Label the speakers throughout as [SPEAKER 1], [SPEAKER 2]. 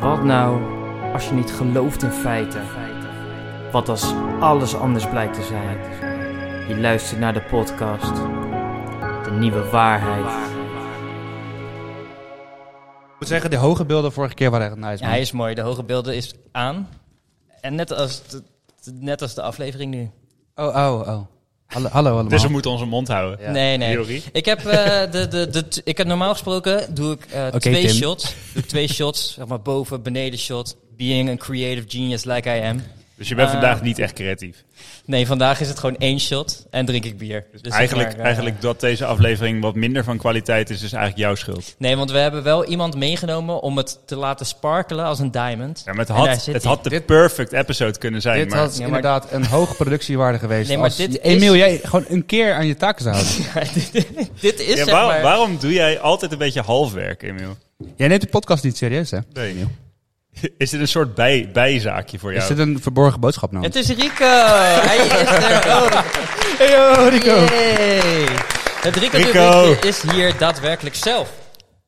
[SPEAKER 1] Wat nou als je niet gelooft in feiten? Wat als alles anders blijkt te zijn? Je luistert naar de podcast De Nieuwe Waarheid.
[SPEAKER 2] Ik moet zeggen, de hoge beelden vorige keer waren echt nice.
[SPEAKER 3] Ja,
[SPEAKER 2] man.
[SPEAKER 3] hij is mooi. De hoge beelden is aan. En net als de, net als de aflevering nu.
[SPEAKER 2] Oh, oh, oh. Hallo, hallo allemaal.
[SPEAKER 4] Dus we moeten onze mond houden.
[SPEAKER 2] Ja.
[SPEAKER 3] Nee, nee.
[SPEAKER 4] Theorie.
[SPEAKER 3] Ik heb, eh, de, de, de, t- ik heb normaal gesproken doe ik eh,
[SPEAKER 2] Oké,
[SPEAKER 3] twee
[SPEAKER 2] Tim.
[SPEAKER 3] shots. Doe ik twee shots. Zeg maar boven, beneden shot. Being a creative genius like I am.
[SPEAKER 4] Dus je bent
[SPEAKER 3] Eh,
[SPEAKER 4] vandaag niet echt creatief.
[SPEAKER 3] Nee, vandaag is het gewoon één shot en drink ik bier. Dus zeg
[SPEAKER 4] eigenlijk,
[SPEAKER 3] maar, eh,
[SPEAKER 4] eigenlijk dat deze aflevering wat minder van kwaliteit is, is eigenlijk jouw schuld.
[SPEAKER 3] Nee, want we hebben wel iemand meegenomen om het te laten sparkelen als een diamond.
[SPEAKER 4] Ja, maar het
[SPEAKER 3] En daar
[SPEAKER 4] had,
[SPEAKER 3] zit
[SPEAKER 4] het
[SPEAKER 3] hij.
[SPEAKER 4] had de perfect episode kunnen zijn.
[SPEAKER 2] Dit
[SPEAKER 4] maar
[SPEAKER 2] had
[SPEAKER 3] Ja, maar-
[SPEAKER 2] inderdaad een hoge productiewaarde geweest.
[SPEAKER 3] Nee, maar
[SPEAKER 2] als
[SPEAKER 3] dit
[SPEAKER 2] je-
[SPEAKER 3] is-
[SPEAKER 2] Emiel, jij gewoon een keer aan je taken zou houden.
[SPEAKER 3] Dit is
[SPEAKER 4] Ja,
[SPEAKER 3] zeg
[SPEAKER 4] waarom,
[SPEAKER 3] maar...
[SPEAKER 4] waarom doe jij altijd een beetje halfwerk, Emiel?
[SPEAKER 2] jij neemt de podcast niet serieus, hè?
[SPEAKER 4] Nee. Is dit een soort bij, bijzaakje voor jou?
[SPEAKER 2] Is dit een verborgen boodschap nou?
[SPEAKER 3] Het is Rico! Hij is er ook!
[SPEAKER 2] Hey, oh, Rico.
[SPEAKER 3] Yay. Het Rico, de
[SPEAKER 4] Rico.
[SPEAKER 3] Witje is hier daadwerkelijk zelf.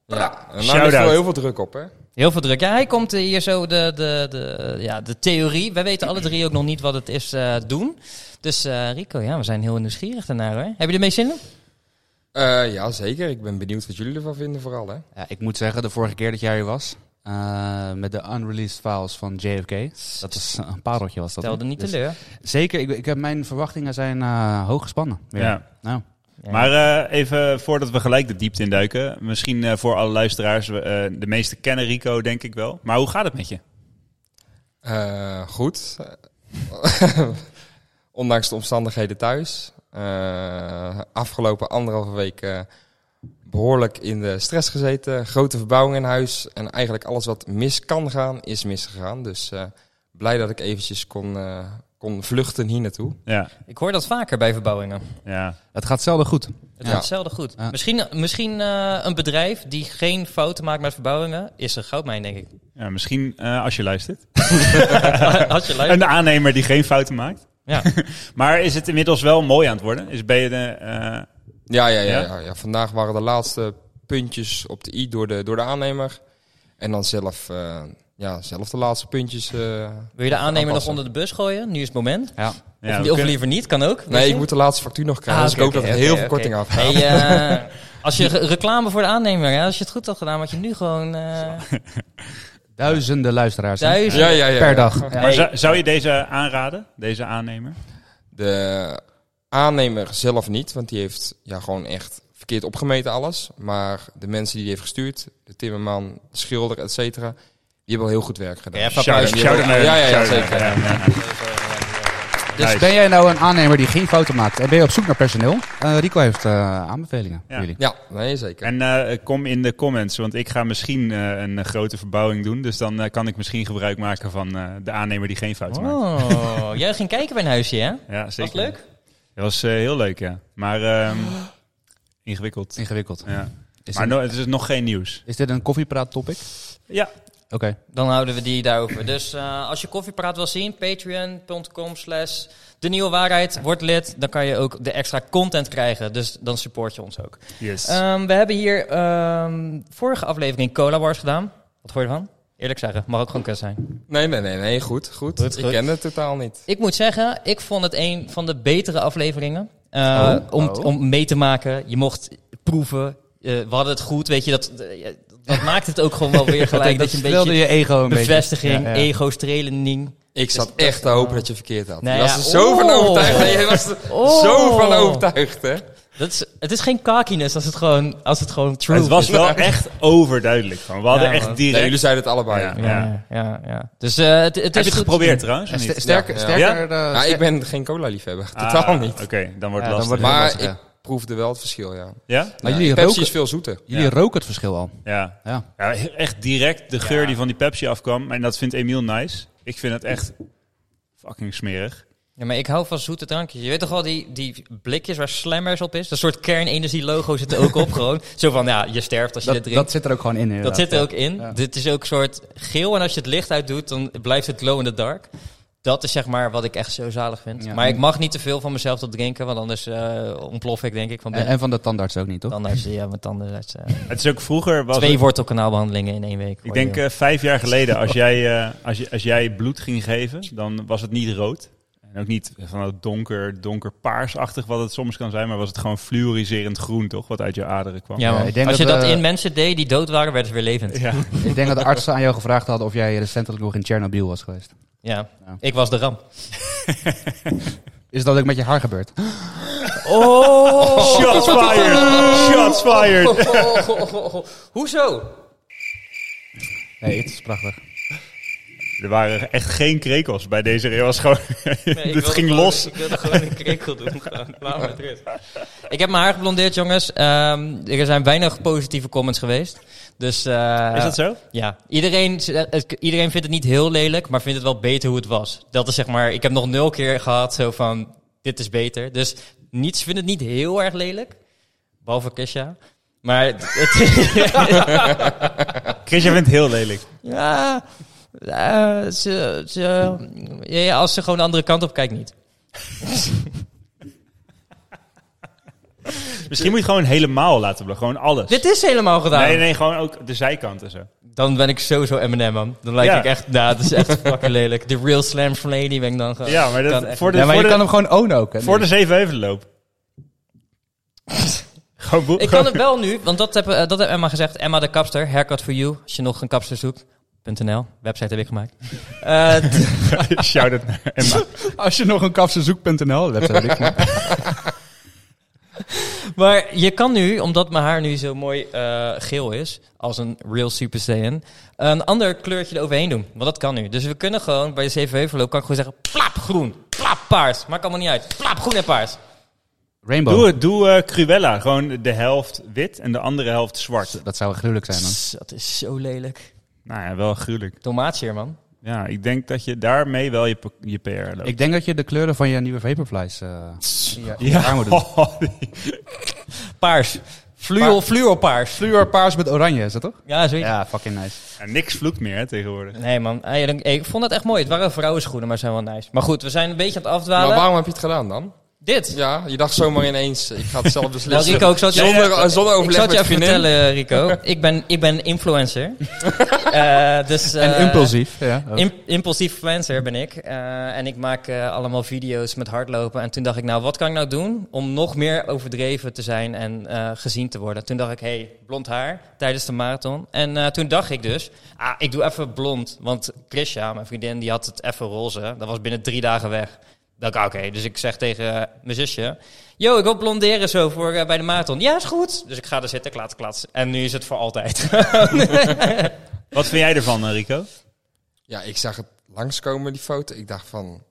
[SPEAKER 5] Ja,
[SPEAKER 3] nou,
[SPEAKER 5] en daar
[SPEAKER 4] Shout-out.
[SPEAKER 5] ligt Nou, wel heel veel druk op, hè?
[SPEAKER 3] Heel veel druk. Ja, hij komt eh, hier zo de, de, de, ja, de theorie. Wij weten alle drie ook nog niet wat het is eh, doen. Dus eh, Rico, ja, we zijn heel nieuwsgierig daarnaar hoor. Heb je er mee zin in?
[SPEAKER 5] Eh, ja, zeker. Ik ben benieuwd wat jullie ervan vinden vooral, hè?
[SPEAKER 2] Ja, ik moet zeggen, de vorige keer dat jij hier was, eh, met de unreleased files van JFK, dat was een pareltje was dat. hè?
[SPEAKER 3] Stelde niet
[SPEAKER 2] Dus
[SPEAKER 3] teleur.
[SPEAKER 2] Zeker, ik, ik heb, mijn verwachtingen zijn eh, hoog gespannen. weer.
[SPEAKER 4] Ja.
[SPEAKER 2] Nou,
[SPEAKER 3] Ja.
[SPEAKER 4] Maar eh, even voordat we gelijk de diepte induiken. Misschien eh, voor alle luisteraars, we, eh, de meeste kennen Rico denk ik wel. Maar hoe gaat het met je?
[SPEAKER 5] Eh, goed. Ondanks de omstandigheden thuis. Eh, afgelopen anderhalve week eh, behoorlijk in de stress gezeten. Grote verbouwing in huis. En eigenlijk alles wat mis kan gaan, is misgegaan. Dus eh, blij dat ik eventjes kon, eh, kon vluchten hier naartoe.
[SPEAKER 4] Ja,
[SPEAKER 3] Ik hoor dat vaker bij verbouwingen.
[SPEAKER 4] ja.
[SPEAKER 2] het gaat zelden goed.
[SPEAKER 3] Het
[SPEAKER 5] Ja.
[SPEAKER 3] gaat zelden goed.
[SPEAKER 2] Ja.
[SPEAKER 3] Misschien, misschien eh, een bedrijf die geen fouten maakt met verbouwingen, is een goudmijn, denk ik.
[SPEAKER 4] ja misschien eh, als je luistert.
[SPEAKER 3] Als je luistert.
[SPEAKER 4] Een aannemer die geen fouten maakt.
[SPEAKER 3] Ja.
[SPEAKER 4] Maar is het inmiddels wel mooi aan het worden? Is ben je de, eh,
[SPEAKER 5] Ja, ja, ja,
[SPEAKER 4] Ja?
[SPEAKER 5] ja? ja, vandaag waren de laatste puntjes op de i door de, door de aannemer. En dan zelf, eh, ja, zelf de laatste puntjes. eh.
[SPEAKER 3] Wil je de aannemer nog
[SPEAKER 5] Aanpassen.
[SPEAKER 3] onder de bus gooien? Nu is het moment.
[SPEAKER 2] Ja.
[SPEAKER 4] ja,
[SPEAKER 3] of,
[SPEAKER 4] we
[SPEAKER 3] of
[SPEAKER 4] kunnen-
[SPEAKER 3] liever niet, kan ook. weet
[SPEAKER 5] nee,
[SPEAKER 3] je?
[SPEAKER 5] ik moet de laatste factuur nog krijgen.
[SPEAKER 3] Ah,
[SPEAKER 5] dus
[SPEAKER 3] oké,
[SPEAKER 5] ik hoop
[SPEAKER 3] oké,
[SPEAKER 5] dat er heel
[SPEAKER 3] oké,
[SPEAKER 5] veel korting
[SPEAKER 3] oké.
[SPEAKER 5] afgaat.
[SPEAKER 3] Hey, eh, als je re- reclame voor de aannemer, hè, als je het goed had gedaan, had je nu gewoon eh
[SPEAKER 2] Duizenden luisteraars hè?
[SPEAKER 3] thuis.
[SPEAKER 5] Ja, ja, ja.
[SPEAKER 2] per
[SPEAKER 5] ja.
[SPEAKER 2] dag. Ja.
[SPEAKER 4] Maar zou, zou je deze aanraden, deze aannemer?
[SPEAKER 5] De aannemer zelf niet, want die heeft ja, gewoon echt verkeerd opgemeten alles. Maar de mensen die die heeft gestuurd, de timmerman, de schilder, et cetera, die hebben wel heel goed werk gedaan.
[SPEAKER 3] Ja, even applaus.
[SPEAKER 5] Shout-out.
[SPEAKER 4] naar-
[SPEAKER 5] Ja, ja, ja,
[SPEAKER 4] shout-out
[SPEAKER 5] zeker.
[SPEAKER 4] naar- ja, ja.
[SPEAKER 2] Dus
[SPEAKER 4] Nice.
[SPEAKER 2] ben jij nou een aannemer die geen fouten maakt en ben je op zoek naar personeel? Eh, Rico heeft eh, aanbevelingen
[SPEAKER 4] Ja.
[SPEAKER 2] voor jullie.
[SPEAKER 5] Ja, nee, zeker.
[SPEAKER 4] En eh, kom in de comments, want ik ga misschien eh, een grote verbouwing doen. Dus dan eh, kan ik misschien gebruik maken van eh, de aannemer die geen fouten maakt.
[SPEAKER 3] Oh, jij ging kijken bij een huisje, hè?
[SPEAKER 4] Ja,
[SPEAKER 3] Was
[SPEAKER 4] zeker.
[SPEAKER 3] leuk?
[SPEAKER 4] Dat was eh, heel leuk, ja. Maar ehm, ingewikkeld.
[SPEAKER 2] Ingewikkeld.
[SPEAKER 4] Ja.
[SPEAKER 2] Is,
[SPEAKER 4] Maar
[SPEAKER 2] dit,
[SPEAKER 4] no- het is nog geen nieuws.
[SPEAKER 2] is dit een koffiepraat topic?
[SPEAKER 4] Ja,
[SPEAKER 2] Oké.
[SPEAKER 3] Dan houden we die daarover. Dus eh, als je koffiepraat wil zien, patreon.com slash de nieuwe waarheid, word lid. Dan kan je ook de extra content krijgen. Dus dan support je ons ook.
[SPEAKER 4] yes.
[SPEAKER 3] Ehm, we hebben hier ehm, vorige aflevering Cola Wars gedaan. Wat vond je ervan? Eerlijk zeggen, mag ook gewoon kut zijn.
[SPEAKER 5] Nee, nee, nee, nee, goed, goed.
[SPEAKER 3] Goed,
[SPEAKER 5] ik
[SPEAKER 3] goed.
[SPEAKER 5] ken het totaal niet.
[SPEAKER 3] Ik moet zeggen, ik vond het een van de betere afleveringen. eh,
[SPEAKER 2] Oh,
[SPEAKER 3] om,
[SPEAKER 2] oh.
[SPEAKER 3] om mee te maken. Je mocht proeven. eh, we hadden het goed, weet je. Dat, eh, dat maakt het ook gewoon wel weer gelijk. dat je een
[SPEAKER 2] streelde
[SPEAKER 3] beetje
[SPEAKER 2] je ego een
[SPEAKER 3] bevestiging,
[SPEAKER 2] beetje. Ja, ja.
[SPEAKER 3] ego-strelening.
[SPEAKER 5] Ik
[SPEAKER 3] Dus
[SPEAKER 5] zat
[SPEAKER 3] dat- oh.
[SPEAKER 5] echt te hopen dat je verkeerd had.
[SPEAKER 3] Nou
[SPEAKER 5] je
[SPEAKER 3] ja,
[SPEAKER 5] was er zo van
[SPEAKER 3] oeh.
[SPEAKER 5] overtuigd. Nee, je was er
[SPEAKER 3] Oh.
[SPEAKER 5] zo van overtuigd, hè?
[SPEAKER 3] Dat is, het is geen kakiness als het gewoon, als het gewoon true
[SPEAKER 4] het was
[SPEAKER 3] is.
[SPEAKER 4] wel echt overduidelijk. Gewoon. We hadden
[SPEAKER 3] Ja, man.
[SPEAKER 4] echt
[SPEAKER 5] Nee,
[SPEAKER 4] direct...
[SPEAKER 5] jullie zeiden het allebei.
[SPEAKER 4] Ja.
[SPEAKER 5] Ja.
[SPEAKER 3] Ja, ja, ja. Dus eh, het, het
[SPEAKER 4] Heb
[SPEAKER 3] is
[SPEAKER 4] je het
[SPEAKER 3] goed.
[SPEAKER 4] geprobeerd trouwens? of
[SPEAKER 2] En
[SPEAKER 4] niet?
[SPEAKER 2] ster- Sterker,
[SPEAKER 5] Ja, ja.
[SPEAKER 2] sterker, eh,
[SPEAKER 5] Nou, ik
[SPEAKER 2] ster-
[SPEAKER 5] ben geen cola-liefhebber.
[SPEAKER 4] Ah,
[SPEAKER 5] Totaal niet.
[SPEAKER 4] Oké, dan wordt
[SPEAKER 2] Ja,
[SPEAKER 4] het
[SPEAKER 2] dan
[SPEAKER 4] lastig.
[SPEAKER 2] wordt het heel
[SPEAKER 5] Maar
[SPEAKER 2] lastig,
[SPEAKER 5] ik proefde wel het verschil, ja.
[SPEAKER 4] Ja?
[SPEAKER 2] Maar
[SPEAKER 5] Ja,
[SPEAKER 2] jullie
[SPEAKER 5] Pepsi
[SPEAKER 2] roken-
[SPEAKER 5] is veel zoeter.
[SPEAKER 2] Jullie
[SPEAKER 4] Ja.
[SPEAKER 2] roken het verschil al.
[SPEAKER 4] Ja.
[SPEAKER 2] Ja.
[SPEAKER 4] Ja, he- echt direct de geur die van die Pepsi afkwam. En dat vindt Emiel nice. Ik vind het echt fucking smerig.
[SPEAKER 3] Ja, maar ik hou van zoete drankjes. Je weet toch wel die, die blikjes waar Slammers op is? Dat soort kernenergie-logo zit er ook op gewoon. Zo van, ja, je sterft als je dit
[SPEAKER 2] Dat,
[SPEAKER 3] drinkt.
[SPEAKER 2] dat zit er ook gewoon in. inderdaad.
[SPEAKER 3] Dat zit er
[SPEAKER 2] Ja.
[SPEAKER 3] ook in.
[SPEAKER 2] Ja.
[SPEAKER 3] Dit is ook een soort geel. En als je het licht uitdoet, dan blijft het glow in the dark. Dat is zeg maar wat ik echt zo zalig vind.
[SPEAKER 2] Ja.
[SPEAKER 3] Maar ik mag niet te veel van mezelf dat drinken, want anders eh, ontplof ik denk ik van
[SPEAKER 2] En,
[SPEAKER 3] binnen.
[SPEAKER 2] en eh, van de tandarts ook niet, toch?
[SPEAKER 3] Tandarts, ja, mijn tandarts. eh,
[SPEAKER 4] Het is ook vroeger was
[SPEAKER 3] twee
[SPEAKER 4] het-
[SPEAKER 3] wortelkanaalbehandelingen in één week.
[SPEAKER 4] ik
[SPEAKER 3] Goeie,
[SPEAKER 4] denk
[SPEAKER 3] joh.
[SPEAKER 4] eh, vijf jaar geleden, als jij, eh, als, je, als jij bloed ging geven, dan was het niet rood. En ook niet van dat donker, donker paarsachtig wat het soms kan zijn, maar was het gewoon fluoriserend groen, toch? Wat uit je aderen kwam.
[SPEAKER 3] ja, man.
[SPEAKER 2] Ja, ik denk
[SPEAKER 3] Als je
[SPEAKER 2] dat,
[SPEAKER 3] dat
[SPEAKER 2] eh,
[SPEAKER 3] in mensen deed die dood waren, werden ze weer levend. Ja.
[SPEAKER 4] Ja.
[SPEAKER 2] Ik denk dat de artsen aan jou gevraagd hadden of jij recentelijk nog in Tsjernobyl was geweest. Ja.
[SPEAKER 3] Ik was de ram.
[SPEAKER 2] Is dat ook met je haar gebeurd?
[SPEAKER 3] Oh!
[SPEAKER 4] Shots fired! Shots fired!
[SPEAKER 3] Hoezo?
[SPEAKER 2] Nee, het is prachtig.
[SPEAKER 4] Er waren echt geen krekels bij deze. Er was gewoon, dit ging los.
[SPEAKER 3] Ik wilde gewoon een krekel doen. Laat me het rust. Ik heb mijn haar geblondeerd, jongens. Ehm, er zijn weinig positieve comments geweest. Dus, eh,
[SPEAKER 4] Is dat zo?
[SPEAKER 3] Ja, iedereen, z- eh, het- iedereen vindt het niet heel lelijk, maar vindt het wel beter hoe het was. Dat is zeg maar, ik heb nog nul keer gehad zo van, dit is beter. Dus niets vindt het niet heel erg lelijk, behalve Kesha. Maar het,
[SPEAKER 4] Christian vindt het heel lelijk.
[SPEAKER 3] ja, eh, ze, ze, ja, als ze gewoon de andere kant op kijkt niet.
[SPEAKER 4] Misschien moet je het gewoon helemaal laten blokken. Gewoon alles.
[SPEAKER 3] Dit is helemaal gedaan.
[SPEAKER 4] Nee, nee, gewoon ook de zijkanten zo.
[SPEAKER 3] Dan ben ik sowieso Eminem, man. Dan lijk
[SPEAKER 4] Ja.
[SPEAKER 3] ik echt... Nou, dat is echt fucking lelijk. De real slam van Lady ben ik dan gewoon...
[SPEAKER 4] Ja, maar
[SPEAKER 3] kan
[SPEAKER 4] dat,
[SPEAKER 3] echt
[SPEAKER 4] voor de,
[SPEAKER 2] ja, maar
[SPEAKER 4] voor
[SPEAKER 2] je
[SPEAKER 4] de,
[SPEAKER 2] kan hem gewoon ownen ook. Hè?
[SPEAKER 4] voor de Zevenheuvelenloop. gewoon boe-
[SPEAKER 3] Ik kan het wel nu, want dat heb, eh, dat heb Emma gezegd. Emma de kapster, haircut for you. Als je nog een kapster zoekt. .nl, website heb ik gemaakt. Eh, d-
[SPEAKER 4] Shout out naar Emma.
[SPEAKER 2] Als je nog een kapsenzoek.nl, de website heb ik gemaakt.
[SPEAKER 3] maar je kan nu, omdat mijn haar nu zo mooi eh, geel is, als een real Super Saiyan, een ander kleurtje eroverheen doen. Want dat kan nu. Dus we kunnen gewoon bij de CV Heuvelloop, kan ik gewoon zeggen, plap groen, plap paars. Maakt allemaal niet uit. Plap groen en paars.
[SPEAKER 2] Rainbow.
[SPEAKER 4] Doe, het- doe eh, Cruella. Gewoon de helft wit en de andere helft zwart.
[SPEAKER 2] Dat zou gruwelijk zijn, man.
[SPEAKER 3] Tss, Dat is zo lelijk.
[SPEAKER 4] Nou ja, wel gruwelijk.
[SPEAKER 3] Tomaatje, hier, man.
[SPEAKER 4] Ja, ik denk dat je daarmee wel je, p- je PR loopt.
[SPEAKER 2] Ik denk dat je de kleuren van je nieuwe Vaporflies eh in je, in je haar
[SPEAKER 4] ja,
[SPEAKER 2] moet doen.
[SPEAKER 3] Paars. Fluo,
[SPEAKER 2] Pa-
[SPEAKER 3] fluorpaars.
[SPEAKER 2] Fluor paars met oranje, is dat toch?
[SPEAKER 3] Ja, zoiets.
[SPEAKER 2] Ja, fucking nice.
[SPEAKER 4] En niks vloekt meer hè, tegenwoordig.
[SPEAKER 3] Nee man, Ah, ja, dan- ik vond het echt mooi. Het waren vrouwenschoenen, maar ze zijn wel nice. Maar goed, we zijn een beetje aan het afdwalen.
[SPEAKER 5] Maar waarom heb je het gedaan dan?
[SPEAKER 3] Dit.
[SPEAKER 5] Ja, je dacht zomaar ineens, ik ga het zelf
[SPEAKER 3] Nou,
[SPEAKER 5] beslissen.
[SPEAKER 3] Rico, ik zal het je,
[SPEAKER 5] zonder, eh, zonder
[SPEAKER 3] ik
[SPEAKER 5] overleg
[SPEAKER 3] zal het je even
[SPEAKER 5] met vriendin.
[SPEAKER 3] vertellen, Rico. ik, ben, ik ben influencer. Eh, dus, eh,
[SPEAKER 2] en impulsief. Ja, Oh. ook.
[SPEAKER 3] imp- impulsief influencer ben ik. Eh, en ik maak eh, allemaal video's met hardlopen. En toen dacht ik, nou, wat kan ik nou doen om nog meer overdreven te zijn en eh, gezien te worden? Toen dacht ik, hé, hey, blond haar tijdens de marathon. En eh, toen dacht ik dus, ah, ik doe even blond. Want Krisha, mijn vriendin, die had het even roze. Dat was binnen drie dagen weg. Dacht ik, ah, oké. Dus ik zeg tegen eh, mijn zusje, yo, ik wil blonderen zo voor eh, bij de marathon. Ja, is goed. Dus ik ga er zitten, klats, klats. En nu is het voor altijd.
[SPEAKER 4] Wat vind jij ervan, eh, Rico?
[SPEAKER 5] Ja, ik zag het langskomen, die foto. Ik dacht van,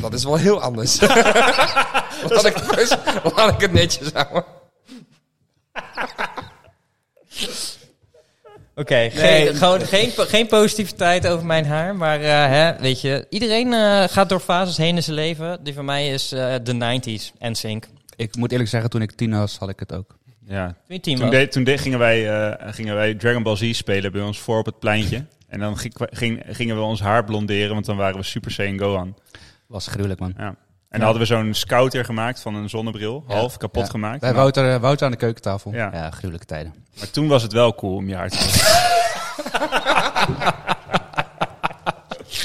[SPEAKER 5] dat is wel heel anders. laat, ik, laat ik het netjes houden.
[SPEAKER 3] Oké, geen, gewoon geen, po- geen positiviteit over mijn haar. Maar eh, hè, weet je, iedereen eh, gaat door fases heen in zijn leven. Die van mij is eh, de 90s en Sync.
[SPEAKER 2] Ik moet eerlijk zeggen, toen ik tien was, had ik het ook.
[SPEAKER 4] Ja,
[SPEAKER 3] Vind je team
[SPEAKER 4] Toen,
[SPEAKER 3] wel?
[SPEAKER 4] deed- toen deed- gingen, wij, eh, gingen wij Dragon Ball Z spelen bij ons voor op het pleintje. En dan ging- ging- gingen we ons haar blonderen, want dan waren we Super Saiyan Gohan.
[SPEAKER 2] Was gruwelijk, man.
[SPEAKER 4] Ja. En dan hadden we zo'n scouter gemaakt van een zonnebril,
[SPEAKER 2] Ja.
[SPEAKER 4] half kapot
[SPEAKER 2] Ja.
[SPEAKER 4] gemaakt.
[SPEAKER 2] Bij
[SPEAKER 4] Maar,
[SPEAKER 2] Wouter, eh, Wouter aan de keukentafel.
[SPEAKER 4] Ja.
[SPEAKER 2] Ja, gruwelijke tijden.
[SPEAKER 4] maar toen was het wel cool om je haar te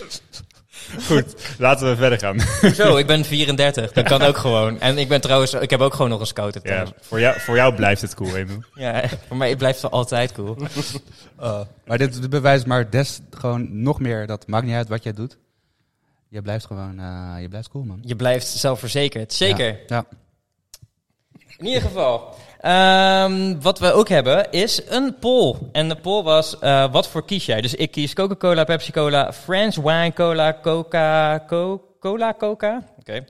[SPEAKER 4] Goed, laten we verder gaan.
[SPEAKER 3] Zo, ik ben 34. Dat kan ook gewoon. En ik ben trouwens, ik heb ook gewoon nog een scouter.
[SPEAKER 4] Ja,
[SPEAKER 3] Ja.
[SPEAKER 4] voor, jou, voor jou blijft het cool, Emil.
[SPEAKER 3] ja, voor mij blijft het altijd cool.
[SPEAKER 2] Maar dit, dit bewijst maar des gewoon nog meer dat maakt niet uit wat jij doet. Je blijft gewoon, eh, je blijft cool, man.
[SPEAKER 3] Je blijft zelfverzekerd. Zeker.
[SPEAKER 2] Ja. ja.
[SPEAKER 3] In ieder geval. ehm, wat we ook hebben is een poll. En de poll was, eh, wat voor kies jij? Dus ik kies Coca-Cola, Pepsi-Cola, French wine, cola, coca, co- cola, coca. Oké.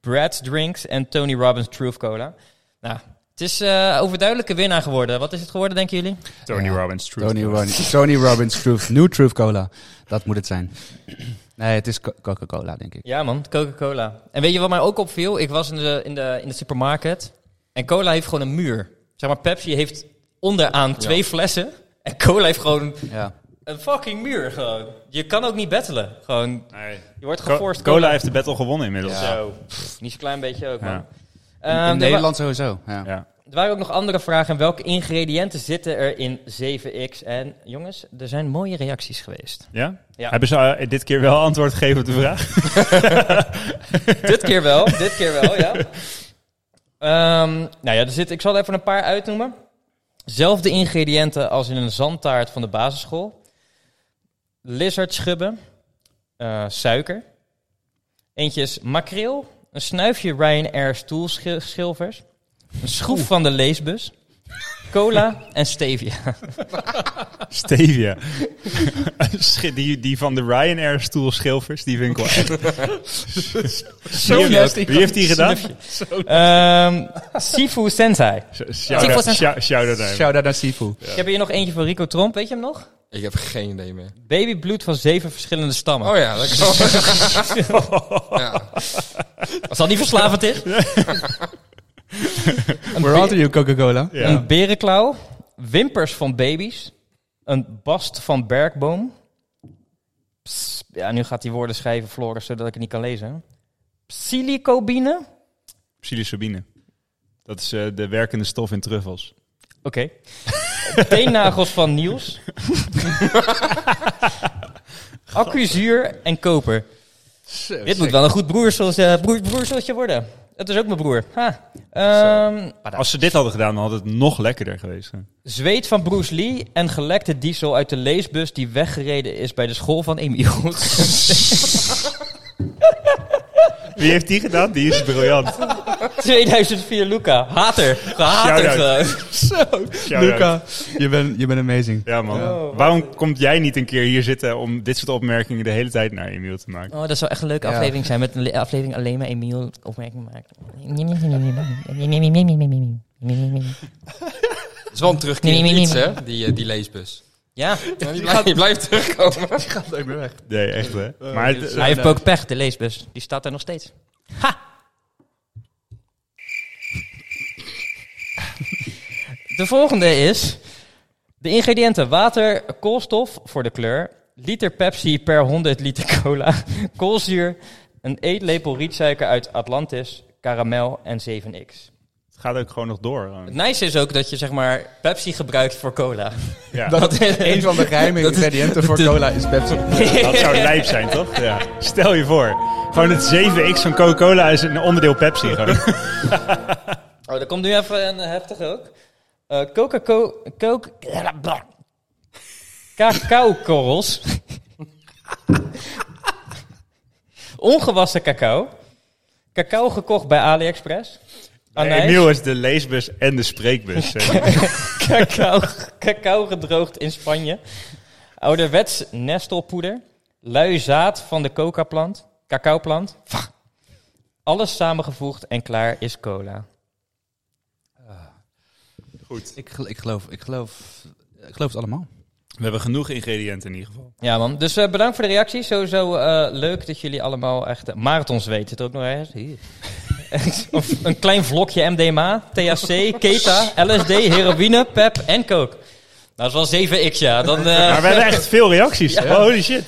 [SPEAKER 3] Brad's Drinks en Tony Robbins Truth Cola. Nou, het is eh overduidelijke winnaar geworden. Wat is het geworden, denken jullie?
[SPEAKER 4] Tony
[SPEAKER 2] Ja.
[SPEAKER 4] Robbins, Truth.
[SPEAKER 2] Tony, Ron- Tony Robbins Truth. New Truth Cola. Dat moet het zijn. Nee, het is Co- Coca-Cola, denk ik.
[SPEAKER 3] Ja man, Coca-Cola. En weet je wat mij ook opviel? Ik was in de, in de, in de supermarket en cola heeft gewoon een muur. Zeg maar, Pepsi heeft onderaan twee flessen en cola heeft gewoon
[SPEAKER 2] Ja.
[SPEAKER 3] Een fucking muur gewoon. Je kan ook niet battelen. Gewoon,
[SPEAKER 4] Nee.
[SPEAKER 3] je wordt
[SPEAKER 4] Co-
[SPEAKER 3] geforst.
[SPEAKER 4] Cola heeft de battle gewonnen inmiddels.
[SPEAKER 5] Ja.
[SPEAKER 3] Zo. Pff, niet zo'n klein beetje ook, man.
[SPEAKER 4] Ja.
[SPEAKER 2] In,
[SPEAKER 3] Ehm, er, wa-
[SPEAKER 2] Nederland sowieso. Ja.
[SPEAKER 4] Ja.
[SPEAKER 3] er waren ook nog andere vragen. En welke ingrediënten zitten er in 7x? En jongens, er zijn mooie reacties geweest.
[SPEAKER 4] Ja?
[SPEAKER 3] Ja.
[SPEAKER 4] Hebben ze eh, dit keer wel antwoord gegeven op de vraag?
[SPEAKER 3] dit keer wel, dit keer wel, ja. Ehm, nou ja, er zit, ik zal er even een paar uitnoemen. Zelfde ingrediënten als in een zandtaart van de basisschool. Lizardschubben. eh, suiker. Eentje is makreel. Een snuifje Ryanair stoelschilvers. Een schroef van de leesbus. Cola en stevia.
[SPEAKER 4] Stevia. Schi- die, die van de Ryanair stoel schilfers, die vind ik wel echt...
[SPEAKER 3] Zo
[SPEAKER 4] wie, heeft, wie heeft die gedaan?
[SPEAKER 3] Ehm Sifu Sensei. Sifu
[SPEAKER 4] Shout-out
[SPEAKER 3] Sensei.
[SPEAKER 4] shout- shout-out aan hem.
[SPEAKER 2] Shout-out naar Sifu.
[SPEAKER 3] Ik heb hier nog eentje van Rico Tromp, weet je hem nog?
[SPEAKER 5] Ik heb geen idee meer.
[SPEAKER 3] Babybloed van zeven verschillende stammen.
[SPEAKER 5] Oh ja, dat kan. ja.
[SPEAKER 3] Als dat niet verslavend is. een,
[SPEAKER 2] We're
[SPEAKER 3] be-
[SPEAKER 2] on to you, Coca-Cola.
[SPEAKER 4] Ja.
[SPEAKER 3] een berenklauw. Wimpers van baby's. Een bast van bergboom. Ps- ja, nu gaat hij woorden schrijven, Floris, zodat ik het niet kan lezen. Silicobine. Oké.
[SPEAKER 4] Psilocybine. Dat is eh, de werkende stof in truffels.
[SPEAKER 3] Teennagels van Niels. Accuzuur en koper. Dit moet wel een goed broerseltje broer, broerseltje worden. Het is ook mijn broer. Ha. Ehm,
[SPEAKER 4] Als ze dit hadden gedaan, dan had het nog lekkerder geweest. hè.
[SPEAKER 3] zweet van Bruce Lee en gelekte diesel uit de leesbus die weggereden is bij de school van Emiel.
[SPEAKER 4] Wie heeft die gedaan? Die is briljant.
[SPEAKER 3] 2004 Luca. Hater. Gehaterd.
[SPEAKER 4] Shout-out.
[SPEAKER 3] gewoon.
[SPEAKER 4] Shout-out.
[SPEAKER 2] Luca, je bent je bent amazing.
[SPEAKER 4] Ja, man.
[SPEAKER 3] Oh.
[SPEAKER 4] Waarom komt jij niet een keer hier zitten om dit soort opmerkingen de hele tijd naar Emiel te maken?
[SPEAKER 3] Oh, dat zou echt een leuke
[SPEAKER 2] Ja.
[SPEAKER 3] aflevering zijn. Met een le- aflevering alleen maar Emiel opmerking maken.
[SPEAKER 5] Het is wel een terugkerend iets, hè? Die, eh, die leesbus.
[SPEAKER 3] Ja,
[SPEAKER 5] Ja, die, blijft, die blijft terugkomen.
[SPEAKER 4] Nee, echt hè. Maar het-
[SPEAKER 3] hij heeft ook pech, de leesbus. Die staat er nog steeds. Ha! De volgende is... De ingrediënten. Water, koolstof voor de kleur. Liter Pepsi per 100 liter cola. Koolzuur. Een eetlepel rietsuiker uit Atlantis. Karamel en 7x.
[SPEAKER 4] het gaat ook gewoon nog door. gewoon.
[SPEAKER 3] Het nice is ook dat je zeg maar Pepsi gebruikt voor cola.
[SPEAKER 4] Ja. Dat,
[SPEAKER 2] Dat is een van de geheime ingrediënten voor cola is Pepsi.
[SPEAKER 4] zou lijp zijn, toch? Ja. Stel je voor. Gewoon het 7x van Coca-Cola is een onderdeel Pepsi. Gewoon.
[SPEAKER 3] Oh, er komt nu even een heftig ook. Eh Coca-Cola... Coke... Cacao-korrels. Ongewassen cacao. Cacao gekocht bij AliExpress.
[SPEAKER 4] Nee,
[SPEAKER 3] Anijs.
[SPEAKER 4] Emiel is de leesbus en de spreekbus. hè.
[SPEAKER 3] cacao, cacao gedroogd in Spanje. Ouderwets nestelpoeder. Lui zaad van de coca-plant. Cacaoplant. Fuck. Alles samengevoegd en klaar is cola.
[SPEAKER 4] Goed.
[SPEAKER 2] Ik, gel- ik, geloof, ik, geloof, ik geloof het allemaal.
[SPEAKER 4] We hebben genoeg ingrediënten in ieder geval.
[SPEAKER 3] Ja, man. Dus eh, bedankt voor de reactie. Sowieso eh, leuk dat jullie allemaal echt eh, marathons weten. Zit er ook nog ergens? Hier. of een klein vlokje MDMA, THC, Keta, LSD, heroïne, pep en coke. Nou, dat is wel 7x, ja. Dan, eh,
[SPEAKER 4] Maar we hebben echt veel reacties. Holy shit.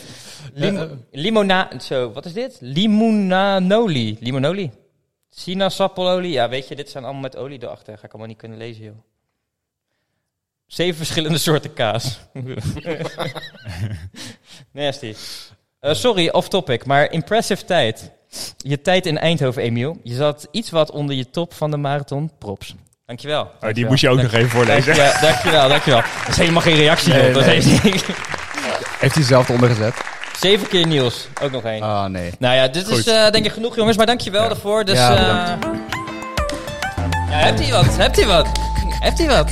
[SPEAKER 3] lim- limona... Zo, wat is dit? Limonanoli. Limonoli. Sinaasappeloli. Ja, weet je, dit zijn allemaal met olie erachter. Ga ik allemaal niet kunnen lezen, joh. Zeven verschillende soorten kaas. Nasty. Eh, sorry, off topic, maar impressive tijd. Je tijd in Eindhoven, Emiel. Je zat iets wat onder je top van de marathon. Props. Dankjewel.
[SPEAKER 4] Oh, die
[SPEAKER 3] Dankjewel.
[SPEAKER 4] moest je ook
[SPEAKER 3] Dank-
[SPEAKER 4] nog even voorlezen.
[SPEAKER 3] Dankjewel, dankjewel, dankjewel. Dat is helemaal geen reactie, joh.
[SPEAKER 2] Nee,
[SPEAKER 3] Dat
[SPEAKER 2] nee.
[SPEAKER 3] is echt-
[SPEAKER 2] Heeft hij zelf eronder gezet?
[SPEAKER 3] Zeven keer Niels, ook nog één.
[SPEAKER 2] Ah, nee.
[SPEAKER 3] Nou ja, dit is
[SPEAKER 4] Goed.
[SPEAKER 3] eh, denk ik genoeg, jongens. Maar dankjewel daarvoor. Dus,
[SPEAKER 2] Ja,
[SPEAKER 3] eh,
[SPEAKER 2] bedankt.
[SPEAKER 3] ja, hebt hij wat? Hebt hij wat? Hebt hij wat?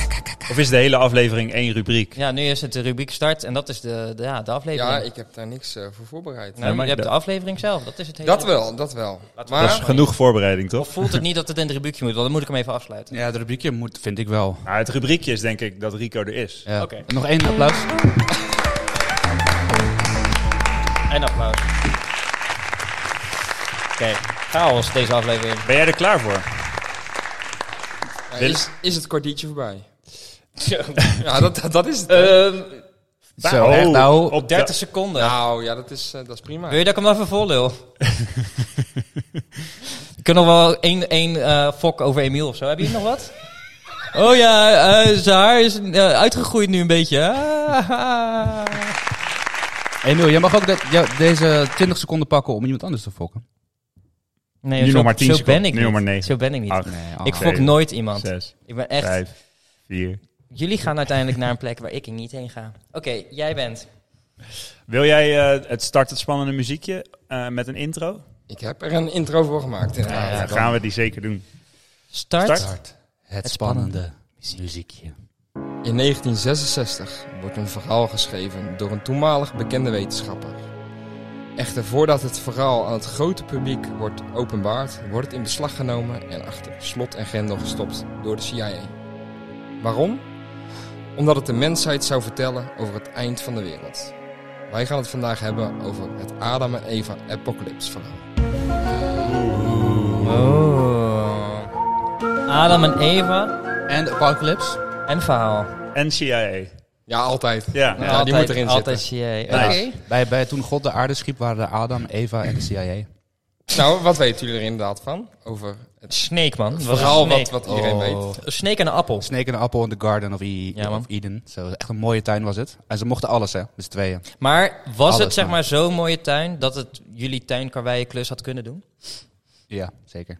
[SPEAKER 4] Of is de hele aflevering één rubriek?
[SPEAKER 3] Ja, nu is het de rubriek start en dat is de, de, ja, de aflevering.
[SPEAKER 5] Ja, ik heb daar niks eh, voor voorbereid.
[SPEAKER 3] Nee,
[SPEAKER 4] Ja, maar
[SPEAKER 3] je hebt
[SPEAKER 4] dat-
[SPEAKER 3] de aflevering zelf, dat is het hele.
[SPEAKER 5] Dat wel, dat wel.
[SPEAKER 4] Dat is
[SPEAKER 5] Maar
[SPEAKER 4] genoeg voorbereiding, toch?
[SPEAKER 3] Of voelt het niet dat het in de rubriekje moet, want dan moet ik hem even afsluiten.
[SPEAKER 2] Ja, de rubriekje moet, vind ik wel.
[SPEAKER 4] Nou, het rubriekje is denk ik dat Rico er is.
[SPEAKER 2] Ja.
[SPEAKER 3] Oké.
[SPEAKER 2] Nog één applaus.
[SPEAKER 3] En applaus. Oké, chaos deze aflevering.
[SPEAKER 4] Ben jij er klaar voor?
[SPEAKER 5] ja, is, is het kwartiertje voorbij?
[SPEAKER 3] Zo.
[SPEAKER 5] Ja, dat, dat, dat is het.
[SPEAKER 3] Ehm,
[SPEAKER 2] Zo, echt, nou,
[SPEAKER 4] Oh, op
[SPEAKER 3] 30 seconden.
[SPEAKER 5] Nou ja, dat is, eh, dat is prima.
[SPEAKER 3] Wil je dat ik hem even vollul? ik kan nog wel één, één eh, fok over Emiel of zo. Heb je nog wat? Oh ja, eh, zijn haar is eh, uitgegroeid nu een beetje. Ah.
[SPEAKER 2] Emiel, jij mag ook dat, jou- deze 20 seconden pakken om iemand anders te fokken.
[SPEAKER 3] nee,
[SPEAKER 4] Nu
[SPEAKER 3] zo,
[SPEAKER 4] nog maar tien
[SPEAKER 3] zo
[SPEAKER 4] seconden.
[SPEAKER 3] ben ik
[SPEAKER 4] Nu
[SPEAKER 3] niet.
[SPEAKER 4] nog maar negen.
[SPEAKER 3] Zo ben ik niet.
[SPEAKER 4] Acht,
[SPEAKER 2] Nee,
[SPEAKER 3] ik
[SPEAKER 2] oh,
[SPEAKER 3] fok
[SPEAKER 4] zeven,
[SPEAKER 3] nooit iemand.
[SPEAKER 4] zes,
[SPEAKER 3] Ik ben echt...
[SPEAKER 4] vijf, vier.
[SPEAKER 3] Jullie gaan uiteindelijk naar een plek waar ik niet heen ga. Oké, jij bent.
[SPEAKER 4] Wil jij eh, het start het spannende muziekje eh, met een intro?
[SPEAKER 5] Ik heb er een intro voor gemaakt. inderdaad.
[SPEAKER 4] dan gaan we die zeker doen.
[SPEAKER 3] Start.
[SPEAKER 4] Start.
[SPEAKER 2] Start. Het spannende muziekje.
[SPEAKER 5] In 1966 wordt een verhaal geschreven door een toenmalig bekende wetenschapper. Echter voordat het verhaal aan het grote publiek wordt openbaard, wordt het in beslag genomen en achter slot en grendel gestopt door de CIA. Waarom? Omdat het de mensheid zou vertellen over het eind van de wereld. Wij gaan het vandaag hebben over het Adam en Eva apocalypse verhaal.
[SPEAKER 3] Oh. Adam en Eva
[SPEAKER 2] En de apocalypse?
[SPEAKER 3] en verhaal.
[SPEAKER 4] En CIA.
[SPEAKER 5] Ja, altijd.
[SPEAKER 4] Ja.
[SPEAKER 5] Ja, die moet erin
[SPEAKER 3] altijd E.
[SPEAKER 5] zitten.
[SPEAKER 3] CIA.
[SPEAKER 4] Ja.
[SPEAKER 3] Oké.
[SPEAKER 2] Bij, bij toen God de aarde schiep waren er Adam, Eva en de CIA.
[SPEAKER 5] Nou, wat weten jullie er inderdaad van? Over het
[SPEAKER 3] Snake, man. Het was een
[SPEAKER 5] verhaal wat,
[SPEAKER 3] snake.
[SPEAKER 5] wat
[SPEAKER 2] Oh.
[SPEAKER 5] iedereen weet.
[SPEAKER 3] Een snake en een appel.
[SPEAKER 2] Snake en Apple in the Garden of, E-
[SPEAKER 3] Ja, man.
[SPEAKER 2] of Eden. Zo, echt een mooie tuin was het. En ze mochten alles, hè? Dus tweeën.
[SPEAKER 3] Maar was het
[SPEAKER 2] Alles,
[SPEAKER 3] zeg
[SPEAKER 2] man.
[SPEAKER 3] maar zo'n mooie tuin dat het jullie tuinkarweien klus had kunnen doen?
[SPEAKER 2] Ja, zeker.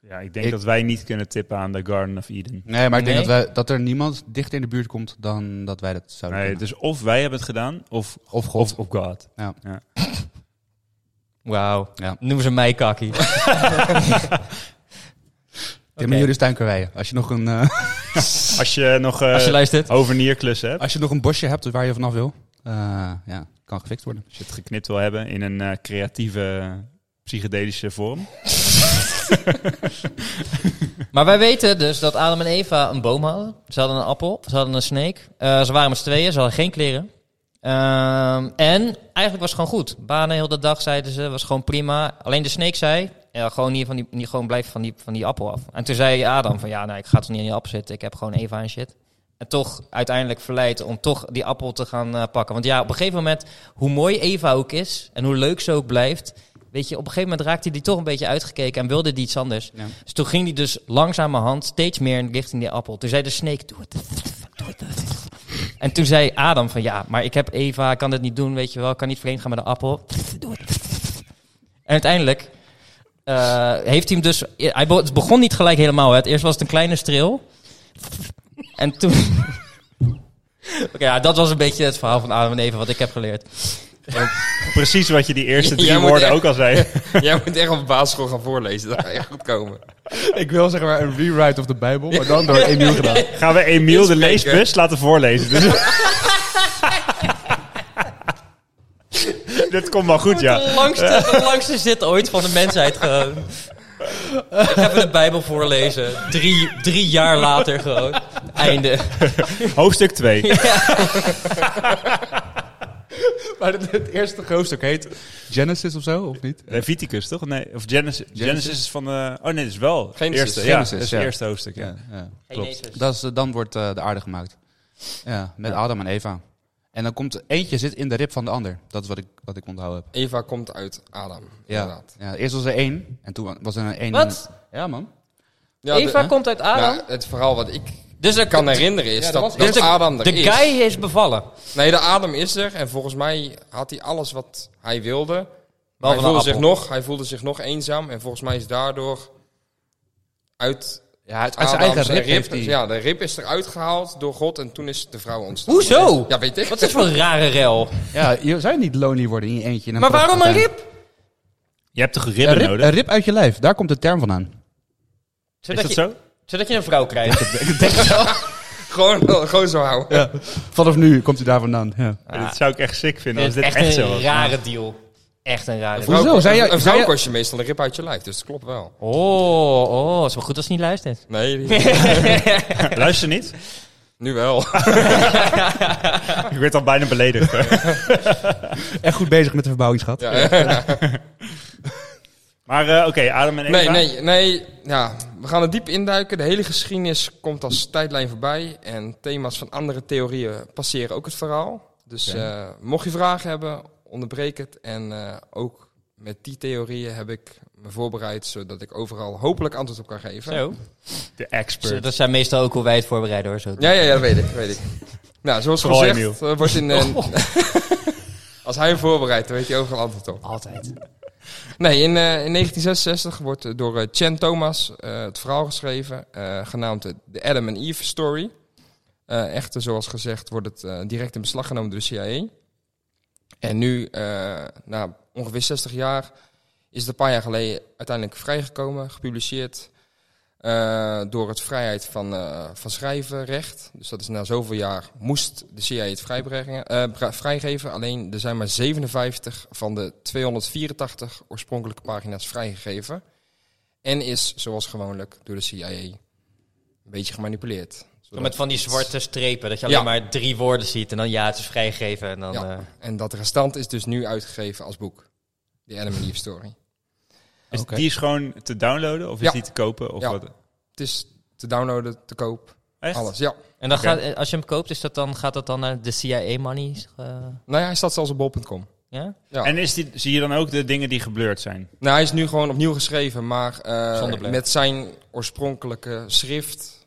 [SPEAKER 4] Ja, ik denk
[SPEAKER 2] Ik-
[SPEAKER 4] dat wij niet kunnen tippen aan The Garden of Eden.
[SPEAKER 2] Nee, maar ik denk
[SPEAKER 3] Nee?
[SPEAKER 2] dat, wij, dat er niemand dichter in de buurt komt dan dat wij dat zouden
[SPEAKER 4] Nee,
[SPEAKER 2] kunnen.
[SPEAKER 4] dus of wij hebben het gedaan, of,
[SPEAKER 2] Of God.
[SPEAKER 4] of, of God.
[SPEAKER 3] Wauw.
[SPEAKER 2] Ja.
[SPEAKER 3] Noem ze mij kakkie.
[SPEAKER 2] Tim en Juris Tuinkerwijen. Als je nog een, eh,
[SPEAKER 4] Als je nog eh
[SPEAKER 3] Als je luistert.
[SPEAKER 4] overnierklussen hebt,
[SPEAKER 2] als je nog een bosje hebt waar je vanaf wil, eh, ja, kan gefixt worden.
[SPEAKER 4] als je het geknipt wil hebben in een eh, creatieve, psychedelische vorm.
[SPEAKER 3] Maar wij weten dus dat Adam en Eva een boom hadden. Ze hadden een appel, ze hadden een snake. Eh, ze waren met z'n tweeën, ze hadden geen kleren. Ehm, en eigenlijk was het gewoon goed. Banen heel de dag, zeiden ze, was gewoon prima. Alleen de snake zei, ja, gewoon, hier van die, niet gewoon blijf van die, van die appel af. En toen zei Adam van, ja, nou, ik ga toch niet aan die appel zitten. Ik heb gewoon Eva en shit. En toch uiteindelijk verleid om toch die appel te gaan eh, pakken. Want ja, op een gegeven moment, hoe mooi Eva ook is en hoe leuk ze ook blijft... Weet je, op een gegeven moment raakte hij die toch een beetje uitgekeken en wilde die iets anders. Dus toen ging hij dus langzamerhand steeds meer richting die appel. Toen zei de snake, doe het. Doe het. En toen zei Adam van, ja, maar ik heb Eva, ik kan dit niet doen, weet je wel. Ik kan niet vreemd gaan met de appel. Doe het. En uiteindelijk eh, heeft hij hem dus... Hij be- het begon niet gelijk helemaal, hè. Het eerst was het een kleine streel. En toen... Oké, ja, dat was een beetje het verhaal van Adam en Eva, wat ik heb geleerd.
[SPEAKER 4] Precies wat je die eerste drie
[SPEAKER 5] Jij moet
[SPEAKER 4] woorden
[SPEAKER 5] echt-
[SPEAKER 4] ook al zei.
[SPEAKER 5] Jij moet echt op basisschool gaan voorlezen. Dat ga je goed komen.
[SPEAKER 2] Ik wil zeg maar een rewrite of de Bijbel, maar dan door Emiel gedaan.
[SPEAKER 4] Gaan we Emiel de
[SPEAKER 5] Inspreken.
[SPEAKER 4] leesbus laten voorlezen. Dus- Dit komt wel goed, ja.
[SPEAKER 3] De langste, de langste zit ooit van de mensheid gewoon. Ik ga even de Bijbel voorlezen. Drie, drie jaar later gewoon. Einde.
[SPEAKER 4] Hoofdstuk 2.
[SPEAKER 2] Maar het, het eerste hoofdstuk heet Genesis of zo, of niet?
[SPEAKER 4] Leviticus, Eh, toch? Nee, of Genesis. Genesis,
[SPEAKER 2] Genesis
[SPEAKER 4] is van de... Oh nee, dat is wel het
[SPEAKER 5] Genesis,
[SPEAKER 4] eerste. Ja,
[SPEAKER 2] Genesis,
[SPEAKER 4] dat is
[SPEAKER 2] ja.
[SPEAKER 4] het eerste hoofdstuk, ja.
[SPEAKER 2] Ja, ja.
[SPEAKER 3] Genesis.
[SPEAKER 2] Dat is, eh, dan wordt eh, de aarde gemaakt. Ja, met Adam en Eva. En dan komt eentje zit in de rib van de ander. Dat is wat ik, wat ik onthouden heb.
[SPEAKER 5] Eva komt uit Adam.
[SPEAKER 2] Ja.
[SPEAKER 5] inderdaad.
[SPEAKER 2] ja, eerst was er één en toen was er een één.
[SPEAKER 3] Wat?
[SPEAKER 2] Ja, man.
[SPEAKER 5] Ja,
[SPEAKER 3] Eva
[SPEAKER 5] de-
[SPEAKER 3] komt uit Adam.
[SPEAKER 5] Ja, Nou, het verhaal wat ik
[SPEAKER 3] dus er
[SPEAKER 5] kan herinneren is dat, dat,
[SPEAKER 3] Dus de,
[SPEAKER 5] Adam er
[SPEAKER 3] de
[SPEAKER 5] is.
[SPEAKER 3] guy is bevallen.
[SPEAKER 5] Nee, de Adam is er. En volgens mij had hij alles wat hij wilde. Hij
[SPEAKER 3] een
[SPEAKER 5] voelde,
[SPEAKER 3] appel.
[SPEAKER 5] zich nog, hij voelde zich nog eenzaam. En volgens mij is daardoor uit
[SPEAKER 2] Ja, uit,
[SPEAKER 5] Adam
[SPEAKER 2] zijn eigen rib, heeft
[SPEAKER 5] rib...
[SPEAKER 2] hij.
[SPEAKER 5] Ja, de rib is eruit gehaald door God. En toen is de vrouw ontstaan.
[SPEAKER 3] Hoezo?
[SPEAKER 5] Ja, weet ik.
[SPEAKER 3] Wat is voor een rare rel?
[SPEAKER 2] Ja, je zou niet lonely worden in je eentje. in een
[SPEAKER 3] Maar waarom een
[SPEAKER 2] prachtige tuin.
[SPEAKER 3] rib?
[SPEAKER 4] Je hebt toch
[SPEAKER 2] Een
[SPEAKER 4] ribben
[SPEAKER 2] rib,
[SPEAKER 4] nodig?
[SPEAKER 2] een rib uit je lijf, daar komt de term vandaan.
[SPEAKER 4] is
[SPEAKER 3] Zodat
[SPEAKER 4] dat
[SPEAKER 3] je,
[SPEAKER 4] zo?
[SPEAKER 3] zodat je een vrouw krijgt.
[SPEAKER 5] gewoon, gewoon zo houden.
[SPEAKER 2] Vanaf nu komt hij daar vandaan. Ja.
[SPEAKER 4] Dat zou ik echt sick vinden
[SPEAKER 3] Dit
[SPEAKER 4] als
[SPEAKER 3] is
[SPEAKER 4] dit
[SPEAKER 3] echt,
[SPEAKER 4] echt, zo
[SPEAKER 3] een
[SPEAKER 4] was.
[SPEAKER 3] rare deal. Echt een rare deal.
[SPEAKER 2] Hoezo?
[SPEAKER 5] Vrouw-
[SPEAKER 2] Zei jij-
[SPEAKER 5] een- een
[SPEAKER 2] zei
[SPEAKER 5] vrouw
[SPEAKER 2] jij-
[SPEAKER 5] kost je meestal een rib uit je lijf. Dus dat klopt wel.
[SPEAKER 3] Oh, oh, is wel goed als je niet luistert.
[SPEAKER 5] Nee, die-
[SPEAKER 4] Luister niet.
[SPEAKER 5] nu wel.
[SPEAKER 4] Ik werd al bijna beledigd. hè.
[SPEAKER 2] Echt goed bezig met de verbouwingsgat.
[SPEAKER 5] Ja, ja.
[SPEAKER 4] Maar eh, oké, Adam en Eva.
[SPEAKER 5] Nee, nee, nee. Ja, we gaan er diep induiken. De hele geschiedenis komt als tijdlijn voorbij. En thema's van andere theorieën passeren ook het verhaal. Dus
[SPEAKER 2] Oké.
[SPEAKER 5] eh, mocht je vragen hebben, onderbreek het. En eh, ook met die theorieën heb ik me voorbereid, zodat ik overal hopelijk antwoord op kan geven.
[SPEAKER 3] Zo.
[SPEAKER 4] De expert.
[SPEAKER 3] Zo, Dat zijn meestal ook hoe wij het voorbereiden hoor. Zo.
[SPEAKER 5] Ja, ja, ja, dat weet ik, dat weet ik. Nou, zoals
[SPEAKER 4] Gooi,
[SPEAKER 5] gezegd,
[SPEAKER 4] Miel.
[SPEAKER 5] eh, wordt in... eh, als hij hem voorbereidt, dan weet je overal antwoord op.
[SPEAKER 3] Altijd.
[SPEAKER 5] Nee, in, eh, in 1966 wordt eh, door eh, Chen Thomas eh, het verhaal geschreven, eh, genaamd eh, The Adam and Eve Story. Eh, echter, zoals gezegd, wordt het eh, direct in beslag genomen door de CIA. En nu, eh, na ongeveer 60 jaar, is het een paar jaar geleden uiteindelijk vrijgekomen, gepubliceerd eh, door het vrijheid van, eh van schrijvenrecht. Dus dat is na zoveel jaar moest de CIA het vrijbrengen, eh, bra- vrijgeven. Alleen er zijn maar 57 van de 284 oorspronkelijke pagina's vrijgegeven. En is, zoals gewoonlijk, door de CIA een beetje gemanipuleerd.
[SPEAKER 3] Zo met van die zwarte strepen, dat je
[SPEAKER 5] Ja.
[SPEAKER 3] alleen maar drie woorden ziet en dan ja, het is vrijgegeven. En dan,
[SPEAKER 5] Ja.
[SPEAKER 3] eh,
[SPEAKER 5] En dat restant is dus nu uitgegeven als boek. De Adam and Eve Story.
[SPEAKER 4] Is,
[SPEAKER 2] Oké.
[SPEAKER 4] Die is gewoon te downloaden of is
[SPEAKER 5] Ja.
[SPEAKER 4] die te kopen? Of
[SPEAKER 5] Ja.
[SPEAKER 4] wat?
[SPEAKER 5] Het is te downloaden, te koop,
[SPEAKER 4] Echt?
[SPEAKER 5] alles. Ja.
[SPEAKER 3] en dan
[SPEAKER 4] Oké.
[SPEAKER 3] gaat, eh, als je hem koopt, is dat dan, gaat dat dan naar de CIA-money?
[SPEAKER 5] Nou ja, hij staat zelfs op bol.com.
[SPEAKER 3] eh, ja?
[SPEAKER 5] Ja.
[SPEAKER 4] En is die, zie je dan ook de dingen die geblurred zijn?
[SPEAKER 5] Nou, hij is nu gewoon opnieuw geschreven, maar eh,
[SPEAKER 3] Zonder blad.
[SPEAKER 5] met zijn oorspronkelijke schrift,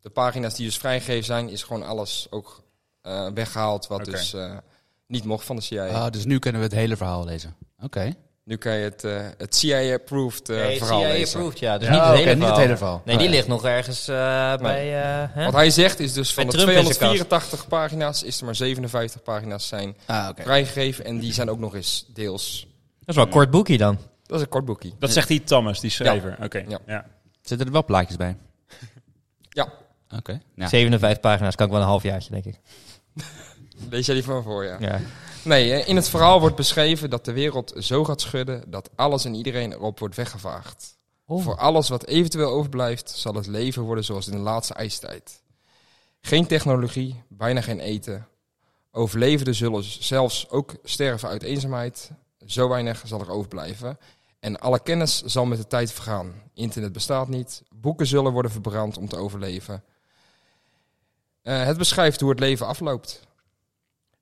[SPEAKER 5] de pagina's die dus vrijgegeven zijn, is gewoon alles ook eh, weggehaald wat
[SPEAKER 4] Oké.
[SPEAKER 5] dus eh, niet mocht van de CIA.
[SPEAKER 2] Ah, dus nu kunnen we het hele verhaal lezen. Oké.
[SPEAKER 5] Nu kan je het, eh, het CIA-approved eh,
[SPEAKER 3] Nee,
[SPEAKER 5] verhaal lezen.
[SPEAKER 3] CIA-approved, ja. Dus
[SPEAKER 2] Ja,
[SPEAKER 3] niet,
[SPEAKER 2] oké,
[SPEAKER 3] het hele
[SPEAKER 2] niet het
[SPEAKER 3] verhaal.
[SPEAKER 2] hele verhaal.
[SPEAKER 3] Nee, die
[SPEAKER 2] Oh, ja.
[SPEAKER 3] ligt nog ergens eh, bij... eh, hè?
[SPEAKER 5] Wat hij zegt is dus van
[SPEAKER 3] Bij
[SPEAKER 5] de
[SPEAKER 3] Trump in zijn kast.
[SPEAKER 5] 284 pagina's is er maar 57 pagina's zijn
[SPEAKER 2] Ah, oké.
[SPEAKER 5] vrijgegeven en die zijn ook nog eens deels.
[SPEAKER 3] Dat is wel een kort boekje dan.
[SPEAKER 5] Dat is een kort boekje.
[SPEAKER 4] Dat zegt die Thomas, die schrijver. Oké.
[SPEAKER 5] Ja.
[SPEAKER 4] Ja.
[SPEAKER 2] Zitten er wel plaatjes bij?
[SPEAKER 5] Ja,
[SPEAKER 2] Oké. Ja.
[SPEAKER 3] 57 pagina's, kan ik wel een halfjaartje, denk ik.
[SPEAKER 5] lees jij die van me voor, ja.
[SPEAKER 3] Ja.
[SPEAKER 5] Nee, eh, in het verhaal wordt beschreven dat de wereld zo gaat schudden dat alles en iedereen erop wordt weggevaagd.
[SPEAKER 3] Oh.
[SPEAKER 5] Voor alles wat eventueel overblijft, zal het leven worden zoals in de laatste ijstijd. Geen technologie, bijna geen eten. Overlevenden zullen zelfs ook sterven uit eenzaamheid. Zo weinig zal er overblijven. En alle kennis zal met de tijd vergaan. Internet bestaat niet. Boeken zullen worden verbrand om te overleven. Eh, het beschrijft hoe het leven afloopt.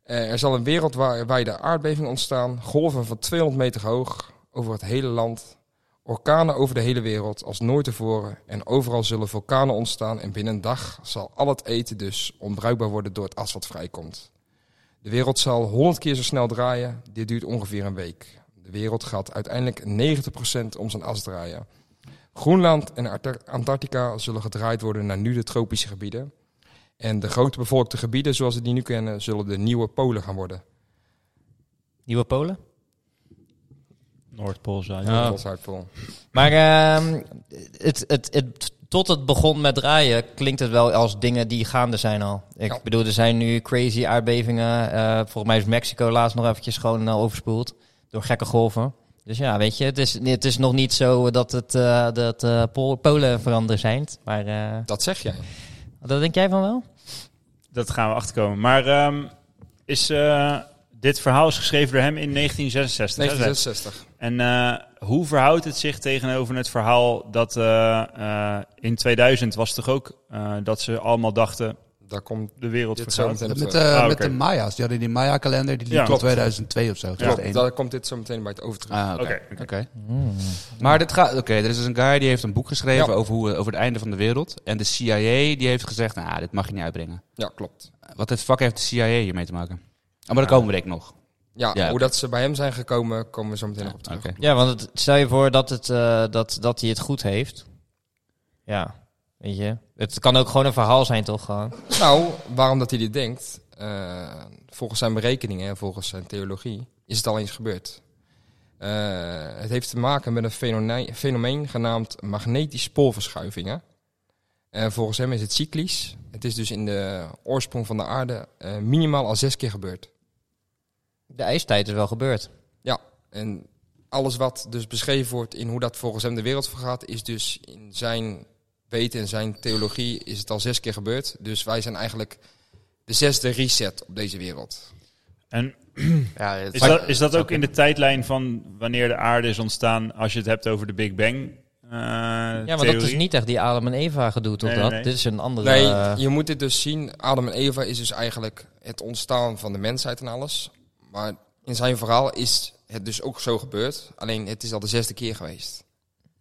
[SPEAKER 5] Eh, er zal een wereldwijde aardbeving ontstaan, golven van 200 meter hoog over het hele land, orkanen over de hele wereld als nooit tevoren en overal zullen vulkanen ontstaan en binnen een dag zal al het eten dus onbruikbaar worden door het as wat vrijkomt. De wereld zal 100 keer zo snel draaien, dit duurt ongeveer een week. De wereld gaat uiteindelijk 90% om zijn as draaien. Groenland en Arte- Antarctica zullen gedraaid worden naar nu de tropische gebieden. En de grote bevolkte gebieden zoals we die nu kennen, zullen de nieuwe polen gaan worden.
[SPEAKER 3] Nieuwe Polen?
[SPEAKER 4] Noordpool, Zuid.
[SPEAKER 3] Ja.
[SPEAKER 5] Dat was hardvol.
[SPEAKER 3] Maar ehm, het, het, het, tot het begon met draaien klinkt het wel als dingen die gaande zijn al. Ik
[SPEAKER 5] Ja.
[SPEAKER 3] bedoel, er zijn nu crazy aardbevingen. Eh, volgens mij is Mexico laatst nog eventjes gewoon eh, overspoeld door gekke golven. Dus ja, weet je, het is, het is nog niet zo dat, het, eh, dat eh, Pol- Polen veranderen zijn. Maar eh,
[SPEAKER 5] Dat zeg jij.
[SPEAKER 3] dat denk jij van wel?
[SPEAKER 4] Dat gaan we achterkomen. Maar ehm, is, eh, dit verhaal is geschreven door hem in 1966. hè?
[SPEAKER 5] 1966.
[SPEAKER 4] En eh, hoe verhoudt het zich tegenover het verhaal dat eh, eh, in 2000 was toch ook eh, dat ze allemaal dachten
[SPEAKER 5] Daar komt
[SPEAKER 4] de wereld
[SPEAKER 5] dit zo
[SPEAKER 4] vergaat?
[SPEAKER 5] meteen op
[SPEAKER 2] Met,
[SPEAKER 5] terug.
[SPEAKER 4] Ah,
[SPEAKER 2] eh, met
[SPEAKER 4] oké.
[SPEAKER 2] de Maya's. Die hadden die Maya-kalender. Die liep
[SPEAKER 4] Ja,
[SPEAKER 2] tot
[SPEAKER 4] klopt.
[SPEAKER 2] 2002 of zo.
[SPEAKER 5] Klopt,
[SPEAKER 2] 2001.
[SPEAKER 5] daar komt dit zo meteen bij het over terug.
[SPEAKER 2] Ah, oké.
[SPEAKER 4] Oké,
[SPEAKER 2] Oké. Maar dit gaat, oké, er is dus een guy die heeft een boek geschreven
[SPEAKER 5] Ja.
[SPEAKER 2] over, hoe, over het einde van de wereld. En de CIA die heeft gezegd, nou, dit mag je niet uitbrengen.
[SPEAKER 5] Ja, klopt.
[SPEAKER 2] Wat het fuck heeft de CIA hiermee te maken? Oh, maar daar komen we denk ik nog.
[SPEAKER 5] Ja,
[SPEAKER 2] Ja,
[SPEAKER 5] hoe
[SPEAKER 2] oké.
[SPEAKER 5] dat ze bij hem zijn gekomen, komen we zo meteen nog op
[SPEAKER 2] Oké.
[SPEAKER 5] terug.
[SPEAKER 3] Ja, want het, stel je voor dat, het, eh, dat, dat hij het goed heeft. Ja, weet je. Het kan ook gewoon een verhaal zijn, toch? Gewoon.
[SPEAKER 5] Nou, waarom dat hij dit denkt, eh, volgens zijn berekeningen en volgens zijn theologie, is het al eens gebeurd. Eh, het heeft te maken met een fenomeen, fenomeen genaamd magnetische poolverschuivingen. En volgens hem is het cyclisch. Het is dus in de oorsprong van de aarde eh, minimaal al zes keer gebeurd.
[SPEAKER 3] De ijstijd is wel gebeurd.
[SPEAKER 5] En alles wat dus beschreven wordt in hoe dat volgens hem de wereld vergaat, is dus in zijn weten en zijn theologie is het al zes keer gebeurd. Dus wij zijn eigenlijk de zesde reset op deze wereld.
[SPEAKER 4] En
[SPEAKER 5] Ja, het
[SPEAKER 4] is
[SPEAKER 5] maar-
[SPEAKER 4] dat, is dat ook in de tijdlijn van wanneer de aarde is ontstaan, als je het hebt over de Big Bang? eh,
[SPEAKER 3] Ja, maar
[SPEAKER 4] theorie?
[SPEAKER 3] dat is niet echt die Adam en Eva gedoe, toch?
[SPEAKER 4] Nee, nee,
[SPEAKER 3] dat?
[SPEAKER 4] nee.
[SPEAKER 3] Dit is een andere...
[SPEAKER 5] Nee,
[SPEAKER 3] eh,
[SPEAKER 5] je moet dit dus zien. Adam en Eva is dus eigenlijk het ontstaan van de mensheid en alles. Maar in zijn verhaal is het dus ook zo gebeurd. Alleen het is al de zesde keer geweest.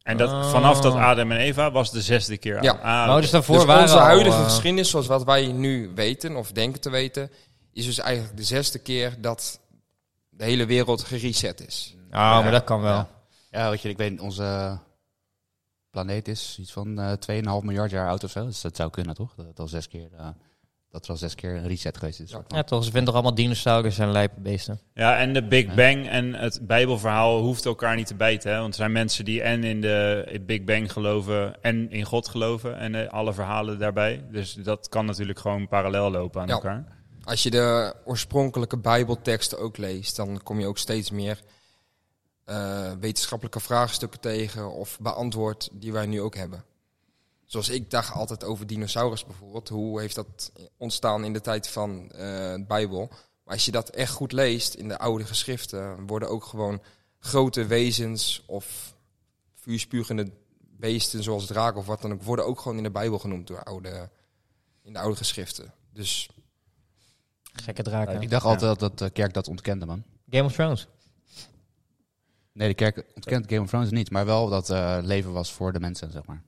[SPEAKER 4] En dat, vanaf dat Adam en Eva was de zesde keer.
[SPEAKER 5] Ja.
[SPEAKER 4] Ah,
[SPEAKER 3] Oh. nou, dus daarvoor
[SPEAKER 5] dus
[SPEAKER 3] waren
[SPEAKER 5] onze
[SPEAKER 3] al,
[SPEAKER 5] huidige
[SPEAKER 3] eh,
[SPEAKER 5] geschiedenis, zoals wat wij nu weten of denken te weten, is dus eigenlijk de zesde keer dat de hele wereld gereset is.
[SPEAKER 3] Oh, maar dat kan wel.
[SPEAKER 2] Ja. Ja, weet je, ik weet, onze eh, planeet is iets van eh 2,5 miljard jaar oud of zo. Dus dat zou kunnen, toch? Dat, het al zes keer, eh, dat er al zes keer een reset geweest is.
[SPEAKER 5] Ja.
[SPEAKER 3] Ja, toch? Ze vinden toch allemaal dinosaurus en lijpe beesten.
[SPEAKER 4] Ja, en de Big Bang en het Bijbelverhaal hoeft elkaar niet te bijten. Hè? Want er zijn mensen die en in de Big Bang geloven en in God geloven en eh, alle verhalen daarbij. Dus dat kan natuurlijk gewoon parallel lopen aan
[SPEAKER 5] Ja.
[SPEAKER 4] elkaar.
[SPEAKER 5] Als je de oorspronkelijke Bijbelteksten ook leest, dan kom je ook steeds meer eh, wetenschappelijke vraagstukken tegen of beantwoord die wij nu ook hebben. Zoals ik dacht altijd over dinosaurus bijvoorbeeld. Hoe heeft dat ontstaan in de tijd van eh, de Bijbel? Maar als je dat echt goed leest in de oude geschriften, worden ook gewoon grote wezens of vuurspugende beesten zoals draken of wat dan ook, worden ook gewoon in de Bijbel genoemd door oude, in de oude geschriften. Dus
[SPEAKER 3] Gekke draken.
[SPEAKER 2] Ik dacht altijd dat de kerk dat ontkende, man.
[SPEAKER 3] Game of Thrones.
[SPEAKER 2] Nee, de kerk ontkent Game of Thrones niet, maar wel dat eh, leven was voor de mensen, zeg maar.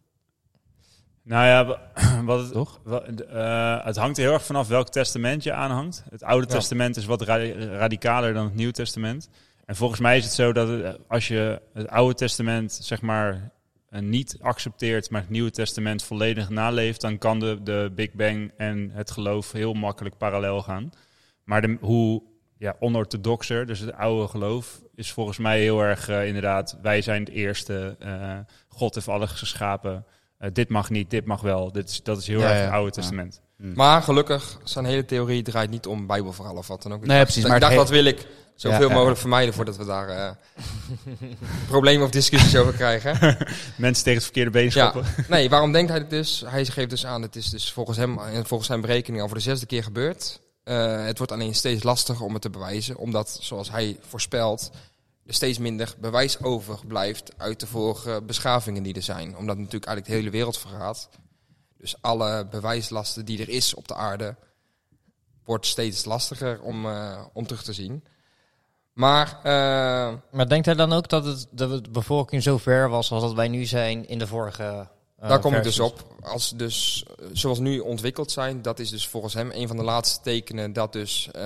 [SPEAKER 4] Nou ja, wa- wat het,
[SPEAKER 2] Toch?
[SPEAKER 4] wa- d- eh, het hangt er heel erg vanaf welk testament je aanhangt. Het Oude
[SPEAKER 5] Ja.
[SPEAKER 4] Testament is wat ra- radicaler dan het Nieuwe Testament. En volgens mij is het zo dat eh, als je het Oude Testament zeg maar eh, niet accepteert, maar het Nieuwe Testament volledig naleeft, dan kan de, de Big Bang en het geloof heel makkelijk parallel gaan. Maar de, hoe ja, onorthodoxer, dus het oude geloof, is volgens mij heel erg eh, inderdaad, wij zijn het eerste, eh, God heeft alles geschapen. Eh, dit mag niet, dit mag wel. Dit is, dat is heel
[SPEAKER 2] Ja,
[SPEAKER 4] erg
[SPEAKER 2] ja,
[SPEAKER 4] het Oude
[SPEAKER 2] ja.
[SPEAKER 4] Testament.
[SPEAKER 5] Maar gelukkig, zijn hele theorie draait niet om bijbelverhalen of wat dan ook. Ik
[SPEAKER 2] Nee,
[SPEAKER 5] dacht-
[SPEAKER 2] precies,
[SPEAKER 5] Ik
[SPEAKER 2] maar
[SPEAKER 5] dacht,
[SPEAKER 2] het
[SPEAKER 5] dat wil ik zoveel
[SPEAKER 2] Ja, ja.
[SPEAKER 5] mogelijk vermijden voordat we daar eh, problemen of discussies over krijgen.
[SPEAKER 4] Mensen tegen het verkeerde been
[SPEAKER 5] Ja.
[SPEAKER 4] schoppen.
[SPEAKER 5] Nee, waarom denkt hij dit dus? Hij geeft dus aan, het is dus volgens hem en volgens zijn berekening al voor de zesde keer gebeurd. Eh, het wordt alleen steeds lastiger om het te bewijzen, omdat, zoals hij voorspelt, er steeds minder bewijs overblijft uit de vorige beschavingen die er zijn. Omdat natuurlijk eigenlijk de hele wereld vergaat. Dus alle bewijslasten die er is op de aarde, wordt steeds lastiger om, eh, om terug te zien. Maar eh,
[SPEAKER 3] Maar denkt hij dan ook dat, het, dat de bevolking zo ver was als dat wij nu zijn in de vorige... eh,
[SPEAKER 5] Daar kom ik
[SPEAKER 3] versies?
[SPEAKER 5] dus op. Als dus, eh, zoals nu ontwikkeld zijn, dat is dus volgens hem een van de laatste tekenen dat dus eh,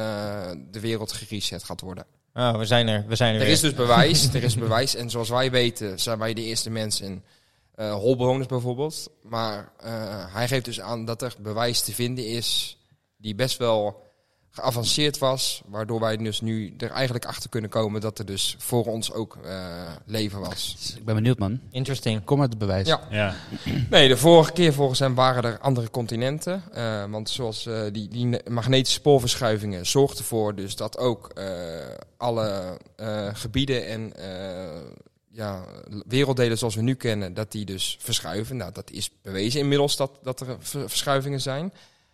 [SPEAKER 5] de wereld gereset gaat worden.
[SPEAKER 3] Ah, we zijn er, we zijn er,
[SPEAKER 5] Er
[SPEAKER 3] weer.
[SPEAKER 5] is dus bewijs, er is bewijs. En zoals wij weten zijn wij de eerste mensen, eh holbewoners bijvoorbeeld. Maar eh, hij geeft dus aan dat er bewijs te vinden is die best wel geavanceerd was. Waardoor wij dus nu er eigenlijk achter kunnen komen dat er dus voor ons ook eh, leven was.
[SPEAKER 2] Ik ben benieuwd, man.
[SPEAKER 3] Interesting.
[SPEAKER 2] Kom met het bewijs.
[SPEAKER 5] Ja.
[SPEAKER 4] Ja.
[SPEAKER 5] Nee, de vorige keer volgens hem waren er andere continenten. Eh, want zoals eh, die, die ne- magnetische spoorverschuivingen zorgden ervoor dus dat ook eh, alle eh, gebieden en eh, ja, werelddelen zoals we nu kennen, dat die dus verschuiven. Nou, dat is bewezen inmiddels dat, dat er ver- verschuivingen zijn.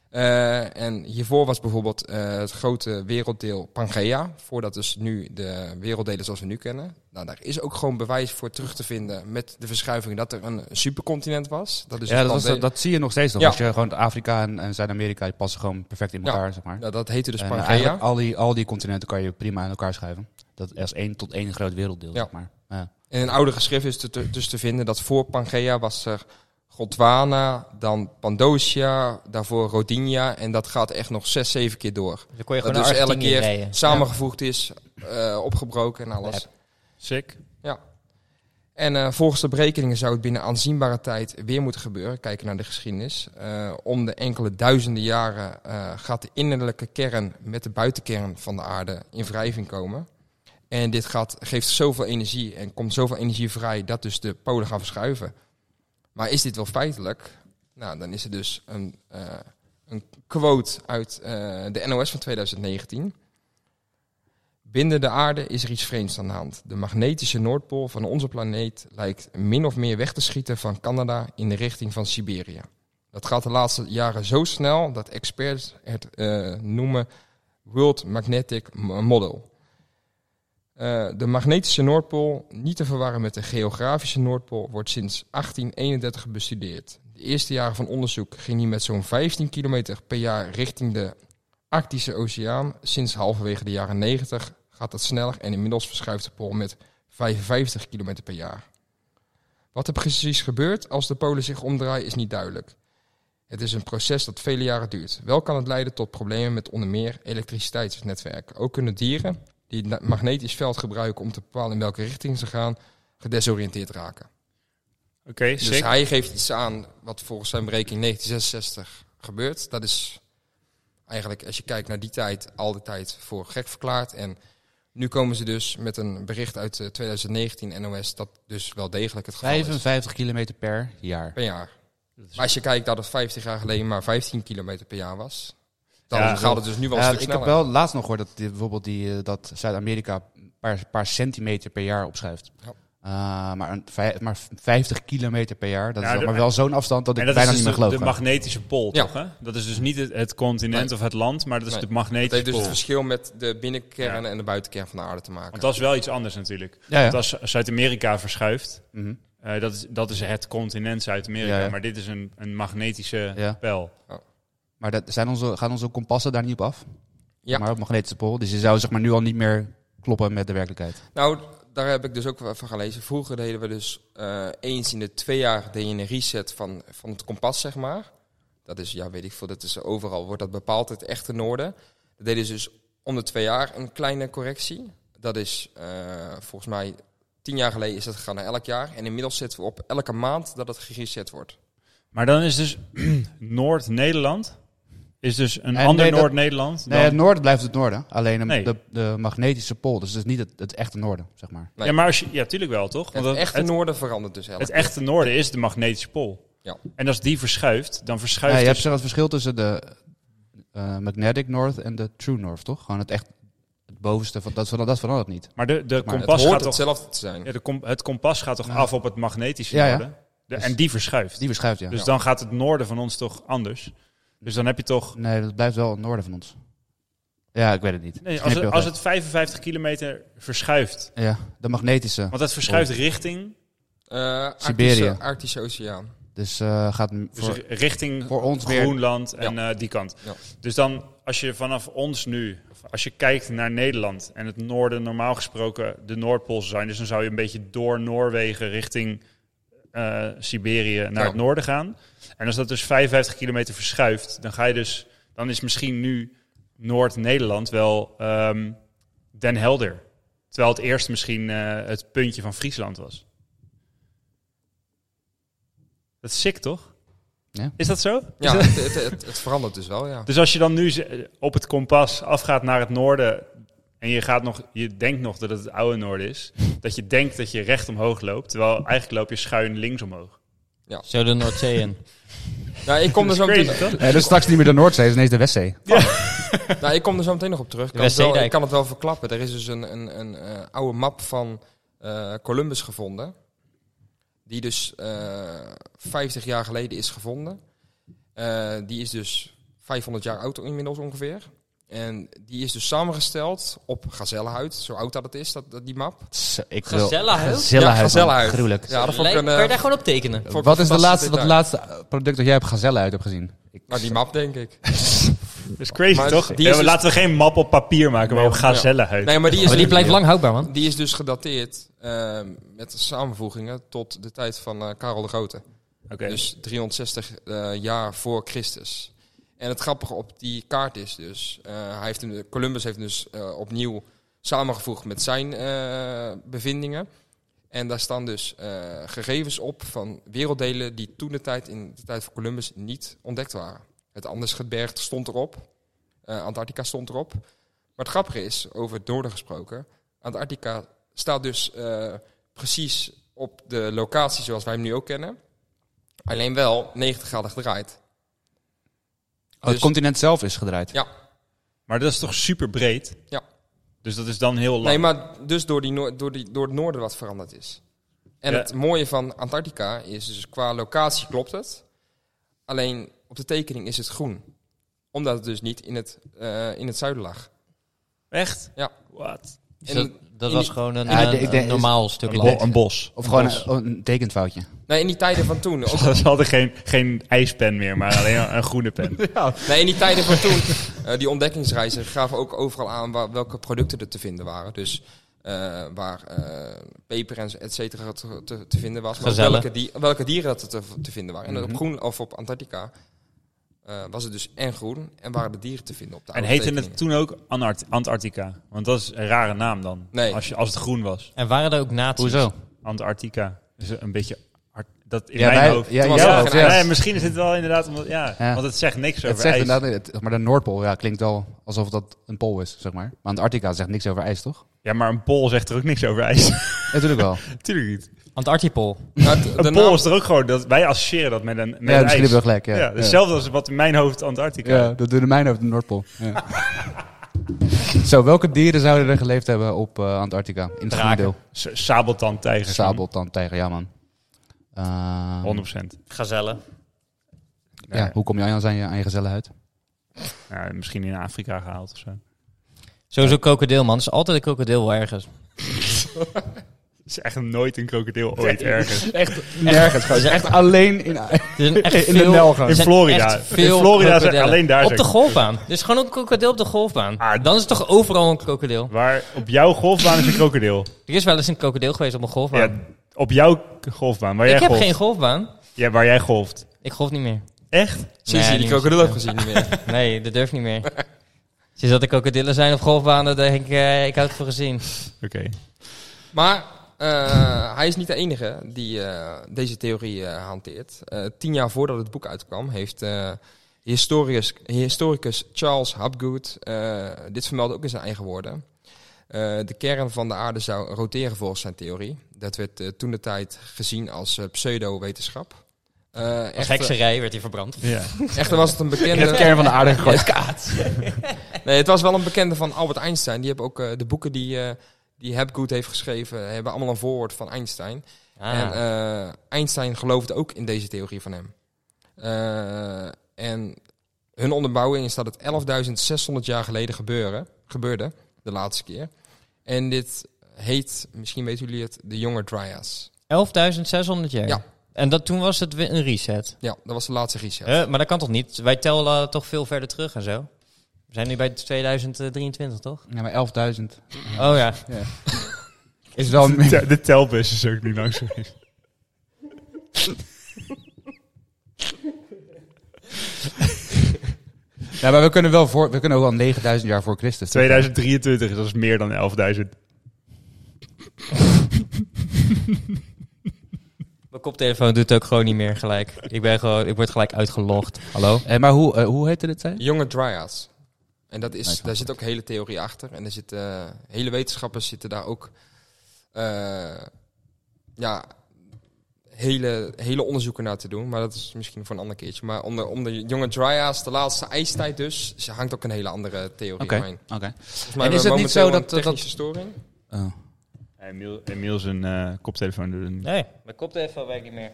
[SPEAKER 5] Eh, en hiervoor was bijvoorbeeld eh, het grote werelddeel Pangea, voordat dus nu de werelddelen zoals we nu kennen. Nou, daar is ook gewoon bewijs voor terug te vinden met de verschuiving dat er een supercontinent was. Dat is
[SPEAKER 2] Ja,
[SPEAKER 5] het
[SPEAKER 2] dat, was-
[SPEAKER 5] Pangea-
[SPEAKER 2] dat zie je nog steeds nog.
[SPEAKER 5] Ja.
[SPEAKER 2] Als je gewoon Afrika en, en Zuid-Amerika, die passen gewoon perfect in
[SPEAKER 5] Ja.
[SPEAKER 2] elkaar, zeg maar.
[SPEAKER 5] Nou, dat heette dus
[SPEAKER 2] En
[SPEAKER 5] Pangea.
[SPEAKER 2] eigenlijk al die, al die continenten kan je prima aan elkaar schuiven. Dat is één tot één groot werelddeel,
[SPEAKER 5] Ja.
[SPEAKER 2] zeg maar. Ja.
[SPEAKER 5] In een oude geschrift is te- te- dus te vinden dat voor Pangea was er Gondwana, dan Pandosia, daarvoor Rodinia. En dat gaat echt nog zes, zeven keer door.
[SPEAKER 3] Dan kon je
[SPEAKER 5] Dat
[SPEAKER 3] gewoon naar
[SPEAKER 5] dus elke
[SPEAKER 3] Argentinië
[SPEAKER 5] keer
[SPEAKER 3] rijden.
[SPEAKER 5] samengevoegd is, eh, opgebroken en alles.
[SPEAKER 4] Sick.
[SPEAKER 5] En eh, volgens de berekeningen zou het binnen aanzienbare tijd weer moeten gebeuren. Kijken naar de geschiedenis. Eh, om de enkele duizenden jaren eh, gaat de innerlijke kern met de buitenkern van de aarde in wrijving komen. En dit gaat, geeft zoveel energie en komt zoveel energie vrij dat dus de polen gaan verschuiven. Maar is dit wel feitelijk? Nou, dan is er dus een, eh, een quote uit eh, de NOS van 2019. Binnen de aarde is er iets vreemds aan de hand. De magnetische Noordpool van onze planeet lijkt min of meer weg te schieten van Canada in de richting van Siberië. Dat gaat de laatste jaren zo snel dat experts het eh, noemen World Magnetic M- Model. Eh, de magnetische Noordpool, niet te verwarren met de geografische Noordpool, wordt sinds 1831 bestudeerd. De eerste jaren van onderzoek ging hij met zo'n 15 kilometer per jaar richting de Arctische Oceaan. Sinds halverwege de jaren 90 gaat dat sneller en inmiddels verschuift de pool met 55 kilometer per jaar. Wat er precies gebeurt als de polen zich omdraaien is niet duidelijk. Het is een proces dat vele jaren duurt. Wel kan het leiden tot problemen met onder meer elektriciteitsnetwerken. Ook kunnen dieren die het na- magnetisch veld gebruiken om te bepalen in welke richting ze gaan, gedesoriënteerd raken.
[SPEAKER 4] Oké,
[SPEAKER 5] Dus
[SPEAKER 4] sick.
[SPEAKER 5] hij geeft iets aan wat volgens zijn berekening 1966 gebeurt. Dat is eigenlijk, als je kijkt naar die tijd, al de tijd voor gek verklaard. En nu komen ze dus met een bericht uit eh, 2019 NOS dat dus wel degelijk het geval is.
[SPEAKER 2] 55 kilometer per jaar.
[SPEAKER 5] Per jaar. Maar als je kijkt dat het 50 jaar geleden maar 15 kilometer per jaar was, dan
[SPEAKER 4] Ja,
[SPEAKER 5] gaat het dus nu wel een
[SPEAKER 2] Ja,
[SPEAKER 5] stuk
[SPEAKER 2] Eh, ik heb wel
[SPEAKER 5] sneller.
[SPEAKER 2] laatst nog gehoord dat die- bijvoorbeeld die, eh, dat Zuid-Amerika een paar, paar centimeter per jaar opschuift.
[SPEAKER 5] Ja.
[SPEAKER 2] Eh, maar, een, vij- maar 50 kilometer per jaar, dat
[SPEAKER 4] Ja,
[SPEAKER 2] is wel-
[SPEAKER 4] de-
[SPEAKER 2] maar wel zo'n afstand dat ik
[SPEAKER 4] En dat is
[SPEAKER 2] bijna
[SPEAKER 4] dus
[SPEAKER 2] niet
[SPEAKER 4] de,
[SPEAKER 2] meer geloof.
[SPEAKER 4] de magnetische pol,
[SPEAKER 5] Ja.
[SPEAKER 4] toch? Hè? Dat is dus niet het, het continent
[SPEAKER 5] Nee.
[SPEAKER 4] of het land, maar dat is
[SPEAKER 5] Nee.
[SPEAKER 4] de
[SPEAKER 5] Het
[SPEAKER 4] magnetische
[SPEAKER 5] heeft dus
[SPEAKER 4] pol.
[SPEAKER 5] het verschil met de binnenkern
[SPEAKER 4] Ja.
[SPEAKER 5] en de buitenkern van de aarde te maken.
[SPEAKER 4] Want dat is wel iets anders natuurlijk.
[SPEAKER 2] Ja, ja.
[SPEAKER 4] Want als Zuid-Amerika verschuift,
[SPEAKER 2] Mhm.
[SPEAKER 4] eh, dat, is, dat is het continent Zuid-Amerika.
[SPEAKER 2] Ja, ja.
[SPEAKER 4] Maar dit is een, een magnetische
[SPEAKER 2] Ja.
[SPEAKER 4] pijl.
[SPEAKER 2] Maar dat, zijn onze, gaan onze kompassen daar niet op af?
[SPEAKER 5] Ja.
[SPEAKER 2] Maar op magnetische pol. Dus je zou zeg maar, nu al niet meer kloppen met de werkelijkheid.
[SPEAKER 5] Nou, daar heb ik dus ook wel van gelezen. Vroeger deden we dus eh, eens in de twee jaar deed je een reset van, van het kompas, zeg maar. Dat is, ja, weet ik veel, dat is eh, overal, wordt dat bepaald, het echte noorden. Dat deden ze dus om de twee jaar een kleine correctie. Dat is, eh, volgens mij, tien jaar geleden is dat gegaan naar elk jaar. En inmiddels zitten we op elke maand dat het gereset wordt.
[SPEAKER 4] Maar dan is dus Noord-Nederland is dus een
[SPEAKER 2] nee,
[SPEAKER 4] ander
[SPEAKER 2] dat-
[SPEAKER 4] Noord-Nederland.
[SPEAKER 2] Nee,
[SPEAKER 4] dan-
[SPEAKER 2] het noorden blijft het noorden. Alleen ehm,
[SPEAKER 4] Nee.
[SPEAKER 2] de, de magnetische pol. Dus het is niet het, het echte noorden, zeg maar.
[SPEAKER 5] nee.
[SPEAKER 4] Ja, maar als je, ja, tuurlijk wel, toch?
[SPEAKER 5] Het
[SPEAKER 4] dat-
[SPEAKER 5] echte
[SPEAKER 4] het,
[SPEAKER 5] noorden verandert dus elk
[SPEAKER 4] het echte noorden is de magnetische pol.
[SPEAKER 5] Ja.
[SPEAKER 4] En als die verschuift, dan
[SPEAKER 2] Ja,
[SPEAKER 4] verschuift
[SPEAKER 2] je
[SPEAKER 4] dus-
[SPEAKER 2] hebt zeg, het verschil tussen de eh, magnetic north en de true north, toch? Gewoon het echt het bovenste. Van, dat, ver- dat verandert niet.
[SPEAKER 4] Maar de, de
[SPEAKER 2] Maar het
[SPEAKER 5] Het
[SPEAKER 4] kompas
[SPEAKER 5] hoort
[SPEAKER 4] gaat toch,
[SPEAKER 5] hetzelfde te zijn.
[SPEAKER 4] ja, de kom- het kompas gaat toch
[SPEAKER 2] Ja.
[SPEAKER 4] af op het magnetische
[SPEAKER 2] Ja, ja.
[SPEAKER 4] noorden? De- en die verschuift.
[SPEAKER 2] Die verschuift, ja.
[SPEAKER 4] Dus dan gaat het noorden van ons toch anders. Dus dan heb je toch.
[SPEAKER 2] Nee, dat blijft wel het noorden van ons. Ja, ik weet het niet.
[SPEAKER 4] Nee,
[SPEAKER 2] Misschien
[SPEAKER 4] als,
[SPEAKER 2] heb
[SPEAKER 4] het,
[SPEAKER 2] je
[SPEAKER 4] als
[SPEAKER 2] wel
[SPEAKER 4] het 55 kilometer verschuift.
[SPEAKER 2] gelijk. Ja, de magnetische.
[SPEAKER 4] Want het verschuift richting.
[SPEAKER 5] Eh, Arctische-
[SPEAKER 2] Siberië.
[SPEAKER 5] Arctische Oceaan.
[SPEAKER 2] Dus eh, gaat m-
[SPEAKER 4] Dus
[SPEAKER 2] voor,
[SPEAKER 4] ri- richting
[SPEAKER 2] voor ons weer...
[SPEAKER 4] Groenland en eh, die kant.
[SPEAKER 5] Ja.
[SPEAKER 4] Dus dan, als je vanaf ons nu. of Als je kijkt naar Nederland en het noorden, normaal gesproken de Noordpool zou zijn. Dus dan zou je een beetje door Noorwegen richting eh, Siberië naar
[SPEAKER 5] Ja.
[SPEAKER 4] het noorden gaan. En als dat dus 55 kilometer verschuift, dan ga je dus. Dan is misschien nu Noord-Nederland wel ehm, Den Helder. Terwijl het eerst misschien eh, het puntje van Friesland was. Dat is sick, toch?
[SPEAKER 2] Ja.
[SPEAKER 4] Is dat zo?
[SPEAKER 5] Ja, het, het, het, het verandert dus wel, ja.
[SPEAKER 4] Dus als je dan nu ze- op het kompas afgaat naar het noorden. en je, gaat nog, je denkt nog dat het het oude noorden is. dat je denkt dat je recht omhoog loopt. terwijl eigenlijk loop je schuin links omhoog.
[SPEAKER 3] Zo de Noordzee in.
[SPEAKER 5] Nou, ik kom er
[SPEAKER 4] Dat
[SPEAKER 5] zo
[SPEAKER 4] is
[SPEAKER 5] meteen,
[SPEAKER 4] crazy, toch?
[SPEAKER 2] Nee, dus straks niet meer de Noordzee, is ineens de Westzee.
[SPEAKER 5] Nou, ik kom er zo meteen nog op terug. Ik
[SPEAKER 3] De
[SPEAKER 5] kan, het wel,
[SPEAKER 3] Westzeedijk.
[SPEAKER 5] ik kan het wel verklappen. Er is dus een, een, een eh, oude map van eh, Columbus gevonden. Die dus eh 50 jaar geleden is gevonden. Eh, die is dus 500 jaar oud inmiddels ongeveer. En die is dus samengesteld op gazellenhuid. Zo oud dat het is, dat, dat die map.
[SPEAKER 2] Zo, Ik wil...
[SPEAKER 3] Gezelligheid.
[SPEAKER 2] Gezelligheid,
[SPEAKER 5] Ja,
[SPEAKER 2] man.
[SPEAKER 5] gezelligheid.
[SPEAKER 2] Gruwelijk.
[SPEAKER 5] Ja, dat vond ik
[SPEAKER 3] Lijkt-
[SPEAKER 5] een...
[SPEAKER 3] Kan je
[SPEAKER 5] eh,
[SPEAKER 3] daar gewoon op tekenen?
[SPEAKER 5] vond ik
[SPEAKER 2] Wat
[SPEAKER 5] een
[SPEAKER 2] is de laatste, wat
[SPEAKER 5] fantastisch
[SPEAKER 2] laatste product dat jij op gazelle uit hebt gezien? Oh, Ik,
[SPEAKER 5] Nou, die map denk ik.
[SPEAKER 4] Dat is crazy,
[SPEAKER 5] Maar
[SPEAKER 4] toch?
[SPEAKER 5] die is
[SPEAKER 4] Ja, we
[SPEAKER 5] dus-
[SPEAKER 4] laten we geen map op papier maken, maar op gazellen uit.
[SPEAKER 5] Nee, maar die is
[SPEAKER 3] Maar die
[SPEAKER 5] dus-
[SPEAKER 3] blijft lang houdbaar, man.
[SPEAKER 5] Die is dus gedateerd eh, met samenvoegingen tot de tijd van eh, Karel de Grote.
[SPEAKER 4] Oké.
[SPEAKER 5] Dus 360 eh, jaar voor Christus. En het grappige op die kaart is dus, eh, hij heeft hem, Columbus heeft hem dus eh, opnieuw samengevoegd met zijn eh, bevindingen. En daar staan dus eh, gegevens op van werelddelen die toen de tijd, in de tijd van Columbus, niet ontdekt waren. Het Andesgebergte stond erop, eh, Antarctica stond erop. Maar het grappige is, over het noorden gesproken, Antarctica staat dus eh, precies op de locatie zoals wij hem nu ook kennen. Alleen wel 90 graden gedraaid. Dus-
[SPEAKER 2] oh,
[SPEAKER 4] Dus-
[SPEAKER 2] het continent zelf is gedraaid.
[SPEAKER 5] Ja,
[SPEAKER 4] Maar dat is toch super breed?
[SPEAKER 5] Ja.
[SPEAKER 4] Dus dat is dan heel lang.
[SPEAKER 5] nee, maar dus door, die noor- door, die, door het noorden wat veranderd is. En
[SPEAKER 4] Ja.
[SPEAKER 5] het mooie van Antarctica is dus qua locatie klopt het. Alleen op de tekening is het groen. Omdat het dus niet in het, eh, in het zuiden lag.
[SPEAKER 4] Echt?
[SPEAKER 5] Ja.
[SPEAKER 4] Wat?
[SPEAKER 3] Dus dat dat
[SPEAKER 5] in
[SPEAKER 3] was
[SPEAKER 5] die-
[SPEAKER 3] gewoon een,
[SPEAKER 2] Ja,
[SPEAKER 3] een-
[SPEAKER 2] ik denk-
[SPEAKER 3] een normaal stuk
[SPEAKER 4] Een,
[SPEAKER 3] land.
[SPEAKER 4] bo- een bos.
[SPEAKER 2] Of gewoon een, een tekenfoutje.
[SPEAKER 5] Nee, in die tijden van toen. ook-
[SPEAKER 4] Ze hadden geen, geen ijspen meer, maar alleen een, een groene pen.
[SPEAKER 5] nee, in die tijden van toen. eh, die ontdekkingsreizen gaven ook overal aan waar, welke producten er te vinden waren. Dus eh, waar eh, peper en et cetera te, te, te vinden was. Maar ook
[SPEAKER 3] Gazellen.
[SPEAKER 5] welke, die, welke dieren dat er te, te vinden waren. En
[SPEAKER 4] Mhm.
[SPEAKER 5] op groen of op Antarctica eh, was het dus en groen en waren de dieren te vinden op de
[SPEAKER 4] En
[SPEAKER 5] oude
[SPEAKER 4] heette het
[SPEAKER 5] tekeningen.
[SPEAKER 4] toen ook Anart- Antarctica? Want dat is een rare naam dan.
[SPEAKER 5] Nee.
[SPEAKER 4] Als, je, als het groen was.
[SPEAKER 3] En waren er ook naties?
[SPEAKER 2] Hoezo?
[SPEAKER 4] Antarctica. Dus een beetje... hard- dat in
[SPEAKER 2] Ja,
[SPEAKER 4] mijn
[SPEAKER 2] wij-
[SPEAKER 4] hoofd.
[SPEAKER 2] ja,
[SPEAKER 5] Toen
[SPEAKER 4] ja,
[SPEAKER 5] was er
[SPEAKER 4] ja,
[SPEAKER 5] ook geen ijs.
[SPEAKER 4] misschien is het wel inderdaad... Omdat, ja,
[SPEAKER 2] Ja.
[SPEAKER 4] Want het zegt niks
[SPEAKER 2] Het
[SPEAKER 4] over
[SPEAKER 2] zegt
[SPEAKER 4] ijs.
[SPEAKER 2] inderdaad, het- maar de Noordpool ja, klinkt wel alsof dat een pool is, zeg maar. Maar Antarctica zegt niks over ijs, toch?
[SPEAKER 4] Ja, maar een pol zegt er ook niks over ijs.
[SPEAKER 2] Ja, natuurlijk wel.
[SPEAKER 4] Natuurlijk niet.
[SPEAKER 3] Antarctipol.
[SPEAKER 5] Nou, de- de
[SPEAKER 4] Een
[SPEAKER 5] naam-
[SPEAKER 4] pol is er ook gewoon... Dat, wij associëren dat met een met
[SPEAKER 2] ja,
[SPEAKER 4] ijs.
[SPEAKER 2] misschien heb je wel gelijk. Ja,
[SPEAKER 4] Ja, hetzelfde als wat in mijn hoofd Antarctica.
[SPEAKER 2] Ja, dat doen de mijnen over de Noordpool. Ja. Zo, welke dieren zouden er geleefd hebben op eh, Antarctica? In het groene
[SPEAKER 4] Draken.
[SPEAKER 2] deel.
[SPEAKER 4] S- Sabeltandtijgers. man.
[SPEAKER 2] Sabeltand, tijger, ja man. Ehm,
[SPEAKER 4] 100%.
[SPEAKER 6] Gazellen.
[SPEAKER 2] ja, hoe kom je aan zijn, aan je gezelligheid?
[SPEAKER 4] Ja, misschien in Afrika gehaald of zo.
[SPEAKER 3] Sowieso krokodil, man. Er is altijd een krokodil wel ergens.
[SPEAKER 4] Het is echt nooit een krokodil ooit ergens.
[SPEAKER 2] Nergens, gewoon. Echt alleen in,
[SPEAKER 3] Er zijn echt
[SPEAKER 2] in de
[SPEAKER 3] veel-
[SPEAKER 2] Nelgen.
[SPEAKER 4] In
[SPEAKER 3] zijn
[SPEAKER 4] Florida.
[SPEAKER 3] echt veel
[SPEAKER 4] In Florida zijn-
[SPEAKER 3] krokodillen.
[SPEAKER 4] alleen daar
[SPEAKER 3] Op
[SPEAKER 4] zijn
[SPEAKER 3] de golfbaan. Er is gewoon ook een krokodil op de golfbaan.
[SPEAKER 4] Ah,
[SPEAKER 3] Dan is het toch overal een krokodil.
[SPEAKER 4] Waar op jouw golfbaan is een krokodil.
[SPEAKER 3] Er is wel eens een krokodil geweest op een golfbaan.
[SPEAKER 4] Ja, op jouw golfbaan, waar jij
[SPEAKER 3] ik heb
[SPEAKER 4] golft.
[SPEAKER 3] geen golfbaan.
[SPEAKER 4] Ja, waar jij golft.
[SPEAKER 3] Ik golf niet meer.
[SPEAKER 4] Echt?
[SPEAKER 5] Sinds
[SPEAKER 3] Nee,
[SPEAKER 5] je die
[SPEAKER 3] niet
[SPEAKER 5] krokodil hebt gezien niet meer.
[SPEAKER 3] Nee, dat durf niet meer. Sinds dat er krokodillen zijn op golfbanen, denk ik, eh, ik houd het voor gezien.
[SPEAKER 4] Oké.
[SPEAKER 5] Maar eh, hij is niet de enige die eh, deze theorie eh, hanteert. Eh, tien jaar voordat het boek uitkwam, heeft eh, historicus, historicus Charles Hapgood eh, dit vermeld ook in zijn eigen woorden. Eh, de kern van de aarde zou roteren volgens zijn theorie. Dat werd eh, toen de tijd gezien als eh, pseudo-wetenschap. Eh,
[SPEAKER 3] Als
[SPEAKER 5] echter-
[SPEAKER 3] hekserij werd hij verbrand.
[SPEAKER 4] Ja.
[SPEAKER 5] echter was het een bekende...
[SPEAKER 2] kern van de aarde gegooid.
[SPEAKER 5] Nee, het was wel een bekende van Albert Einstein. Die hebben ook eh, de boeken die, eh die Hapgood heeft geschreven, hebben allemaal een voorwoord van Einstein.
[SPEAKER 3] Ah.
[SPEAKER 5] En eh, Einstein geloofde ook in deze theorie van hem. Eh, en hun onderbouwing is dat het 11.600 jaar geleden gebeuren, gebeurde, de laatste keer. En dit heet, misschien weten jullie het, de jonge Dryas.
[SPEAKER 3] 11.600 jaar.
[SPEAKER 5] Ja.
[SPEAKER 3] En dat, toen was het weer een reset.
[SPEAKER 5] Ja, dat was de laatste research.
[SPEAKER 3] Eh, maar dat kan toch niet? Wij tellen toch veel verder terug en zo? We zijn nu bij 2023, toch?
[SPEAKER 2] Ja, maar 11.000.
[SPEAKER 3] Oh ja.
[SPEAKER 2] Is wel meer.
[SPEAKER 4] Te- De telbus is ook niet langs geweest.
[SPEAKER 2] Ja, maar we kunnen wel voor, we kunnen ook al 9000 jaar voor Christus.
[SPEAKER 4] 2023, dat is meer dan 11.000.
[SPEAKER 3] Mijn koptelefoon doet ook gewoon niet meer gelijk. Ik, ben gewoon, ik word gelijk uitgelogd. Hallo?
[SPEAKER 2] Eh, maar hoe, eh, hoe heette dit? Zijn?
[SPEAKER 5] Jonge Dryads. En dat is,
[SPEAKER 2] Nee, ik snap
[SPEAKER 5] daar zit ook hele theorie achter. En er zitten eh, hele wetenschappers zitten daar ook. eh, ja, hele, hele onderzoeken naar te doen. Maar dat is misschien voor een ander keertje. Maar onder, onder Jonge Dryads, de laatste ijstijd dus, ze hangt ook een hele andere theorie
[SPEAKER 2] Oké.
[SPEAKER 5] omheen.
[SPEAKER 2] Oké.
[SPEAKER 5] Volgens mij
[SPEAKER 2] En is
[SPEAKER 5] hebben we
[SPEAKER 2] het niet zo
[SPEAKER 5] momenteel
[SPEAKER 2] dat-
[SPEAKER 5] een
[SPEAKER 2] dat-
[SPEAKER 5] technische storing?
[SPEAKER 2] Oh.
[SPEAKER 4] Emiel, Emiel zijn eh, koptelefoon doet het niet.
[SPEAKER 3] Nee, mijn koptelefoon werkt niet meer.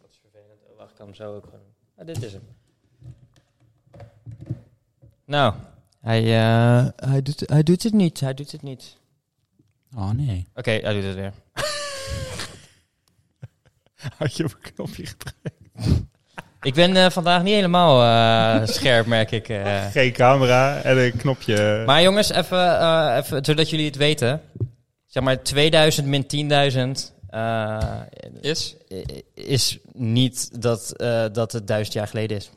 [SPEAKER 3] Dat is vervelend. Oh, wacht, ik kan hem zo ook gewoon... Ah, dit is hem. Nou, hij, eh, hij, doet, hij doet het niet. Hij doet het niet.
[SPEAKER 2] oh nee.
[SPEAKER 3] Oké, hij doet het weer.
[SPEAKER 4] Had je op een knopje gedrukt.
[SPEAKER 3] Ik ben eh, vandaag niet helemaal eh, scherp, merk ik. eh.
[SPEAKER 4] Geen camera en een knopje.
[SPEAKER 3] Maar jongens, even, eh, even, zodat jullie het weten. Zeg maar 2000 min 10.000 eh,
[SPEAKER 5] Is?
[SPEAKER 3] is niet dat, eh, dat het duizend jaar geleden is.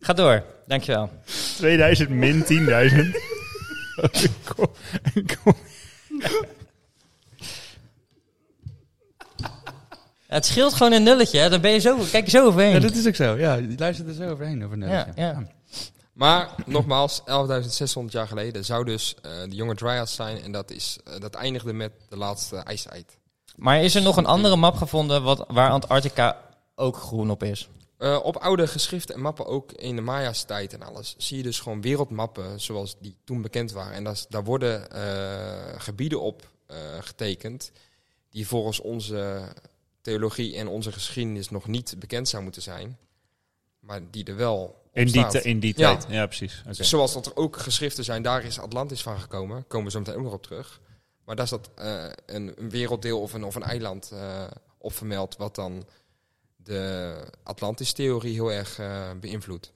[SPEAKER 3] Ga door, dankjewel.
[SPEAKER 4] 2000 min 10.000. Kom- kom-
[SPEAKER 3] Het scheelt gewoon een nulletje, hè? dan ben je zo, kijk je zo overheen.
[SPEAKER 2] Ja, dat is ook zo. Ja, je luistert er zo overheen over
[SPEAKER 3] Ja,
[SPEAKER 2] Nederland.
[SPEAKER 3] ja.
[SPEAKER 5] Maar nogmaals, 11.600 jaar geleden zou dus eh, de Jonge Dryads zijn. En dat, is, eh, dat eindigde met de laatste ijstijd.
[SPEAKER 3] Maar is er nog een andere map gevonden wat, waar Antarctica ook groen op is?
[SPEAKER 5] Eh, op oude geschriften en mappen, ook in de Maya's tijd en alles, zie je dus gewoon wereldmappen zoals die toen bekend waren. En dat is- daar worden eh, gebieden op eh, getekend die volgens onze theologie en onze geschiedenis nog niet bekend zou moeten zijn. Maar die er wel
[SPEAKER 4] In die,
[SPEAKER 5] staat.
[SPEAKER 4] ti- in die
[SPEAKER 5] Ja.
[SPEAKER 4] tijd. Ja, precies. Oké.
[SPEAKER 5] Zoals dat er ook geschriften zijn, daar is Atlantis van gekomen. Komen we zo meteen ook nog op terug. Maar daar staat eh, een, een werelddeel of een, of een eiland eh, op vermeld, wat dan de Atlantis-theorie heel erg eh, beïnvloedt.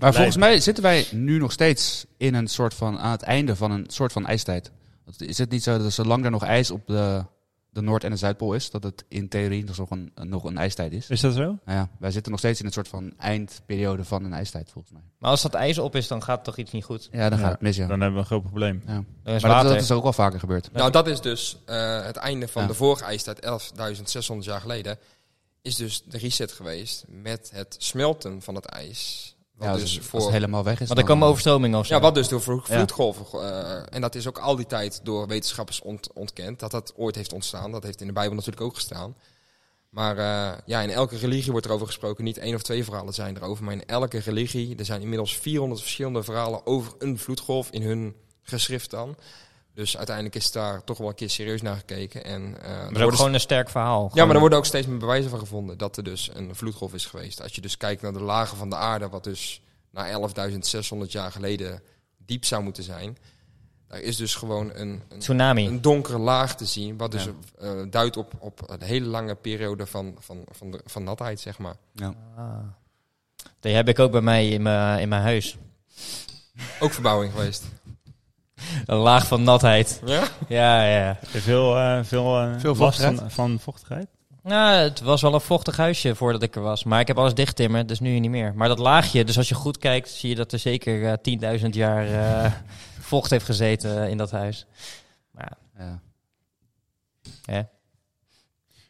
[SPEAKER 2] Maar volgens mij zitten wij nu nog steeds in een soort van, aan het einde van een soort van ijstijd. Want Is het niet zo dat zolang er nog ijs op de, de Noord- en de Zuidpool is, dat het in theorie dus nog een, nog een ijstijd is?
[SPEAKER 4] Is dat zo?
[SPEAKER 2] Nou ja, wij zitten nog steeds in een soort van eindperiode van een ijstijd, volgens mij.
[SPEAKER 7] Maar als dat ijs op is, dan gaat toch iets niet goed.
[SPEAKER 2] Ja, dan
[SPEAKER 4] Ja.
[SPEAKER 2] gaat het mis, ja.
[SPEAKER 4] Dan hebben we een groot probleem.
[SPEAKER 2] Ja.
[SPEAKER 7] Er is
[SPEAKER 2] Maar dat,
[SPEAKER 7] water.
[SPEAKER 2] dat is ook wel vaker gebeurd.
[SPEAKER 5] Nou, dat is dus eh, het einde van
[SPEAKER 2] Ja.
[SPEAKER 5] de vorige ijstijd, 11.600 jaar geleden, is dus de reset geweest met het smelten van het ijs. Wat
[SPEAKER 2] Ja, als,
[SPEAKER 5] dus
[SPEAKER 2] het-
[SPEAKER 5] voor
[SPEAKER 2] als het helemaal weg is.
[SPEAKER 7] Want er komen overstromingen of zo.
[SPEAKER 5] Ja, wat dus door vlo-
[SPEAKER 2] Ja.
[SPEAKER 5] vloedgolven. eh, en dat is ook al die tijd door wetenschappers ont- ontkend. Dat dat ooit heeft ontstaan. Dat heeft in de Bijbel natuurlijk ook gestaan. Maar eh, ja, in elke religie wordt erover gesproken. Niet één of twee verhalen zijn erover. Maar in elke religie, er zijn inmiddels 400 verschillende verhalen over een vloedgolf in hun geschrift dan. Dus uiteindelijk is daar toch wel een keer serieus naar gekeken. En, eh, er
[SPEAKER 7] Maar dat is ook
[SPEAKER 5] worden
[SPEAKER 7] gewoon een sterk verhaal.
[SPEAKER 5] ja, maar er worden ook steeds meer bewijzen van gevonden dat er dus een vloedgolf is geweest. Als je dus kijkt naar de lagen van de aarde, wat dus na 11.600 jaar geleden diep zou moeten zijn. Daar is dus gewoon een, een,
[SPEAKER 7] Tsunami.
[SPEAKER 5] een donkere laag te zien, wat dus eh, duidt op, op een hele lange periode van, van, van, de, van natheid, zeg maar.
[SPEAKER 7] Ah. Die heb ik ook bij mij in mijn, in mijn huis.
[SPEAKER 5] Ook verbouwing geweest.
[SPEAKER 7] Een laag van natheid.
[SPEAKER 5] Ja?
[SPEAKER 7] Ja, ja.
[SPEAKER 4] Veel, eh, veel, eh,
[SPEAKER 2] Veel
[SPEAKER 4] last
[SPEAKER 2] vochtigheid.
[SPEAKER 4] Van, van vochtigheid.
[SPEAKER 7] Nou, het was wel een vochtig huisje voordat ik er was. Maar ik heb alles dicht timmerd, dus nu niet meer. Maar dat laagje, dus als je goed kijkt, zie je dat er zeker eh 10.000 jaar eh, vocht heeft gezeten eh, in dat huis.
[SPEAKER 2] Ja.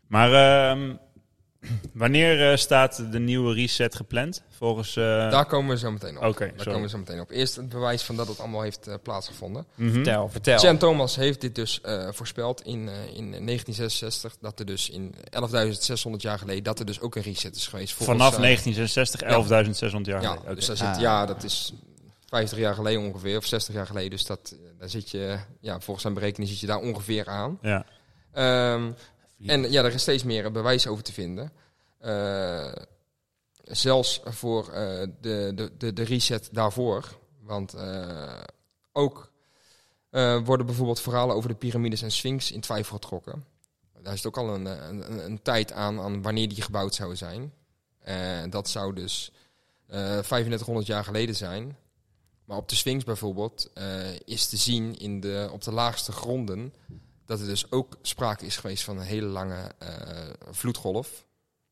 [SPEAKER 4] Maar ehm, wanneer eh, staat de nieuwe reset gepland? Volgens... eh,
[SPEAKER 5] Daar komen we zo meteen op.
[SPEAKER 4] Oké,
[SPEAKER 5] Daar
[SPEAKER 4] sorry.
[SPEAKER 5] komen we zo meteen op. Eerst het bewijs van dat het allemaal heeft eh, plaatsgevonden.
[SPEAKER 4] mhm.
[SPEAKER 7] Vertel, vertel.
[SPEAKER 5] Sam Thomas heeft dit dus eh, voorspeld in, eh, in 1966, dat er dus in 11.600 jaar geleden, dat er dus ook een reset is geweest. volgens,
[SPEAKER 4] Vanaf
[SPEAKER 5] eh,
[SPEAKER 4] 1966, 11.600 jaar
[SPEAKER 5] Ja,
[SPEAKER 4] geleden. Oké.
[SPEAKER 5] dus daar zit,
[SPEAKER 2] Ah.
[SPEAKER 5] ja, dat is 50 jaar geleden ongeveer, of 60 jaar geleden. Dus dat, eh, daar zit je, ja, volgens zijn berekening zit je daar ongeveer aan.
[SPEAKER 4] Ja.
[SPEAKER 5] Ehm, en ja, er is steeds meer eh, bewijs over te vinden. Eh, zelfs voor eh, de, de, de, de reset daarvoor. Want eh, ook eh, worden bijvoorbeeld verhalen over de piramides en Sphinx in twijfel getrokken. Daar zit ook al een, eh, een, een, een tijd aan, aan wanneer die gebouwd zouden zijn. Eh, dat zou dus eh 3500 jaar geleden zijn. Maar op de Sphinx bijvoorbeeld eh, is te zien in de, op de laagste gronden dat er dus ook sprake is geweest van een hele lange eh, vloedgolf.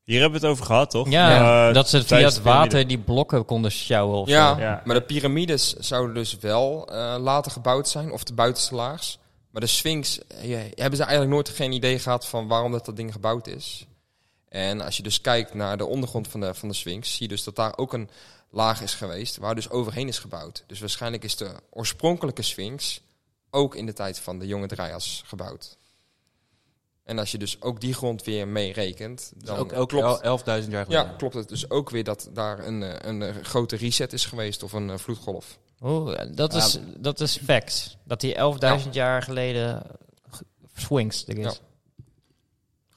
[SPEAKER 4] Hier hebben we het over gehad, toch?
[SPEAKER 7] Ja,
[SPEAKER 4] Eh,
[SPEAKER 7] dat ze via
[SPEAKER 4] tijdens
[SPEAKER 7] het
[SPEAKER 4] de piramide.
[SPEAKER 7] water die blokken konden sjouwen of
[SPEAKER 5] Ja,
[SPEAKER 7] zo.
[SPEAKER 4] Ja.
[SPEAKER 5] maar de piramides zouden dus wel eh, later gebouwd zijn, of de buitenste laags. Maar de Sphinx eh, hebben ze eigenlijk nooit geen idee gehad van waarom dat, dat ding gebouwd is. En als je dus kijkt naar de ondergrond van de, van de Sphinx, zie je dus dat daar ook een laag is geweest, waar dus overheen is gebouwd. Dus waarschijnlijk is de oorspronkelijke Sphinx ook in de tijd van de jonge Dryas gebouwd. En als je dus ook die grond weer meerekent, dan
[SPEAKER 2] Dus ook elk
[SPEAKER 5] klopt
[SPEAKER 2] 11.000 jaar geleden.
[SPEAKER 5] ja, klopt het dus ook weer dat daar een, eh, een eh, grote reset is geweest of een eh, vloedgolf.
[SPEAKER 7] Oeh, dat,
[SPEAKER 2] Ja.
[SPEAKER 7] is, dat is fact. Dat die 11.000 jaar geleden ge- swings er is.
[SPEAKER 5] Ja.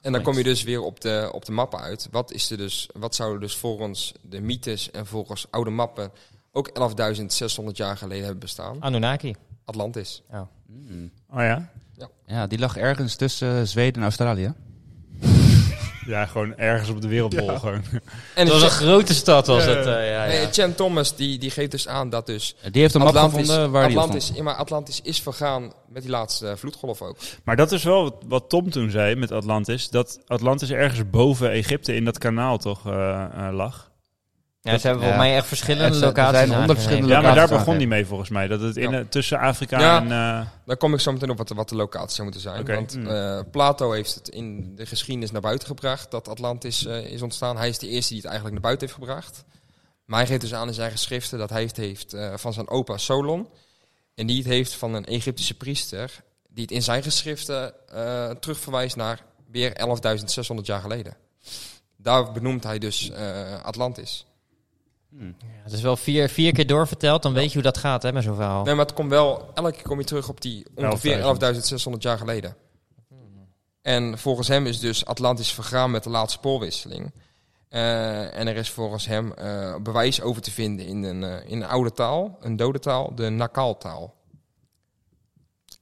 [SPEAKER 5] En dan kom je dus weer op de, op de mappen uit. Wat, is er dus, wat zou er dus volgens de mythes en volgens oude mappen ook 11.600 jaar geleden hebben bestaan?
[SPEAKER 3] Ah.
[SPEAKER 7] Anunnaki.
[SPEAKER 5] Atlantis.
[SPEAKER 2] Mm.
[SPEAKER 4] Oh ja?
[SPEAKER 2] Ja, die lag ergens tussen eh, Zweden en Australië.
[SPEAKER 4] Ja, gewoon ergens op de wereldbol. Gewoon.
[SPEAKER 5] En
[SPEAKER 7] Het was een grote stad, was
[SPEAKER 4] Ja.
[SPEAKER 7] het. eh, ja, ja.
[SPEAKER 5] eh, Chan Thomas die, die geeft dus aan dat dus
[SPEAKER 2] Die heeft een map
[SPEAKER 5] Atlantis,
[SPEAKER 2] gevonden waar die op
[SPEAKER 5] Atlantis, ja, maar Atlantis is vergaan met die laatste vloedgolf ook.
[SPEAKER 4] Maar dat is wel wat, wat Tom toen zei met Atlantis. Dat Atlantis ergens boven Egypte in dat kanaal toch eh, eh, lag.
[SPEAKER 7] Ja, ze hebben
[SPEAKER 2] Ja.
[SPEAKER 7] volgens mij echt
[SPEAKER 2] Er
[SPEAKER 7] verschillende
[SPEAKER 2] zijn- er
[SPEAKER 7] locaties.
[SPEAKER 2] zijn honderd
[SPEAKER 7] aangegeven.
[SPEAKER 2] verschillende
[SPEAKER 4] Ja, maar daar
[SPEAKER 2] Locaties
[SPEAKER 4] begon
[SPEAKER 2] aangeven.
[SPEAKER 4] die mee volgens mij. Dat het in,
[SPEAKER 5] Ja.
[SPEAKER 4] eh, tussen Afrika
[SPEAKER 5] Ja.
[SPEAKER 4] en... eh,
[SPEAKER 5] Daar kom ik zo meteen op wat de, wat de locaties zou moeten zijn.
[SPEAKER 4] Oké.
[SPEAKER 5] Want eh, Plato heeft het in de geschiedenis naar buiten gebracht dat Atlantis eh, is ontstaan. Hij is de eerste die het eigenlijk naar buiten heeft gebracht. Maar hij geeft dus aan in zijn geschriften dat hij het heeft eh, van zijn opa Solon. En die het heeft van een Egyptische priester. Die het in zijn geschriften eh, terugverwijst naar weer 11.600 jaar geleden. Daar benoemt hij dus eh, Atlantis.
[SPEAKER 7] Ja, het is wel vier, vier keer doorverteld, dan weet je hoe dat gaat hè, met zo'n verhaal.
[SPEAKER 5] Nee, maar het komt wel, elke keer kom je terug op die ongeveer 11.600 jaar geleden. En volgens hem is dus Atlantis vergaan met de laatste spoorwisseling. Eh, en er is volgens hem eh, bewijs over te vinden in een, eh, in een oude taal, een dode taal, de Nakal-taal.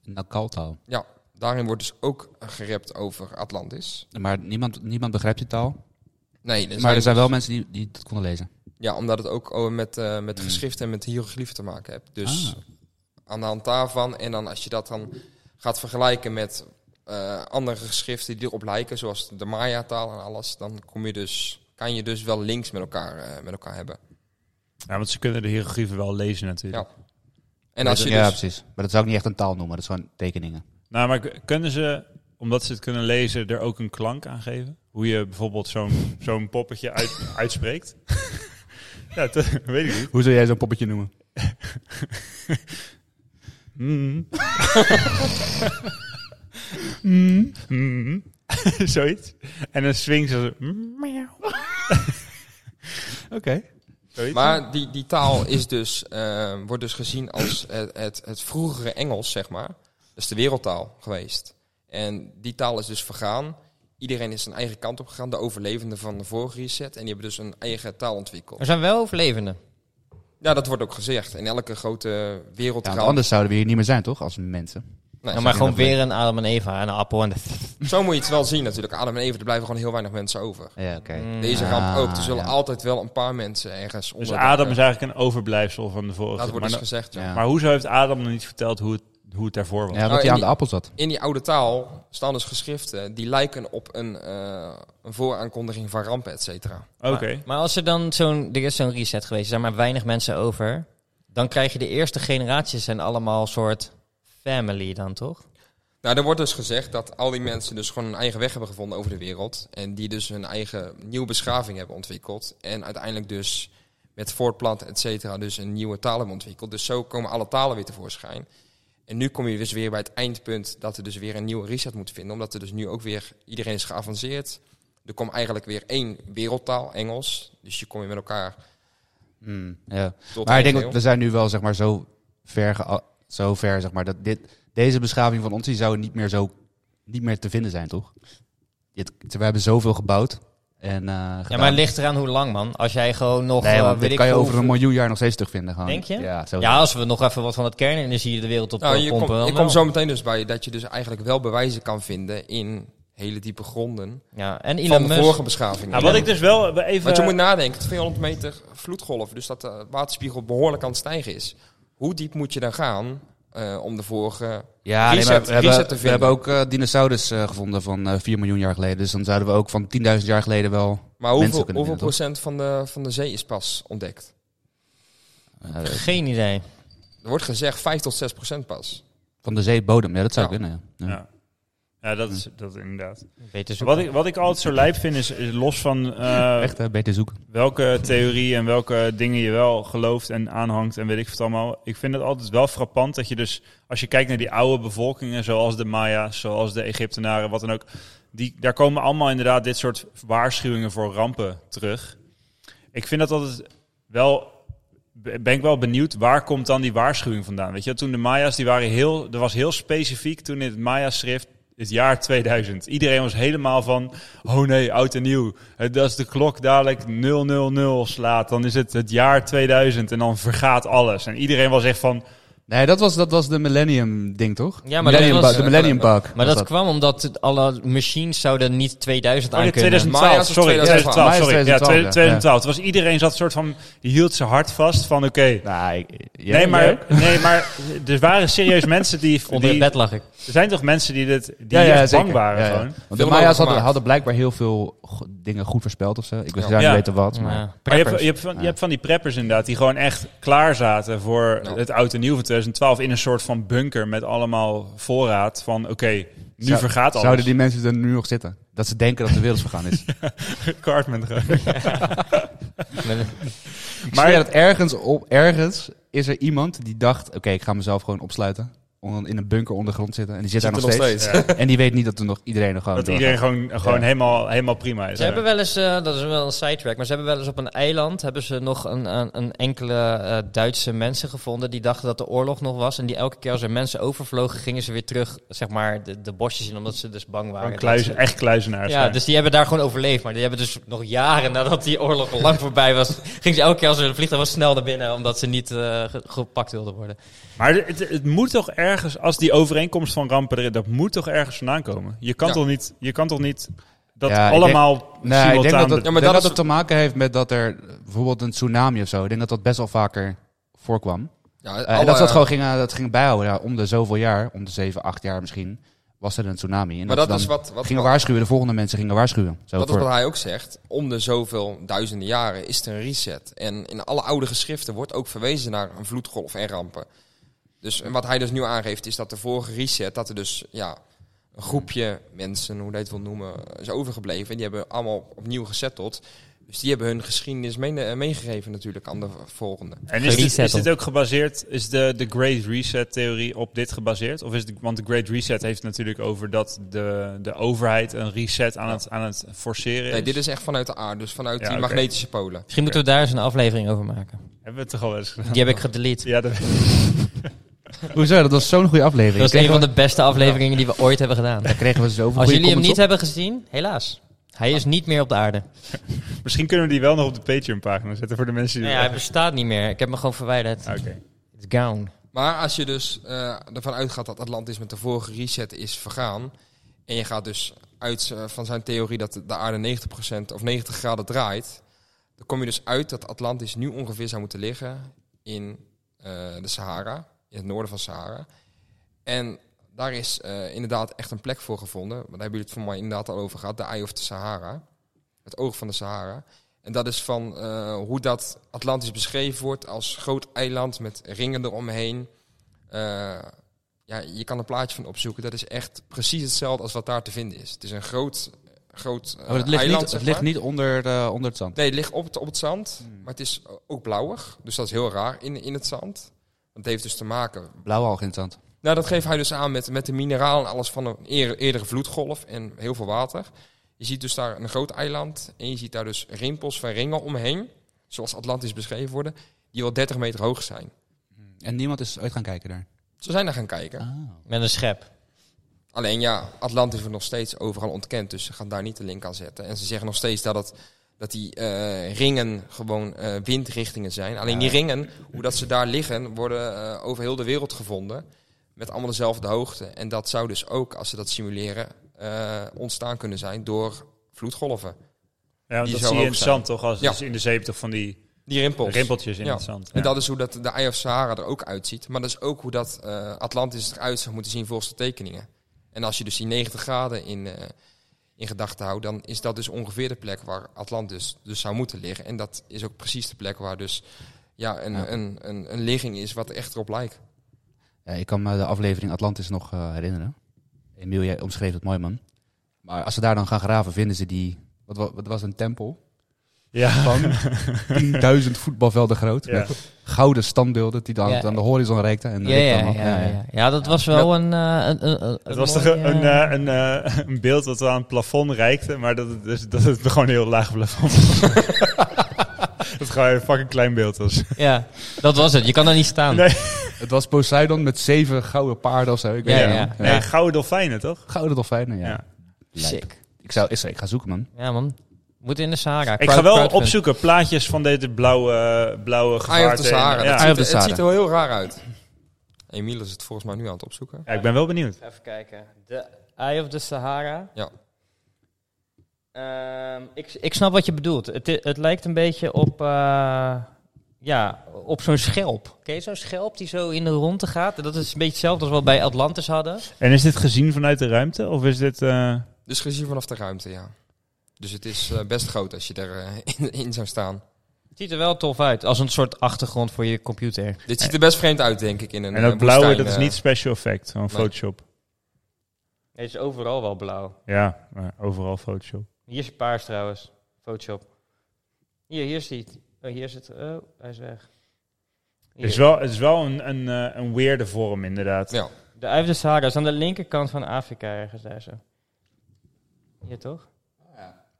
[SPEAKER 2] Nakaltaal.
[SPEAKER 5] Daarin wordt dus ook gerept over Atlantis.
[SPEAKER 2] Maar niemand, niemand begrijpt die taal.
[SPEAKER 5] Nee, er
[SPEAKER 2] maar er
[SPEAKER 5] zijn-
[SPEAKER 2] zijn wel mensen die, die dat konden lezen.
[SPEAKER 5] Ja, omdat het ook eh, met, eh, met
[SPEAKER 2] Hmm.
[SPEAKER 5] geschriften en met hiërogliefen te maken hebt. Dus
[SPEAKER 2] Ah.
[SPEAKER 5] aan de hand daarvan, en dan als je dat dan gaat vergelijken met eh, andere geschriften die erop lijken, zoals de Maya-taal en alles, dan kom je dus, kan je dus wel links met elkaar, eh, met elkaar hebben.
[SPEAKER 4] Ja, want ze kunnen de hiëroglyphen wel lezen natuurlijk.
[SPEAKER 5] Ja. En als je
[SPEAKER 2] ja,
[SPEAKER 5] dus,
[SPEAKER 2] precies. Maar dat zou ik niet echt een taal noemen, dat is gewoon tekeningen.
[SPEAKER 4] Nou, maar k- kunnen ze, omdat ze het kunnen lezen, er ook een klank aan geven? Hoe je bijvoorbeeld zo'n zo'n poppetje uit, uitspreekt? ja, dat weet ik niet.
[SPEAKER 2] Hoe zou jij zo'n poppetje noemen?
[SPEAKER 4] Mm. Mm. Mm. Zoiets. En een swing zo. Mm.
[SPEAKER 2] Oké.
[SPEAKER 4] Zoiets.
[SPEAKER 5] maar die, die taal is dus, eh, wordt dus gezien als het, het, het vroegere Engels, zeg maar. Dus de wereldtaal geweest. En die taal is dus vergaan. Iedereen is zijn eigen kant op gegaan. De overlevenden van de vorige reset. En die hebben dus een eigen taal ontwikkeld.
[SPEAKER 7] Er zijn wel overlevenden.
[SPEAKER 5] Ja, dat wordt ook gezegd. In elke grote
[SPEAKER 2] Ja,
[SPEAKER 5] wereldtaal.
[SPEAKER 2] want anders zouden we hier niet meer zijn, toch? Als mensen.
[SPEAKER 5] Nee,
[SPEAKER 7] Ja, maar
[SPEAKER 2] je
[SPEAKER 7] gewoon
[SPEAKER 2] dat
[SPEAKER 7] weer een Adam en Eva en een appel en de...
[SPEAKER 5] Nou Zo moet je het wel zien natuurlijk. Adam en Eva, er blijven gewoon heel weinig mensen over.
[SPEAKER 2] Ja, oké.
[SPEAKER 7] Mm.
[SPEAKER 5] Deze ramp
[SPEAKER 2] Ah,
[SPEAKER 5] ook. Er zullen
[SPEAKER 2] ja.
[SPEAKER 5] altijd wel een paar mensen ergens onder.
[SPEAKER 4] dus Adam is
[SPEAKER 5] dat,
[SPEAKER 4] eigenlijk een overblijfsel van de vorige.
[SPEAKER 5] dat wordt
[SPEAKER 4] maar,
[SPEAKER 5] dus
[SPEAKER 4] dan-
[SPEAKER 5] gezegd, ja.
[SPEAKER 2] Ja.
[SPEAKER 4] maar hoezo heeft Adam nog niet verteld hoe het, hoe het daarvoor was?
[SPEAKER 2] Ja,
[SPEAKER 5] Nou,
[SPEAKER 2] dat hij
[SPEAKER 5] en
[SPEAKER 2] aan
[SPEAKER 5] die-
[SPEAKER 2] de appel zat.
[SPEAKER 5] In die oude taal staan dus geschriften die lijken op een, eh, een vooraankondiging van rampen, et cetera.
[SPEAKER 4] Oké.
[SPEAKER 7] Maar, maar als er dan zo'n... Er is zo'n reset geweest, er zijn maar weinig mensen over. Dan krijg je de eerste generaties zijn allemaal soort family dan, toch?
[SPEAKER 5] Nou, er wordt dus gezegd dat al die mensen dus gewoon hun eigen weg hebben gevonden over de wereld. En die dus hun eigen nieuwe beschaving hebben ontwikkeld. En uiteindelijk dus met voortplant, et cetera, dus een nieuwe taal hebben ontwikkeld. Dus zo komen alle talen weer tevoorschijn. En nu kom je dus weer bij het eindpunt dat er dus weer een nieuwe reset moet vinden. Omdat er dus nu ook weer, iedereen is geavanceerd. Er komt eigenlijk weer één wereldtaal, Engels. Dus je kom je met elkaar
[SPEAKER 2] Mm, ja.
[SPEAKER 5] tot
[SPEAKER 2] Maar ik
[SPEAKER 5] één
[SPEAKER 2] denk dat
[SPEAKER 5] deel.
[SPEAKER 2] we zijn nu wel zeg maar, zo, ver gea- zo ver, zeg maar, dat dit, deze beschaving van ons die zou niet meer, zo, niet meer te vinden zijn, toch? Het, we hebben zoveel gebouwd. En, eh,
[SPEAKER 7] Ja,
[SPEAKER 2] gedaan.
[SPEAKER 7] maar het ligt eraan hoe lang, man. Als jij gewoon nog...
[SPEAKER 2] nee,
[SPEAKER 7] eh,
[SPEAKER 2] want
[SPEAKER 7] weet
[SPEAKER 2] dit
[SPEAKER 7] ik
[SPEAKER 2] kan je
[SPEAKER 7] veel
[SPEAKER 2] over een miljoen jaar nog steeds terugvinden. Gewoon.
[SPEAKER 7] Denk je?
[SPEAKER 2] Ja, zo.
[SPEAKER 7] Ja, als we nog even wat van dat kernenergie de wereld op
[SPEAKER 5] Nou,
[SPEAKER 7] eh,
[SPEAKER 5] je
[SPEAKER 7] pompen.
[SPEAKER 5] komt
[SPEAKER 7] dan
[SPEAKER 5] ik
[SPEAKER 7] wel.
[SPEAKER 5] kom zo meteen dus bij dat je dus eigenlijk wel bewijzen kan vinden in hele diepe gronden
[SPEAKER 7] Ja, en Elon
[SPEAKER 5] van de
[SPEAKER 7] Musk.
[SPEAKER 5] vorige beschaving.
[SPEAKER 4] Nou, wat ik dus wel even...
[SPEAKER 5] Want je
[SPEAKER 2] eh,
[SPEAKER 5] moet nadenken, 200 meter vloedgolf, dus dat de waterspiegel behoorlijk aan het stijgen is. Hoe diep moet je dan gaan eh, om de vorige...
[SPEAKER 2] Ja, nee, maar
[SPEAKER 5] Reset-
[SPEAKER 2] we,
[SPEAKER 5] reset te
[SPEAKER 2] hebben, we
[SPEAKER 5] vinden.
[SPEAKER 2] hebben ook eh, dinosaurus eh, gevonden van eh 4 miljoen jaar geleden. Dus dan zouden we ook van 10.000 jaar geleden wel...
[SPEAKER 5] Maar
[SPEAKER 2] Mensen
[SPEAKER 5] hoeveel,
[SPEAKER 2] kunnen
[SPEAKER 5] hoeveel
[SPEAKER 2] winnen,
[SPEAKER 5] procent van de, van de zee is pas ontdekt?
[SPEAKER 2] eh,
[SPEAKER 7] Geen idee.
[SPEAKER 5] Er wordt gezegd 5 tot 6 procent pas.
[SPEAKER 2] van de zeebodem, ja, dat zou
[SPEAKER 5] Ja.
[SPEAKER 2] kunnen. Ja.
[SPEAKER 4] Ja. ja, dat is dat inderdaad.
[SPEAKER 7] Beter zoeken.
[SPEAKER 4] Wat ik, wat ik altijd zo lijp vind, is, is los van eh,
[SPEAKER 2] Echt, hè, beter zoeken.
[SPEAKER 4] welke theorie en welke dingen je wel gelooft en aanhangt en weet ik het allemaal. Ik vind het altijd wel frappant dat je dus, als je kijkt naar die oude bevolkingen, zoals de Maya's, zoals de Egyptenaren, wat dan ook. Die, daar komen allemaal inderdaad dit soort waarschuwingen voor rampen terug. Ik vind dat altijd wel, ben ik wel benieuwd, waar komt dan die waarschuwing vandaan? Weet je, toen de Maya's, die waren heel, er was heel specifiek toen in het Maya-schrift, het jaar 2000. Iedereen was helemaal van, oh nee, oud en nieuw. Het- Als de klok dadelijk 000 slaat, dan is het het jaar 2000 en dan vergaat alles. En iedereen was echt van, oh
[SPEAKER 2] Nee, dat was, dat was de millennium ding, toch?
[SPEAKER 7] Ja, maar dat
[SPEAKER 2] millennium
[SPEAKER 7] was-
[SPEAKER 2] bug- de millennium bug. was
[SPEAKER 7] Maar dat, kwam omdat alle machines zouden niet 2000
[SPEAKER 4] Oh, nee,
[SPEAKER 7] aankunnen.
[SPEAKER 4] 2012,
[SPEAKER 5] Maya's of
[SPEAKER 4] sorry. 2012,
[SPEAKER 5] 2012,
[SPEAKER 4] sorry.
[SPEAKER 2] Maya's
[SPEAKER 4] Ja,
[SPEAKER 2] 2012,
[SPEAKER 4] 2012. Het was Dus iedereen zat soort van, die hield zijn hart vast van, oké.
[SPEAKER 2] Nou, ik- jij-
[SPEAKER 4] Nee,
[SPEAKER 2] jij ook?
[SPEAKER 4] maar, nee, maar er waren serieus mensen die...
[SPEAKER 7] Onder
[SPEAKER 4] die-
[SPEAKER 7] het bed lag ik.
[SPEAKER 4] Er zijn toch mensen die, dit, die
[SPEAKER 2] Ja, ja,
[SPEAKER 4] echt bang
[SPEAKER 2] zeker.
[SPEAKER 4] waren
[SPEAKER 2] Ja, ja.
[SPEAKER 4] gewoon.
[SPEAKER 2] Want de
[SPEAKER 5] Film
[SPEAKER 2] Maya's
[SPEAKER 5] over
[SPEAKER 2] hadden,
[SPEAKER 5] gemaakt.
[SPEAKER 2] hadden blijkbaar heel veel go- dingen goed voorspeld of zo. Ik wist
[SPEAKER 5] Ja.
[SPEAKER 2] daar niet
[SPEAKER 4] Ja.
[SPEAKER 2] weten wat. Maar...
[SPEAKER 7] Ja.
[SPEAKER 4] Maar je hebt,
[SPEAKER 7] Preppers.
[SPEAKER 4] je, hebt van, je
[SPEAKER 2] Ja.
[SPEAKER 4] hebt van die preppers inderdaad, die gewoon echt klaar zaten voor
[SPEAKER 5] Ja.
[SPEAKER 4] het oud en nieuw van 2012 in een soort van bunker met allemaal voorraad van, oké, nu
[SPEAKER 2] Zou-
[SPEAKER 4] vergaat alles.
[SPEAKER 2] Zouden die mensen er nu nog zitten? Dat ze denken dat de wereld vergaan is.
[SPEAKER 4] Cartman gewoon.
[SPEAKER 7] Met-
[SPEAKER 2] maar
[SPEAKER 4] Maar-
[SPEAKER 2] dat ergens, op, ergens is er iemand die dacht... Oké, ik ga mezelf gewoon opsluiten. on- in een bunker ondergrond zitten. En die zit,
[SPEAKER 5] Zit
[SPEAKER 2] daar nog
[SPEAKER 5] er nog
[SPEAKER 2] steeds.
[SPEAKER 5] steeds.
[SPEAKER 2] En die weet niet dat er nog iedereen nog gewoon
[SPEAKER 4] Dat
[SPEAKER 2] doorgaat.
[SPEAKER 4] iedereen gewoon, gewoon
[SPEAKER 2] Ja.
[SPEAKER 4] helemaal, helemaal prima is.
[SPEAKER 3] Ze hebben wel eens, eh, dat is wel een sidetrack, maar ze hebben wel eens op een eiland hebben ze nog een, een, een enkele eh, Duitse mensen gevonden die dachten dat de oorlog nog was. En die elke keer als er mensen overvlogen, gingen ze weer terug, zeg maar, de, de bosjes in, omdat ze dus bang waren.
[SPEAKER 4] Gewoon kluizen, echt kluizenaars.
[SPEAKER 3] Ja,
[SPEAKER 4] zijn.
[SPEAKER 3] dus die hebben daar gewoon overleefd. Maar die hebben dus nog jaren nadat die oorlog al lang voorbij was, gingen ze elke keer als er een vliegtuig was snel naar binnen, omdat ze niet eh, ge- gepakt wilden worden.
[SPEAKER 4] Maar het, het moet toch ergens, als die overeenkomst van rampen erin, dat moet toch ergens vandaan komen? Je kan,
[SPEAKER 5] Ja.
[SPEAKER 4] toch, niet, je kan toch niet dat
[SPEAKER 2] Ja, ik
[SPEAKER 4] allemaal
[SPEAKER 2] Nee, ik denk
[SPEAKER 4] simultaan...
[SPEAKER 2] dat dat,
[SPEAKER 5] Ja, maar
[SPEAKER 2] ik denk
[SPEAKER 5] dat
[SPEAKER 2] dat
[SPEAKER 5] is-
[SPEAKER 2] het te maken heeft met dat er eh, bijvoorbeeld een tsunami of zo. Ik denk dat dat best wel vaker voorkwam.
[SPEAKER 5] Oh, Ja,
[SPEAKER 2] Eh,
[SPEAKER 5] alle-
[SPEAKER 2] en dat ze dat gewoon gingen, dat gingen bijhouden. Ja, om de zoveel jaar, om de zeven, acht jaar misschien, was er een tsunami. En
[SPEAKER 5] maar
[SPEAKER 2] dat
[SPEAKER 5] dat,
[SPEAKER 2] ze dan
[SPEAKER 5] is wat, wat,
[SPEAKER 2] gingen waarschuwen, de volgende mensen gingen waarschuwen. Zo
[SPEAKER 5] dat is
[SPEAKER 2] voor-
[SPEAKER 5] wat hij ook zegt. Om de zoveel duizenden jaren is er een reset. En in alle oude geschriften wordt ook verwezen naar een vloedgolf en rampen. Dus en wat hij dus nu aangeeft is dat de vorige reset, dat er dus ja, een groepje mensen, hoe je het wil noemen, is overgebleven. En die hebben allemaal opnieuw gesetteld. Dus die hebben hun geschiedenis mee- eh, meegegeven natuurlijk aan de volgende.
[SPEAKER 4] En is dit, is
[SPEAKER 7] Resettle.
[SPEAKER 4] dit ook gebaseerd, is de, de Great Reset theorie op dit gebaseerd? Of is het, want de Great Reset heeft het natuurlijk over dat de, de overheid een reset aan het, aan het forceren is.
[SPEAKER 5] Nee, dit is echt vanuit de aarde, dus vanuit
[SPEAKER 4] Ja,
[SPEAKER 5] die
[SPEAKER 4] oké.
[SPEAKER 5] magnetische polen.
[SPEAKER 7] Misschien moeten we daar eens een aflevering over maken.
[SPEAKER 4] Hebben we het toch al eens gedaan?
[SPEAKER 7] Die heb ik gedelete.
[SPEAKER 4] Ja, dat,
[SPEAKER 2] Hoezo, dat was zo'n goede aflevering.
[SPEAKER 7] Dat is een
[SPEAKER 2] Kregen
[SPEAKER 7] van
[SPEAKER 2] we-
[SPEAKER 7] de beste afleveringen die we ooit hebben gedaan.
[SPEAKER 2] Daar kregen we zoveel
[SPEAKER 7] Als
[SPEAKER 2] goede
[SPEAKER 7] jullie hem
[SPEAKER 2] comments
[SPEAKER 7] niet
[SPEAKER 2] op.
[SPEAKER 7] hebben gezien, helaas. Hij is niet meer op de aarde.
[SPEAKER 4] misschien kunnen we die wel nog op de Patreon-pagina zetten voor de mensen die... Ah,
[SPEAKER 7] Nee, hij bestaat niet meer. Ik heb hem gewoon verwijderd.
[SPEAKER 4] Oké.
[SPEAKER 7] It's gone.
[SPEAKER 5] Maar als je dus eh, ervan uitgaat dat Atlantis met de vorige reset is vergaan. En je gaat dus uit eh, van zijn theorie dat de aarde 90% of 90 graden draait. Dan kom je dus uit dat Atlantis nu ongeveer zou moeten liggen in eh, de Sahara. In het noorden van Sahara. En daar is eh, inderdaad echt een plek voor gevonden. Want daar hebben jullie het voor mij inderdaad al over gehad. De Eye of the Sahara. Het oog van de Sahara. En dat is van eh, hoe dat Atlantis beschreven wordt als groot eiland met ringen eromheen. Eh, ja, je kan een plaatje van opzoeken. Dat is echt precies hetzelfde als wat daar te vinden is. Het is een groot, groot eh,
[SPEAKER 2] Oh, maar het ligt,
[SPEAKER 5] eiland.
[SPEAKER 2] niet,
[SPEAKER 5] zeg
[SPEAKER 2] het ligt
[SPEAKER 5] maar.
[SPEAKER 2] niet onder, de, onder het zand.
[SPEAKER 5] Nee, het ligt op het, op het zand. Maar het is ook blauwig. Dus dat is heel raar in, in het zand. Dat heeft dus te maken
[SPEAKER 2] Blauw al in het zand.
[SPEAKER 5] nou, dat geeft hij dus aan met, met de mineralen en alles van een eer- eerdere vloedgolf en heel veel water. Je ziet dus daar een groot eiland en je ziet daar dus rimpels van ringen omheen, zoals Atlantis beschreven worden, die wel 30 meter hoog zijn.
[SPEAKER 2] En niemand is uit gaan kijken daar.
[SPEAKER 5] Ze zijn daar gaan kijken.
[SPEAKER 2] Ah.
[SPEAKER 7] Met een schep.
[SPEAKER 4] Nou,
[SPEAKER 5] Alleen ja, Atlantis wordt nog steeds overal ontkend, dus ze gaan daar niet de link aan zetten. En ze zeggen nog steeds dat, het, dat die eh, ringen gewoon eh, windrichtingen zijn. Alleen die ringen, hoe dat ze daar liggen, worden eh, over heel de wereld gevonden. Met allemaal dezelfde hoogte. En dat zou dus ook, als ze dat simuleren, eh, ontstaan kunnen zijn door vloedgolven.
[SPEAKER 4] Ja, want
[SPEAKER 5] Die
[SPEAKER 4] dat
[SPEAKER 5] zou
[SPEAKER 4] zie je in het
[SPEAKER 5] ook zijn.
[SPEAKER 4] zand toch? Als,
[SPEAKER 5] Ja.
[SPEAKER 4] dus in de zeep toch van die
[SPEAKER 5] Die rimpels.
[SPEAKER 4] rimpeltjes in
[SPEAKER 5] Ja.
[SPEAKER 4] het zand.
[SPEAKER 5] En
[SPEAKER 4] Ja.
[SPEAKER 5] dat is hoe dat de Eye of Sahara er ook uitziet. Maar dat is ook hoe dat eh, Atlantis eruit zou moeten zien volgens de tekeningen. En als je dus die 90 graden in, eh, in gedachten houdt, dan is dat dus ongeveer de plek waar Atlantis dus zou moeten liggen. En dat is ook precies de plek waar dus ja, een,
[SPEAKER 2] Ja.
[SPEAKER 5] Een, een, een ligging is wat er echt op lijkt.
[SPEAKER 2] Ja, ik kan me de aflevering Atlantis nog eh, herinneren. Emiel, jij omschreef het mooi, man. Maar als ze daar dan gaan graven, vinden ze die... Wat, wa- wat was een tempel?
[SPEAKER 4] ja.
[SPEAKER 2] Van 10.000 voetbalvelden groot.
[SPEAKER 4] Ja.
[SPEAKER 2] Met gouden standbeelden die dan
[SPEAKER 7] Ja.
[SPEAKER 2] aan de horizon reikten. En
[SPEAKER 7] Ja, ja, ja, ja, ja. Ja, dat was wel een... eh, een, een, een-
[SPEAKER 4] Het was toch
[SPEAKER 7] mooie,
[SPEAKER 4] een, een,
[SPEAKER 7] eh,
[SPEAKER 4] eh, een, eh, een beeld dat aan het plafond reikte, maar dat het, dus, dat het gewoon een heel laag plafond was. dat het gewoon een fucking klein beeld was.
[SPEAKER 7] Ja, dat was het. Je kan er niet staan.
[SPEAKER 4] Nee.
[SPEAKER 2] Het was Poseidon met zeven gouden paarden of zo. Ik weet
[SPEAKER 7] Ja,
[SPEAKER 2] het
[SPEAKER 7] ja.
[SPEAKER 2] niet.
[SPEAKER 4] Nee, gouden dolfijnen toch?
[SPEAKER 2] Gouden dolfijnen, ja.
[SPEAKER 4] Ja.
[SPEAKER 2] Lijp.
[SPEAKER 7] Sick.
[SPEAKER 2] Ik, zou, ik zou- ik ga zoeken, man.
[SPEAKER 7] Ja, man. Moet in de Sahara.
[SPEAKER 4] Ik ga
[SPEAKER 7] Crowd-
[SPEAKER 4] wel
[SPEAKER 7] crowdfund.
[SPEAKER 4] opzoeken plaatjes van deze blauwe, blauwe
[SPEAKER 5] Eye of the
[SPEAKER 4] gevaarten.
[SPEAKER 5] Sahara.
[SPEAKER 4] Ja.
[SPEAKER 5] Dat
[SPEAKER 2] Eye of
[SPEAKER 5] ziet,
[SPEAKER 2] the
[SPEAKER 5] er- het
[SPEAKER 2] Sahara.
[SPEAKER 5] ziet er wel heel raar uit. Emiel is het volgens mij nu aan het opzoeken.
[SPEAKER 4] Ja, ik ben wel benieuwd.
[SPEAKER 3] Even kijken. De Eye of the Sahara.
[SPEAKER 5] Ja.
[SPEAKER 3] Ehm, ik, ik snap wat je bedoelt. Het, i- het lijkt een beetje op, eh, ja, op zo'n schelp. Ken je zo'n schelp die zo in de ronde gaat? Dat is een beetje hetzelfde als wat we bij Atlantis hadden.
[SPEAKER 4] En is dit gezien vanuit de ruimte? Of is dit... eh,
[SPEAKER 5] Dus gezien vanaf de ruimte, ja. Dus het is eh, best groot als je er eh, in, in zou staan.
[SPEAKER 7] Het ziet er wel tof uit. Als een soort achtergrond voor je computer.
[SPEAKER 5] Dit ziet er best vreemd uit, denk ik, in een
[SPEAKER 4] En dat
[SPEAKER 5] eh,
[SPEAKER 4] blauwe,
[SPEAKER 5] woestijn,
[SPEAKER 4] dat is
[SPEAKER 5] eh.
[SPEAKER 4] niet special effect, gewoon
[SPEAKER 5] nee.
[SPEAKER 4] Photoshop.
[SPEAKER 3] Het is overal wel blauw.
[SPEAKER 4] Ja, maar overal Photoshop.
[SPEAKER 3] Hier is paars trouwens. Photoshop. Hier, hier zit oh, hier zit Oh, hij is weg.
[SPEAKER 4] Het is wel, het is wel een, een, eh, een weirde vorm inderdaad.
[SPEAKER 5] Ja.
[SPEAKER 3] De Ui van de Sahara is aan de linkerkant van Afrika ergens daar zo. Hier toch?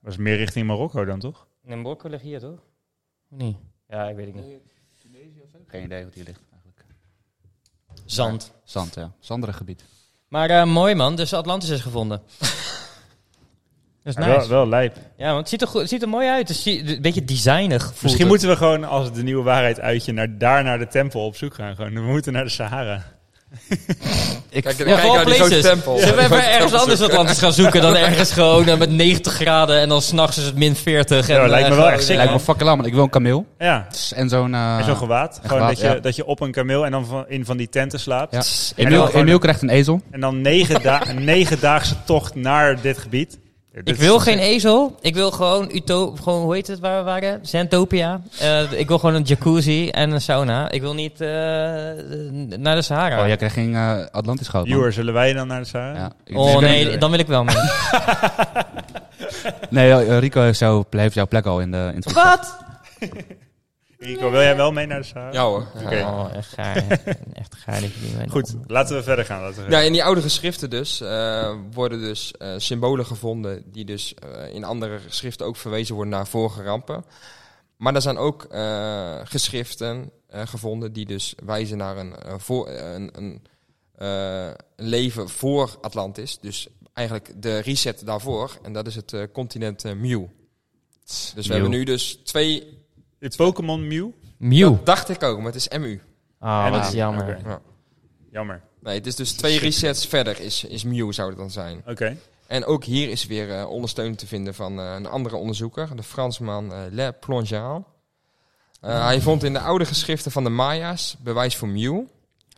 [SPEAKER 4] Dat is meer richting Marokko dan, toch?
[SPEAKER 3] Nee, Marokko ligt hier toch? Nee. Ja, ik weet het niet.
[SPEAKER 2] Geen idee wat hier ligt eigenlijk.
[SPEAKER 8] Zand.
[SPEAKER 2] Zand, ja. Zanderig gebied.
[SPEAKER 3] Maar eh, mooi man, dus Atlantis is gevonden. dat is
[SPEAKER 4] Maar
[SPEAKER 3] nice.
[SPEAKER 4] Wel, wel lijp.
[SPEAKER 3] Ja, want het ziet er, goed, het ziet er mooi uit. Het is een beetje designig. voelt
[SPEAKER 4] Misschien
[SPEAKER 3] het.
[SPEAKER 4] moeten we gewoon, als het de nieuwe waarheid uitje, naar, daar naar de tempel op zoek gaan. Gewoon. We moeten naar de Sahara.
[SPEAKER 2] Ik,
[SPEAKER 5] Kijk,
[SPEAKER 3] Ja,
[SPEAKER 5] kijk
[SPEAKER 3] vooral
[SPEAKER 5] naar die
[SPEAKER 3] places.
[SPEAKER 5] grote tempel.
[SPEAKER 3] Zullen we even ergens anders Atlantis gaan zoeken dan ergens gewoon eh, met 90 graden en dan s'nachts is het min 40. En,
[SPEAKER 4] Ja, lijkt me
[SPEAKER 3] eh,
[SPEAKER 4] wel
[SPEAKER 3] gewoon-
[SPEAKER 4] echt sick,
[SPEAKER 2] lijkt me
[SPEAKER 4] man.
[SPEAKER 2] fucking laam, want ik wil een kameel.
[SPEAKER 4] Ja,
[SPEAKER 2] En zo'n... eh,
[SPEAKER 4] en zo'n gewaad. Gewoon
[SPEAKER 2] gewaad,
[SPEAKER 4] dat, je,
[SPEAKER 2] ja.
[SPEAKER 4] dat je op een kameel en dan van, in van die tenten slaapt.
[SPEAKER 2] Ja.
[SPEAKER 4] En dan
[SPEAKER 2] Emiel,
[SPEAKER 4] gewoon-
[SPEAKER 2] Emiel krijgt een ezel.
[SPEAKER 4] En dan negen da- een negendaagse tocht naar dit gebied. Ja, dit
[SPEAKER 3] Ik
[SPEAKER 4] is-
[SPEAKER 3] wil geen ezel. Ik wil gewoon, uto gewoon hoe heet het waar we waren? Zentopia. Eh, ik wil gewoon een jacuzzi en een sauna. Ik wil niet eh, naar de Sahara.
[SPEAKER 2] Oh, jij krijgt geen eh, Atlantisch goud, man.
[SPEAKER 4] Viewer, zullen wij dan naar de Sahara?
[SPEAKER 2] Ja. Ik-
[SPEAKER 3] Oh,
[SPEAKER 2] dus ik ben-
[SPEAKER 3] nee, dan wil ik wel mee.
[SPEAKER 2] Nee, eh, Rico heeft jouw, heeft jouw plek al in, de, in het vliegtuig.
[SPEAKER 3] Wat?
[SPEAKER 4] Rico, wil jij wel mee naar de Sahara?
[SPEAKER 5] Ja hoor. Ja.
[SPEAKER 4] Oké.
[SPEAKER 3] Oh, echt gaar. Echt gaar dat je die bent.
[SPEAKER 4] Goed, laten we verder gaan. Laten we
[SPEAKER 5] Ja, in die oude geschriften dus eh, worden dus eh, symbolen gevonden die dus eh, in andere geschriften ook verwezen worden naar vorige rampen. Maar er zijn ook eh, geschriften eh, gevonden die dus wijzen naar een, eh, voor, een, een, eh, een leven voor Atlantis. Dus eigenlijk de reset daarvoor. En dat is het eh, continent eh, Mew. Dus we
[SPEAKER 2] Mew.
[SPEAKER 5] hebben nu dus twee...
[SPEAKER 4] De Pokémon Mew?
[SPEAKER 3] Mew.
[SPEAKER 5] Dat dacht ik ook, maar het is MU.
[SPEAKER 3] Ah,
[SPEAKER 4] En
[SPEAKER 3] wat
[SPEAKER 4] dan-
[SPEAKER 3] is jammer.
[SPEAKER 4] Oké.
[SPEAKER 5] Ja.
[SPEAKER 4] Jammer.
[SPEAKER 5] Nee, het is dus twee resets verder is, is Mew zou het dan zijn.
[SPEAKER 4] Oké.
[SPEAKER 5] En ook hier is weer eh, ondersteuning te vinden van eh, een andere onderzoeker, de Fransman eh, Le Plongeon. Eh, Hij vond in de oude geschriften van de Maya's bewijs voor Mu.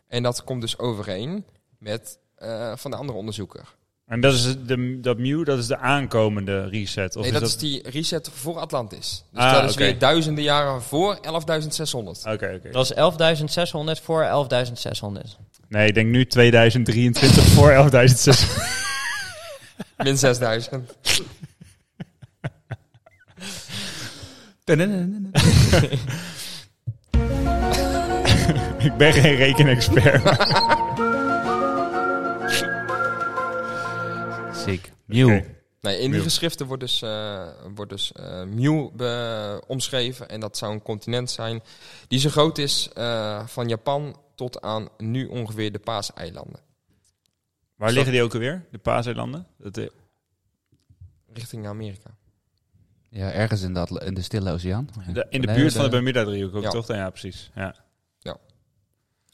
[SPEAKER 5] En dat komt dus overeen met eh, van de andere onderzoeker.
[SPEAKER 4] En dat is de, dat Mew, dat is de aankomende reset? Of
[SPEAKER 5] nee,
[SPEAKER 4] is
[SPEAKER 5] dat, is die reset voor Atlantis. Dus
[SPEAKER 4] Ah,
[SPEAKER 5] dat is
[SPEAKER 4] oké.
[SPEAKER 5] weer duizenden jaren voor 11.600.
[SPEAKER 4] Oké, oké.
[SPEAKER 3] Dat is 11.600 voor 11.600.
[SPEAKER 4] Nee, ik denk nu 2023 voor 11.600. Ah.
[SPEAKER 5] Min 6000.
[SPEAKER 4] ik ben geen rekenexpert.
[SPEAKER 2] Sick. Nieuw.
[SPEAKER 4] Oké.
[SPEAKER 5] Nee, in die
[SPEAKER 4] Mu.
[SPEAKER 5] geschriften wordt dus, eh wordt dus eh, Mu be- omschreven. En dat zou een continent zijn die zo groot is eh, van Japan tot aan nu ongeveer de Paaseilanden.
[SPEAKER 4] Waar liggen die ook alweer? De Paaseilanden? Dat, eh,
[SPEAKER 5] Richting Amerika.
[SPEAKER 2] Ja, ergens in de, Atla- in de Stille Oceaan.
[SPEAKER 4] de- in de
[SPEAKER 2] Nee,
[SPEAKER 4] buurt van de Bermuda-driehoek ook,
[SPEAKER 5] Ja.
[SPEAKER 4] toch? Ja, precies. Ja.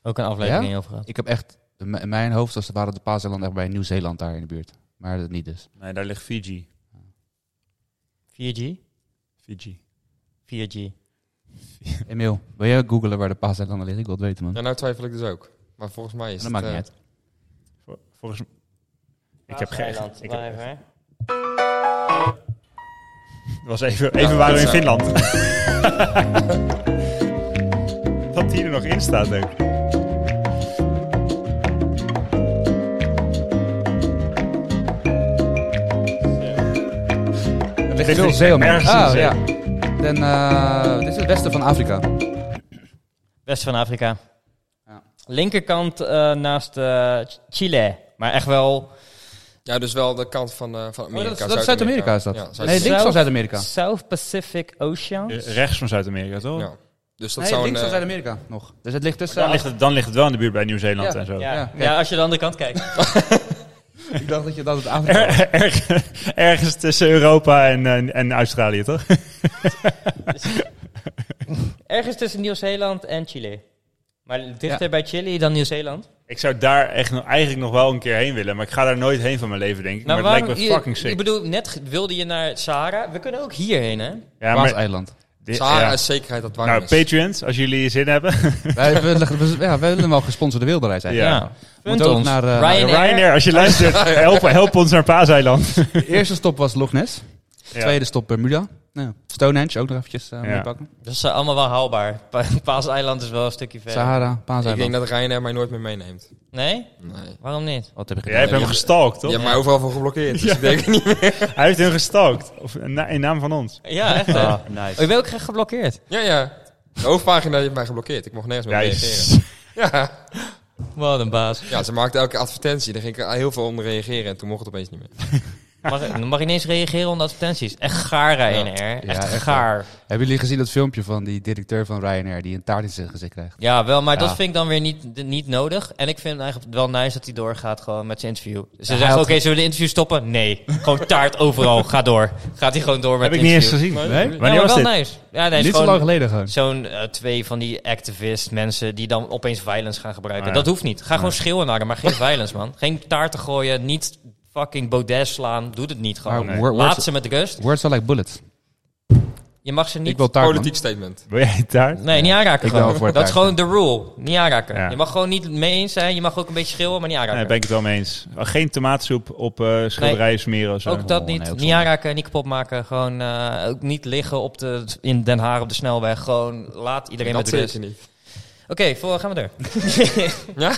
[SPEAKER 3] Ook een aflevering over gehad.
[SPEAKER 2] Ik heb echt... In in mijn hoofd was, waren de Paaseilanden echt bij Nieuw-Zeeland daar in de buurt. Maar dat niet dus.
[SPEAKER 4] Nee, daar ligt Fiji.
[SPEAKER 3] 4G?
[SPEAKER 4] Fiji.
[SPEAKER 3] 4G.
[SPEAKER 2] Emiel, wil jij googelen waar de Paaseilanden liggen? Ik wil het weten, man.
[SPEAKER 5] Ja, nou twijfel ik dus ook. Maar volgens mij is
[SPEAKER 2] dat
[SPEAKER 5] het...
[SPEAKER 2] maakt niet
[SPEAKER 5] eh,
[SPEAKER 2] uit.
[SPEAKER 4] Vol- Volgens mij... Ik heb geen...
[SPEAKER 3] Eiland.
[SPEAKER 4] Ik
[SPEAKER 3] Wacht
[SPEAKER 4] heb,
[SPEAKER 3] even, hè.
[SPEAKER 4] was even, even
[SPEAKER 5] Ja,
[SPEAKER 4] waren we in
[SPEAKER 5] dat is,
[SPEAKER 4] Finland. Wat hier er nog in staat, denk ik.
[SPEAKER 2] Er
[SPEAKER 4] ligt
[SPEAKER 2] ligt veel
[SPEAKER 4] niet
[SPEAKER 2] zee omheen.
[SPEAKER 4] ergens in de
[SPEAKER 2] Ah,
[SPEAKER 4] zee.
[SPEAKER 2] ja. Dan, eh, dit is het westen van Afrika. Oh,
[SPEAKER 3] Westen van Afrika.
[SPEAKER 2] Ja.
[SPEAKER 3] Linkerkant eh, naast eh, Ch- Chile. Maar echt wel
[SPEAKER 5] Ja, dus wel de kant van, eh, van
[SPEAKER 2] Oh,
[SPEAKER 5] Amerika.
[SPEAKER 2] dat, is- dat is Zuid-Amerika, is dat?
[SPEAKER 5] Ja,
[SPEAKER 2] nee,
[SPEAKER 5] Zuid-Amerika.
[SPEAKER 2] links van Zuid-Amerika.
[SPEAKER 3] South Pacific Ocean.
[SPEAKER 4] Eh, Rechts van Zuid-Amerika, toch?
[SPEAKER 5] Ja. Dus dat
[SPEAKER 2] Nee,
[SPEAKER 5] zou
[SPEAKER 2] links
[SPEAKER 5] een...
[SPEAKER 2] van
[SPEAKER 5] eh,
[SPEAKER 2] Zuid-Amerika nog. Dus het ligt tussen...
[SPEAKER 4] Dan, ligt het, dan ligt het wel in de buurt bij Nieuw-Zeeland
[SPEAKER 2] Ja.
[SPEAKER 4] en zo.
[SPEAKER 3] Ja,
[SPEAKER 2] Ja,
[SPEAKER 3] ja,
[SPEAKER 2] kijk.
[SPEAKER 3] als je de andere kant kijkt.
[SPEAKER 2] Ik dacht dat je dat het Afrika was.
[SPEAKER 4] Er- er- ergens tussen Europa en, en, en Australië, toch?
[SPEAKER 3] Ergens tussen Nieuw-Zeeland en Chile. Maar dichter bij Chili dan Nieuw-Zeeland.
[SPEAKER 4] Ik zou daar echt nog, eigenlijk nog wel een keer heen willen, maar ik ga daar nooit heen van mijn leven, denk ik. maar het
[SPEAKER 3] Nou, waarom-
[SPEAKER 4] lijkt me
[SPEAKER 3] je-
[SPEAKER 4] fucking sick.
[SPEAKER 3] Ik bedoel, net ge- wilde je naar Sahara. We kunnen ook hierheen, hè?
[SPEAKER 4] ja, maar,
[SPEAKER 2] Paaseiland.
[SPEAKER 4] dit-
[SPEAKER 5] Sahara
[SPEAKER 4] ja.
[SPEAKER 5] is zekerheid dat warm
[SPEAKER 4] Nou,
[SPEAKER 5] is.
[SPEAKER 4] Patreons, als jullie zin hebben.
[SPEAKER 2] wij, willen, we- ja, wij willen wel gesponsorde wereldreis zijn.
[SPEAKER 4] Ja.
[SPEAKER 3] Punt
[SPEAKER 2] ook
[SPEAKER 3] ons.
[SPEAKER 2] naar, eh,
[SPEAKER 3] Ryanair.
[SPEAKER 4] Ryanair, als je luistert, help, help ons naar Paaseiland.
[SPEAKER 2] De eerste stop was Loch Ness.
[SPEAKER 4] Ja.
[SPEAKER 2] Tweede stop Bermuda. Nou, Stonehenge ook nog eventjes eh,
[SPEAKER 4] Ja.
[SPEAKER 2] meepakken.
[SPEAKER 3] Dat is eh, allemaal wel haalbaar. Pa- Paaseiland is wel een stukje verder.
[SPEAKER 2] Sahara,
[SPEAKER 5] Ik denk
[SPEAKER 2] Paaseiland.
[SPEAKER 5] dat Ryanair mij nooit meer meeneemt.
[SPEAKER 3] Nee?
[SPEAKER 5] Nee.
[SPEAKER 3] Waarom niet?
[SPEAKER 2] Wat heb ik
[SPEAKER 4] Jij
[SPEAKER 2] gedaan?
[SPEAKER 4] hebt hem
[SPEAKER 5] Ja.
[SPEAKER 4] gestalkt,
[SPEAKER 5] Je
[SPEAKER 4] toch?
[SPEAKER 5] hebt mij overal voor geblokkeerd, dus ik denk niet.
[SPEAKER 4] Hij heeft hem gestalkt. Of, na- in naam van ons.
[SPEAKER 3] Ja, echt. hè? Oh,
[SPEAKER 9] nice.
[SPEAKER 3] ik ben ook graag geblokkeerd.
[SPEAKER 5] Ja, ja. De hoofdpagina heeft mij geblokkeerd. Ik mocht nergens meer
[SPEAKER 4] Ja,
[SPEAKER 5] reageren.
[SPEAKER 4] is-
[SPEAKER 5] Ja.
[SPEAKER 3] Wat een baas.
[SPEAKER 5] Ja, ze maakte elke advertentie. Daar ging ik heel veel om reageren en toen mocht het opeens niet meer.
[SPEAKER 3] Mag, ik- dan mag je ineens reageren onder advertenties. Echt gaar, Ryanair.
[SPEAKER 2] Ja,
[SPEAKER 3] Echt
[SPEAKER 2] echt wel.
[SPEAKER 3] gaar.
[SPEAKER 2] Hebben jullie gezien dat filmpje van die directeur van Ryanair die een taart in zijn gezicht krijgt?
[SPEAKER 3] Ja, wel, maar
[SPEAKER 2] Ja.
[SPEAKER 3] dat vind ik dan weer niet, niet nodig. En ik vind het eigenlijk wel nice dat hij doorgaat gewoon met zijn interview. Ze
[SPEAKER 2] hij
[SPEAKER 3] zeggen,
[SPEAKER 2] had-
[SPEAKER 3] oké, zullen we de interview stoppen? Nee, gewoon taart overal, ga door. Gaat hij gewoon door met
[SPEAKER 4] Heb ik
[SPEAKER 3] de
[SPEAKER 4] niet eens
[SPEAKER 3] interview.
[SPEAKER 4] gezien.
[SPEAKER 5] Nee?
[SPEAKER 4] Wanneer
[SPEAKER 3] Ja, maar
[SPEAKER 4] was
[SPEAKER 3] wel
[SPEAKER 4] dit?
[SPEAKER 3] nice. Ja, nee, is
[SPEAKER 4] Niet zo
[SPEAKER 3] gewoon
[SPEAKER 4] lang geleden gewoon.
[SPEAKER 3] Zo'n eh, twee van die activist mensen die dan opeens violence gaan gebruiken.
[SPEAKER 4] Ah, ja.
[SPEAKER 3] Dat hoeft niet. Ga gewoon schreeuwen naar hem, maar geen violence, man. Geen taarten gooien, niet fucking Baudet slaan. Doe het niet gewoon.
[SPEAKER 2] Maar wor-
[SPEAKER 3] Laat
[SPEAKER 2] words,
[SPEAKER 3] ze met rust.
[SPEAKER 2] words are like bullets.
[SPEAKER 3] Je mag ze
[SPEAKER 2] Ik
[SPEAKER 3] niet...
[SPEAKER 2] wil taart, man.
[SPEAKER 5] Politiek statement.
[SPEAKER 4] Wil jij daar?
[SPEAKER 3] Nee, niet aanraken
[SPEAKER 2] Ik ben wel
[SPEAKER 3] gewoon.
[SPEAKER 2] voor het
[SPEAKER 3] Dat is gewoon de rule. Niet aanraken.
[SPEAKER 4] Ja.
[SPEAKER 3] Je mag gewoon niet mee eens zijn. Je mag ook een beetje schreeuwen, maar niet aanraken.
[SPEAKER 4] Nee, ben ik het wel mee eens. Geen tomaatsoep op eh, schilderijen smeren of zo.
[SPEAKER 3] Ook dat
[SPEAKER 2] Oh,
[SPEAKER 3] niet.
[SPEAKER 2] nee, ook
[SPEAKER 3] niet
[SPEAKER 2] zonde.
[SPEAKER 3] aanraken, niet kapot maken. Gewoon eh, ook niet liggen op de, in Den Haag op de snelweg. Gewoon laat iedereen
[SPEAKER 5] dat
[SPEAKER 3] met rust.
[SPEAKER 5] zeker
[SPEAKER 3] Oké,
[SPEAKER 5] niet.
[SPEAKER 3] voor, gaan we door.
[SPEAKER 5] Ja?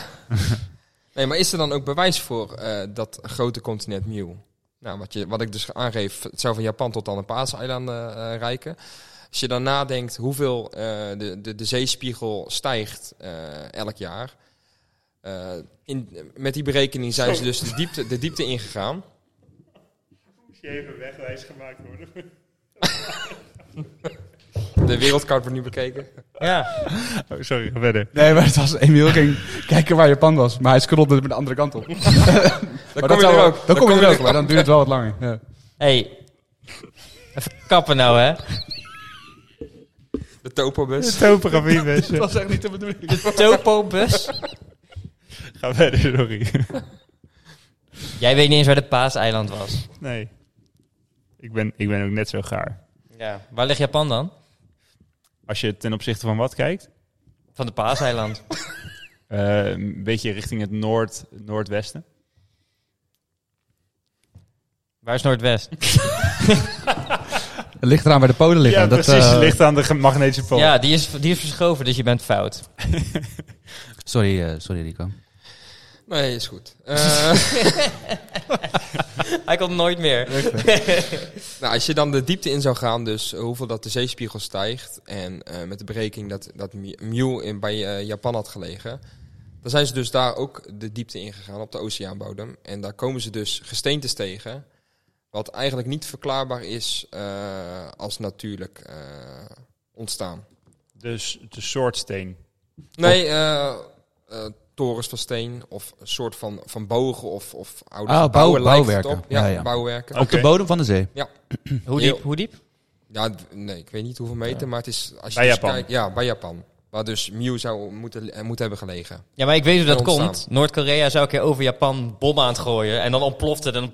[SPEAKER 5] Nee, maar is er dan ook bewijs voor eh, dat grote continent Mew? Nou, wat, je, wat ik dus aangeef, het zou van Japan tot aan de Paaseilanden eh reiken. Als je dan nadenkt hoeveel eh, de, de, de zeespiegel stijgt eh, elk jaar. eh, in, met die berekening zijn ze dus de diepte, de diepte ingegaan.
[SPEAKER 4] Even wegwijs gemaakt worden.
[SPEAKER 5] De wereldkaart wordt nu bekeken.
[SPEAKER 3] ja.
[SPEAKER 4] Oh, sorry, ga verder.
[SPEAKER 2] Nee, maar het was Emiel ging kijken waar Japan was, maar hij scrollde met de andere kant op. Maar
[SPEAKER 5] Dan
[SPEAKER 2] dat
[SPEAKER 5] kom je
[SPEAKER 2] zou
[SPEAKER 5] er
[SPEAKER 2] wel-
[SPEAKER 5] ook.
[SPEAKER 2] Dan kom je er ook,
[SPEAKER 5] maar
[SPEAKER 2] maar dan duurt het wel wat langer. Ja.
[SPEAKER 3] hey. even kappen nou, hè.
[SPEAKER 5] De topobus.
[SPEAKER 4] Topografie, mensen.
[SPEAKER 2] was echt niet de bedoeling.
[SPEAKER 3] De topobus.
[SPEAKER 4] Ga verder, sorry.
[SPEAKER 3] Jij weet niet eens waar de Paaseiland was.
[SPEAKER 4] Nee. Ik ben, ik ben ook net zo gaar.
[SPEAKER 3] Ja. Waar ligt Japan dan?
[SPEAKER 4] Als je ten opzichte van wat kijkt,
[SPEAKER 3] Van de Paaseiland.
[SPEAKER 4] eh, een beetje richting het noord, noordwesten.
[SPEAKER 3] waar is Noordwest?
[SPEAKER 2] Het ligt eraan waar de polen liggen.
[SPEAKER 4] ja,
[SPEAKER 2] dat,
[SPEAKER 4] precies.
[SPEAKER 2] eh,
[SPEAKER 4] ligt aan de ge- magnetische pool.
[SPEAKER 3] Ja, die is, die is verschoven, dus je bent fout.
[SPEAKER 2] Sorry, eh, sorry Rico.
[SPEAKER 5] Nee, is goed. Eh,
[SPEAKER 3] Hij komt nooit meer.
[SPEAKER 5] Nou, als je dan de diepte in zou gaan, dus hoeveel dat de zeespiegel stijgt. En eh, met de berekening dat, dat Mew in, bij eh, Japan had gelegen. Dan zijn ze dus daar ook de diepte in gegaan op de oceaanbodem. En daar komen ze dus gesteentes tegen. Wat eigenlijk niet verklaarbaar is eh, als natuurlijk eh, ontstaan.
[SPEAKER 4] Dus de soort steen.
[SPEAKER 5] Nee, eh, eh, torens van steen of een soort van, van bogen of, of oude
[SPEAKER 2] Ah, bouw-
[SPEAKER 5] gebouwen lijkt het
[SPEAKER 2] bouwwerken.
[SPEAKER 5] op. Ja,
[SPEAKER 2] Ja, ja.
[SPEAKER 5] bouwwerken.
[SPEAKER 4] Oké.
[SPEAKER 2] Op de bodem van de zee.
[SPEAKER 3] Hoe diep? Hoe diep?
[SPEAKER 5] Ja, d- nee, ik weet niet hoeveel meter, maar het is... Als je
[SPEAKER 4] Bij
[SPEAKER 5] dus
[SPEAKER 4] Japan.
[SPEAKER 5] kijkt- ja, bij Japan. Waar dus Mew zou moeten, eh, moeten hebben gelegen.
[SPEAKER 3] Ja, maar ik weet hoe dat
[SPEAKER 5] Ontstaan.
[SPEAKER 3] komt. Noord-Korea zou een keer over Japan bommen aan het gooien. En dan ontploft het en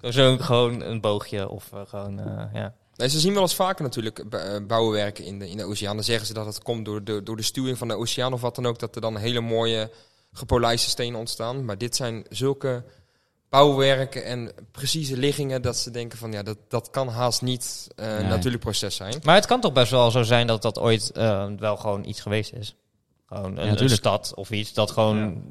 [SPEAKER 3] dan zo gewoon een boogje. Of eh, gewoon, eh, ja.
[SPEAKER 5] Nee, ze zien wel eens vaker natuurlijk b- eh, bouwwerken in de, in de oceaan. Dan zeggen ze dat het komt door de, door de stuwing van de oceaan of wat dan ook. Dat er dan hele mooie gepolijste stenen ontstaan. Maar dit zijn zulke bouwwerken en precieze liggingen... dat ze denken van, ja, dat, dat kan haast niet eh,
[SPEAKER 2] Nee.
[SPEAKER 5] een natuurlijk proces zijn.
[SPEAKER 3] Maar het kan toch best wel zo zijn dat dat ooit eh, wel gewoon iets geweest is. Gewoon een, een
[SPEAKER 2] tuurlijk.
[SPEAKER 3] stad of iets dat gewoon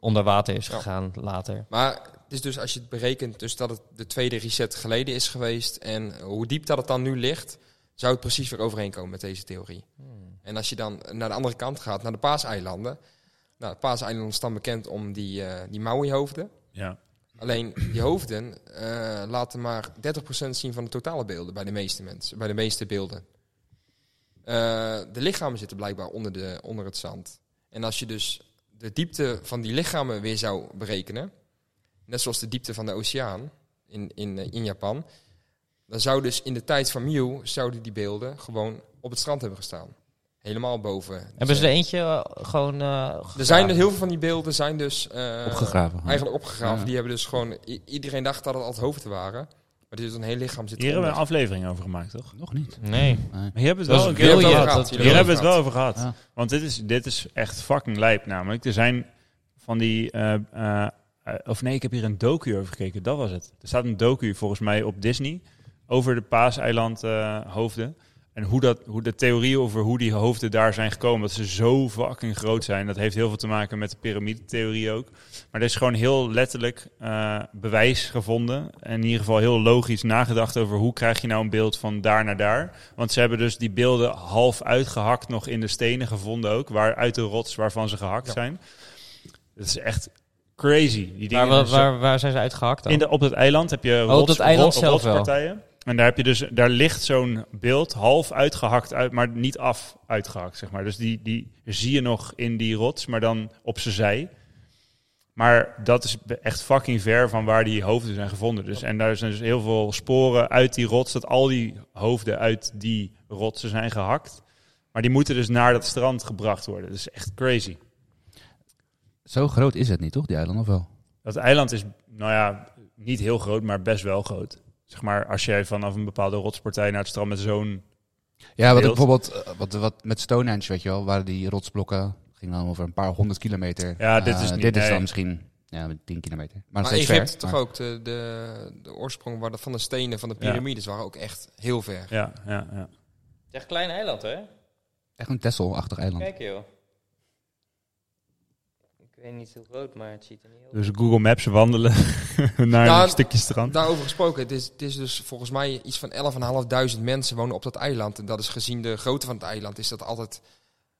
[SPEAKER 3] onder water is gegaan later.
[SPEAKER 5] Maar het is dus als je het berekent, dus dat het de tweede reset geleden is geweest en hoe diep dat het dan nu ligt, zou het precies weer overeenkomen met deze theorie. En als je dan naar de andere kant gaat, naar de Paaseilanden. Nou, de Paaseilanden staan bekend om die, eh die Maui-hoofden.
[SPEAKER 4] Ja.
[SPEAKER 5] Alleen die hoofden eh, laten maar 30% zien van de totale beelden bij de meeste mensen, bij de meeste beelden. Eh, de lichamen zitten blijkbaar onder, de, onder het zand. En als je dus de diepte van die lichamen weer zou berekenen, net zoals de diepte van de oceaan in, in, eh, in Japan, dan zou dus in de tijd van Mew zouden die beelden gewoon op het strand hebben gestaan. Helemaal boven.
[SPEAKER 3] Hebben ze er eentje eh, gewoon... eh,
[SPEAKER 5] er zijn
[SPEAKER 3] gegraven?
[SPEAKER 5] er heel veel van die beelden zijn dus eh,
[SPEAKER 2] Opgegraven.
[SPEAKER 5] eigenlijk opgegraven.
[SPEAKER 2] Ja.
[SPEAKER 5] Die hebben dus gewoon... i- Iedereen dacht dat het altijd hoofden waren. Maar dit is een heel lichaam zit
[SPEAKER 4] Hier hebben we een
[SPEAKER 5] eronder.
[SPEAKER 4] aflevering over gemaakt, toch?
[SPEAKER 2] Nog niet.
[SPEAKER 3] Nee.
[SPEAKER 4] Maar hier hebben we
[SPEAKER 3] Dat
[SPEAKER 4] het
[SPEAKER 3] is
[SPEAKER 4] wel
[SPEAKER 3] een
[SPEAKER 4] een
[SPEAKER 3] Wil
[SPEAKER 4] keer
[SPEAKER 5] Jullie
[SPEAKER 4] over
[SPEAKER 3] je
[SPEAKER 5] hebben
[SPEAKER 4] gehad.
[SPEAKER 3] dat-
[SPEAKER 5] het over gehad, jullie
[SPEAKER 4] Hier hebben
[SPEAKER 5] hebben
[SPEAKER 4] we het wel over gehad.
[SPEAKER 2] Ja.
[SPEAKER 4] Want dit is, dit is echt fucking lijp namelijk. Er zijn van die... eh, eh, eh, of nee, ik heb hier een docu over gekeken. Dat was het. Er staat een docu volgens mij op Disney over de Paaseiland eh, hoofden. En hoe, dat, hoe de theorieën over hoe die hoofden daar zijn gekomen. Dat ze zo fucking groot zijn. Dat heeft heel veel te maken met de piramidetheorie ook. Maar er is gewoon heel letterlijk eh, bewijs gevonden. En in ieder geval heel logisch nagedacht over hoe krijg je nou een beeld van daar naar daar. Want ze hebben dus die beelden half uitgehakt nog in de stenen gevonden ook. Waar, uit de rots waarvan ze gehakt
[SPEAKER 5] Ja.
[SPEAKER 4] zijn. Dat is echt crazy. Die dingen
[SPEAKER 7] Maar waar,
[SPEAKER 4] zijn zo-
[SPEAKER 7] waar, waar zijn ze uitgehakt dan?
[SPEAKER 4] in de, op het eiland heb je
[SPEAKER 7] op dat eiland
[SPEAKER 4] ro-
[SPEAKER 7] zelf wel.
[SPEAKER 4] rotspartijen. En daar, heb je dus, daar ligt zo'n beeld half uitgehakt uit, maar niet af uitgehakt, zeg maar. Dus die, die zie je nog in die rots, maar dan op zijn zij. Maar dat is be- echt fucking ver van waar die hoofden zijn gevonden. Dus, en daar zijn dus heel veel sporen uit die rots, dat al die hoofden uit die rotsen zijn gehakt. Maar die moeten dus naar dat strand gebracht worden. Dat is echt crazy.
[SPEAKER 2] Zo groot is het niet, toch, die eiland of wel?
[SPEAKER 4] Dat eiland is, nou ja, niet heel groot, maar best wel groot. Zeg maar, als jij vanaf een bepaalde rotspartij naar het strand met zo'n...
[SPEAKER 2] Ja, wat ik
[SPEAKER 4] Beeld.
[SPEAKER 2] bijvoorbeeld eh, wat, wat met Stonehenge, weet je wel, waren die rotsblokken, ging dan over een paar honderd kilometer.
[SPEAKER 4] Ja, dit
[SPEAKER 2] Eh,
[SPEAKER 4] is niet-
[SPEAKER 2] Dit is
[SPEAKER 4] nee.
[SPEAKER 2] dan misschien ja, tien kilometer. Maar, nog
[SPEAKER 5] Maar
[SPEAKER 2] steeds
[SPEAKER 5] Egypte
[SPEAKER 2] ver,
[SPEAKER 5] toch
[SPEAKER 2] maar-
[SPEAKER 5] ook, de, de, de oorsprong waar dat- van de stenen van de piramides waren ook echt heel ver.
[SPEAKER 4] Ja, ja, ja.
[SPEAKER 7] Echt een klein eiland, hè?
[SPEAKER 2] Echt een Texel-achtig eiland.
[SPEAKER 7] Kijk joh. Ik weet niet hoe groot, maar het ziet er niet heel
[SPEAKER 4] Dus Google Maps wandelen naar
[SPEAKER 5] Nou,
[SPEAKER 4] een stukje strand.
[SPEAKER 5] Daarover gesproken, het is, het is dus volgens mij iets van 11.500 mensen wonen op dat eiland. En dat is gezien de grootte van het eiland, is dat altijd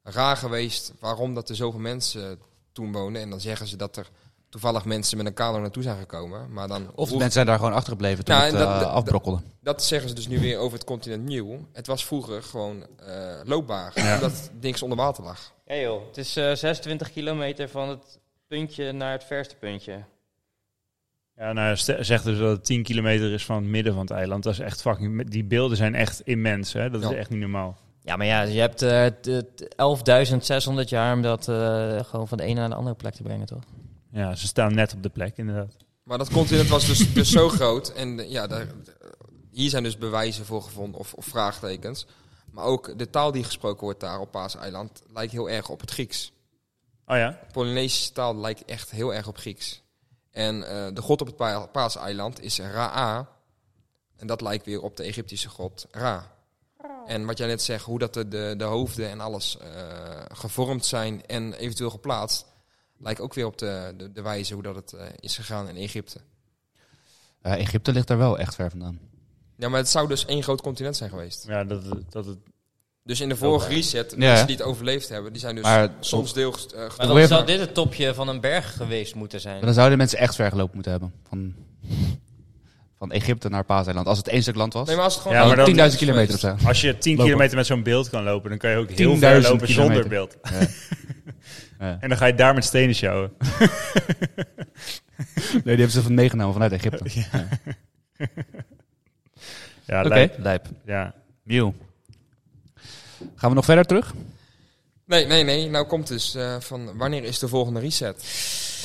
[SPEAKER 5] raar geweest waarom dat er zoveel mensen toen wonen. En dan zeggen ze dat er toevallig mensen met een kano naartoe zijn gekomen. Maar dan,
[SPEAKER 2] Of mensen zijn daar gewoon achtergebleven toen
[SPEAKER 5] Ja,
[SPEAKER 2] het
[SPEAKER 5] en dat-
[SPEAKER 2] eh,
[SPEAKER 5] dat-
[SPEAKER 2] afbrokkelde.
[SPEAKER 5] dat zeggen ze dus nu weer over het continent nieuw. Het was vroeger gewoon eh, loopbaar, omdat niks onder water lag.
[SPEAKER 7] Ja joh, het is eh, 26 kilometer van het puntje naar het verste puntje.
[SPEAKER 4] Ja, nou, st- zegt dus dat het 10 kilometer is van het midden van het eiland. Dat is echt fucking... Die beelden zijn echt immens, hè. Dat
[SPEAKER 5] Ja.
[SPEAKER 4] is echt niet normaal.
[SPEAKER 7] Ja, maar ja, je hebt eh, t- t- 11.600 jaar om dat eh, gewoon van de ene naar de andere plek te brengen, toch?
[SPEAKER 4] Ja, ze staan net op de plek, inderdaad.
[SPEAKER 5] Maar dat continent was dus, dus zo groot. En eh, ja, daar, hier zijn dus bewijzen voor gevonden of, of vraagtekens. Maar ook de taal die gesproken wordt daar op Paaseiland lijkt heel erg op het Grieks.
[SPEAKER 4] Oh ja?
[SPEAKER 5] De Polynesische taal lijkt echt heel erg op Grieks. En eh, de god op het Pa- Paaseiland is Ra. En dat lijkt weer op de Egyptische god Ra. En wat jij net zegt, hoe dat de, de, de hoofden en alles eh, gevormd zijn en eventueel geplaatst, lijkt ook weer op de, de, de wijze hoe dat het eh, is gegaan in Egypte.
[SPEAKER 2] Eh, Egypte ligt daar wel echt ver vandaan.
[SPEAKER 5] Ja, maar het zou dus één groot continent zijn geweest.
[SPEAKER 4] Ja, dat, dat het...
[SPEAKER 5] Dus in de vorige reset,
[SPEAKER 2] Ja.
[SPEAKER 5] mensen die het overleefd hebben, die zijn dus
[SPEAKER 2] Maar-
[SPEAKER 5] soms deels eh
[SPEAKER 7] Maar
[SPEAKER 5] gedood.
[SPEAKER 2] Hoe
[SPEAKER 7] dan
[SPEAKER 2] heb-
[SPEAKER 7] zou dit het topje van een berg geweest moeten zijn.
[SPEAKER 2] Dan zouden mensen echt ver gelopen moeten hebben. Van, van Egypte naar Paaseiland. Als het één stuk land was.
[SPEAKER 5] Nee, maar als het gewoon...
[SPEAKER 4] Ja,
[SPEAKER 2] dan
[SPEAKER 4] maar dan-
[SPEAKER 2] 10.000 kilometer of zo.
[SPEAKER 4] Als je 10
[SPEAKER 2] Lopen.
[SPEAKER 4] kilometer met zo'n beeld kan lopen, dan kan je ook heel ver
[SPEAKER 2] 10.000
[SPEAKER 4] lopen zonder
[SPEAKER 2] kilometer.
[SPEAKER 4] beeld.
[SPEAKER 2] Ja. Ja.
[SPEAKER 4] En dan ga je daar met stenen sjouwen.
[SPEAKER 2] Nee, die hebben ze van meegenomen vanuit Egypte.
[SPEAKER 4] Ja,
[SPEAKER 2] Oké,
[SPEAKER 4] lijp.
[SPEAKER 2] lijp.
[SPEAKER 4] Ja.
[SPEAKER 2] Nieuw. Gaan we nog verder terug?
[SPEAKER 5] Nee, nee, nee. Nou komt dus eh, van wanneer is de volgende reset?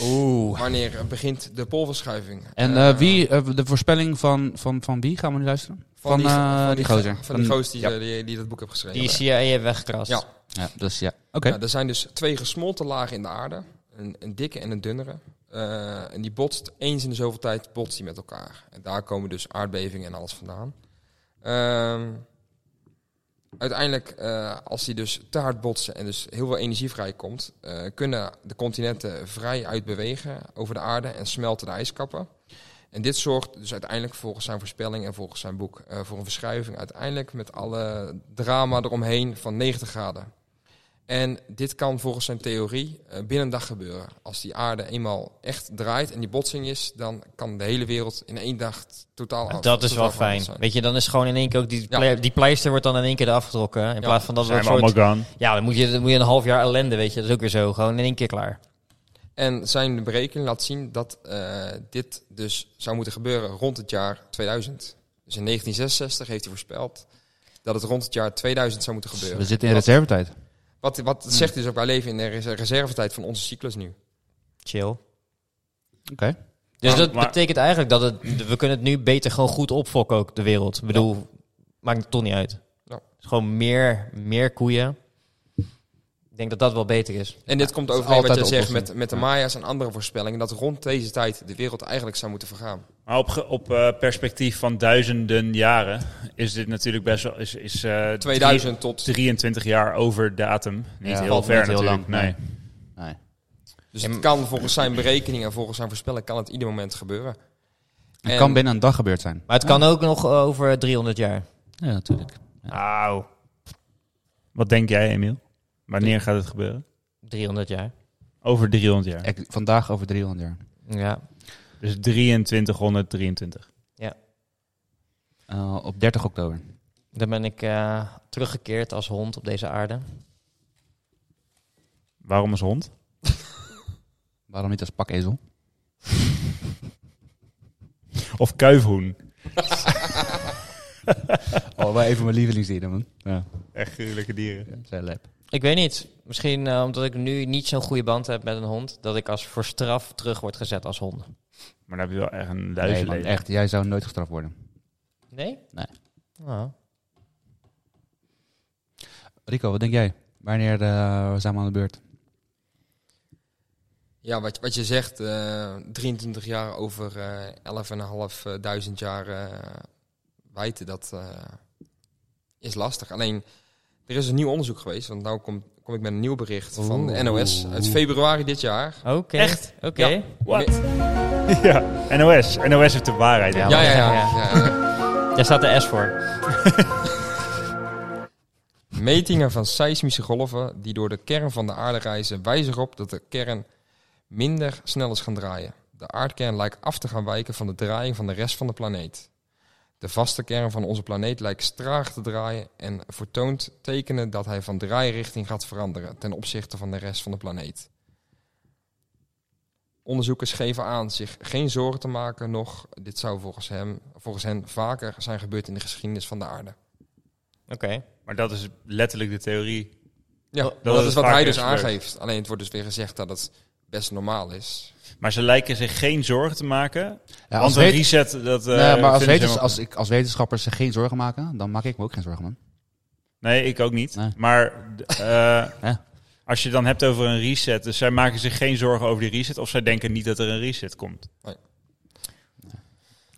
[SPEAKER 2] Oeh.
[SPEAKER 5] Wanneer eh, begint de polverschuiving?
[SPEAKER 2] En
[SPEAKER 5] Eh,
[SPEAKER 2] eh, wie, eh, de voorspelling van, van, van wie gaan we nu luisteren? Van,
[SPEAKER 5] die-
[SPEAKER 2] eh,
[SPEAKER 5] van
[SPEAKER 2] die
[SPEAKER 5] ge-
[SPEAKER 2] gozer.
[SPEAKER 5] Van die
[SPEAKER 2] Van-
[SPEAKER 5] gozer die,
[SPEAKER 2] ja.
[SPEAKER 5] eh, die, die dat boek heeft geschreven.
[SPEAKER 7] Die CIA heeft weggekrast.
[SPEAKER 5] Ja.
[SPEAKER 2] Ja, dus ja. Oké.
[SPEAKER 5] Ja, er zijn dus twee gesmolten lagen in de aarde. Een, een dikke en een dunnere. Eh, en die botst eens in de zoveel tijd botst die met elkaar. En daar komen dus aardbevingen en alles vandaan. Ehm, uiteindelijk, eh, als die dus te hard botsen en dus heel veel energie vrijkomt, eh, kunnen de continenten vrij uitbewegen over de aarde en smelten de ijskappen. En dit zorgt dus uiteindelijk volgens zijn voorspelling en volgens zijn boek eh, voor een verschuiving uiteindelijk met alle drama eromheen van 90 graden. En dit kan volgens zijn theorie eh, binnen een dag gebeuren. Als die aarde eenmaal echt draait en die botsing is, dan kan de hele wereld in één dag t- totaal af-
[SPEAKER 7] Dat is
[SPEAKER 5] totaal
[SPEAKER 7] wel
[SPEAKER 5] veranderd
[SPEAKER 7] fijn.
[SPEAKER 5] zijn.
[SPEAKER 7] Weet je, dan is gewoon in één keer ook die,
[SPEAKER 5] Ja.
[SPEAKER 7] plei- die pleister wordt dan in één keer eraf getrokken. In
[SPEAKER 5] Ja.
[SPEAKER 7] plaats van dat we
[SPEAKER 4] Zijn
[SPEAKER 7] een
[SPEAKER 4] we
[SPEAKER 7] soort...
[SPEAKER 4] allemaal gone.
[SPEAKER 7] Ja, dan moet, je, dan moet je een half jaar ellende, weet je. Dat is ook weer zo. Gewoon in één keer klaar.
[SPEAKER 5] En zijn berekening laat zien dat eh, dit dus zou moeten gebeuren rond het jaar 2000. Dus in 1966 heeft hij voorspeld dat het rond het jaar 2000 zou moeten gebeuren.
[SPEAKER 2] We Hmm. zitten in reservetijd.
[SPEAKER 5] Wat, wat het zegt dus ook, wij leven in de res- reservetijd van onze cyclus nu.
[SPEAKER 7] Chill.
[SPEAKER 2] Oké.
[SPEAKER 7] Dus
[SPEAKER 4] Maar-
[SPEAKER 7] dat
[SPEAKER 4] maar-
[SPEAKER 7] betekent eigenlijk dat het, we kunnen het nu beter gewoon goed opfokken ook, de wereld. Ik bedoel, maakt het toch niet uit.
[SPEAKER 5] Ja.
[SPEAKER 7] Dus gewoon meer, meer koeien. Ik denk dat dat wel beter is.
[SPEAKER 5] En dit komt
[SPEAKER 2] dat is
[SPEAKER 5] overeen wat je
[SPEAKER 2] altijd de
[SPEAKER 5] zegt met,
[SPEAKER 2] oplossing.
[SPEAKER 5] met de
[SPEAKER 2] Ja.
[SPEAKER 5] Maya's en andere voorspellingen, dat rond deze tijd de wereld eigenlijk zou moeten vergaan.
[SPEAKER 4] Maar op, ge- op eh, perspectief van duizenden jaren is dit natuurlijk best wel... Is, is, eh,
[SPEAKER 5] 2000 tot...
[SPEAKER 4] drie- 23 jaar over datum. Niet
[SPEAKER 2] Ja,
[SPEAKER 4] heel
[SPEAKER 2] valt
[SPEAKER 4] ver
[SPEAKER 2] niet heel
[SPEAKER 4] natuurlijk.
[SPEAKER 2] lang,
[SPEAKER 4] nee.
[SPEAKER 2] Nee.
[SPEAKER 5] Dus het kan volgens zijn berekeningen en volgens zijn voorspelling kan het ieder moment gebeuren.
[SPEAKER 2] Het
[SPEAKER 5] En-
[SPEAKER 2] kan binnen een dag gebeurd zijn.
[SPEAKER 7] Maar het kan ook nog eh, over 300 jaar.
[SPEAKER 2] Ja, natuurlijk.
[SPEAKER 7] Auw.
[SPEAKER 4] Wat denk jij, Emiel? Wanneer gaat het gebeuren?
[SPEAKER 7] 300 jaar.
[SPEAKER 4] Over 300 jaar.
[SPEAKER 2] Ik- vandaag over 300 jaar.
[SPEAKER 3] Ja.
[SPEAKER 4] Dus 2323.
[SPEAKER 2] Eh, op 30 oktober.
[SPEAKER 3] Dan ben ik eh, teruggekeerd als hond op deze aarde.
[SPEAKER 4] Waarom als hond?
[SPEAKER 2] Waarom niet als pakezel?
[SPEAKER 4] Of kuifhoen.
[SPEAKER 2] Oh, wel even mijn lievelingsdieren, man. Ja,
[SPEAKER 4] Echt gruwelijke dieren.
[SPEAKER 2] zijn lijp.
[SPEAKER 3] Ik weet niet. Misschien eh, omdat ik nu niet zo'n goede band heb met een hond, dat ik als voor straf terug word gezet als hond.
[SPEAKER 4] Maar dan heb je wel echt een
[SPEAKER 2] Nee,
[SPEAKER 4] duizend
[SPEAKER 2] man, echt. Jij zou nooit gestraft worden.
[SPEAKER 3] Nee?
[SPEAKER 2] Nee.
[SPEAKER 3] Oh.
[SPEAKER 2] Rico, wat denk jij? Wanneer eh, zijn we aan de beurt?
[SPEAKER 5] Ja, wat, wat je zegt, eh 23 jaar over eh 11.500 duizend jaar eh wijten, dat eh, is lastig. Alleen, er is een nieuw onderzoek geweest, want nu kom, kom ik met een nieuw bericht van de NOS uit februari dit jaar.
[SPEAKER 3] Oké. Echt? Oké.
[SPEAKER 5] Ja.
[SPEAKER 4] Wat? ja, NOS. NOS heeft de waarheid.
[SPEAKER 5] Ja,
[SPEAKER 4] aan.
[SPEAKER 5] ja, ja. ja,
[SPEAKER 3] Daar staat de S voor.
[SPEAKER 5] Metingen van seismische golven die door de kern van de aarde reizen wijzen erop dat de kern minder snel is gaan draaien. De aardkern lijkt af te gaan wijken van de draaiing van de rest van de planeet. De vaste kern van onze planeet lijkt traag te draaien en vertoont tekenen dat hij van draairichting gaat veranderen ten opzichte van de rest van de planeet. Onderzoekers geven aan zich geen zorgen te maken, nog dit zou volgens, hem, volgens hen vaker zijn gebeurd in de geschiedenis van de aarde.
[SPEAKER 3] Oké.
[SPEAKER 4] Maar dat is letterlijk de theorie.
[SPEAKER 5] Ja,
[SPEAKER 4] Dat
[SPEAKER 5] dat,
[SPEAKER 4] het
[SPEAKER 5] is wat
[SPEAKER 4] vaker
[SPEAKER 5] hij
[SPEAKER 4] is
[SPEAKER 5] dus
[SPEAKER 4] gebeurd.
[SPEAKER 5] aangeeft. Alleen het wordt dus weer gezegd dat het best normaal is.
[SPEAKER 4] Maar ze lijken zich geen zorgen te maken.
[SPEAKER 2] Ja,
[SPEAKER 4] want een
[SPEAKER 2] weet-
[SPEAKER 4] reset, dat... eh,
[SPEAKER 2] nee, maar als,
[SPEAKER 4] vinden ze
[SPEAKER 2] wetens,
[SPEAKER 4] helemaal-
[SPEAKER 2] als, ik, als wetenschappers zich geen zorgen maken, dan maak ik me ook geen zorgen, man.
[SPEAKER 4] Nee, ik ook niet.
[SPEAKER 2] Nee.
[SPEAKER 4] Maar d- eh,
[SPEAKER 2] Ja.
[SPEAKER 4] als je dan hebt over een reset... Dus zij maken zich geen zorgen over die reset... of zij denken niet dat er een reset komt.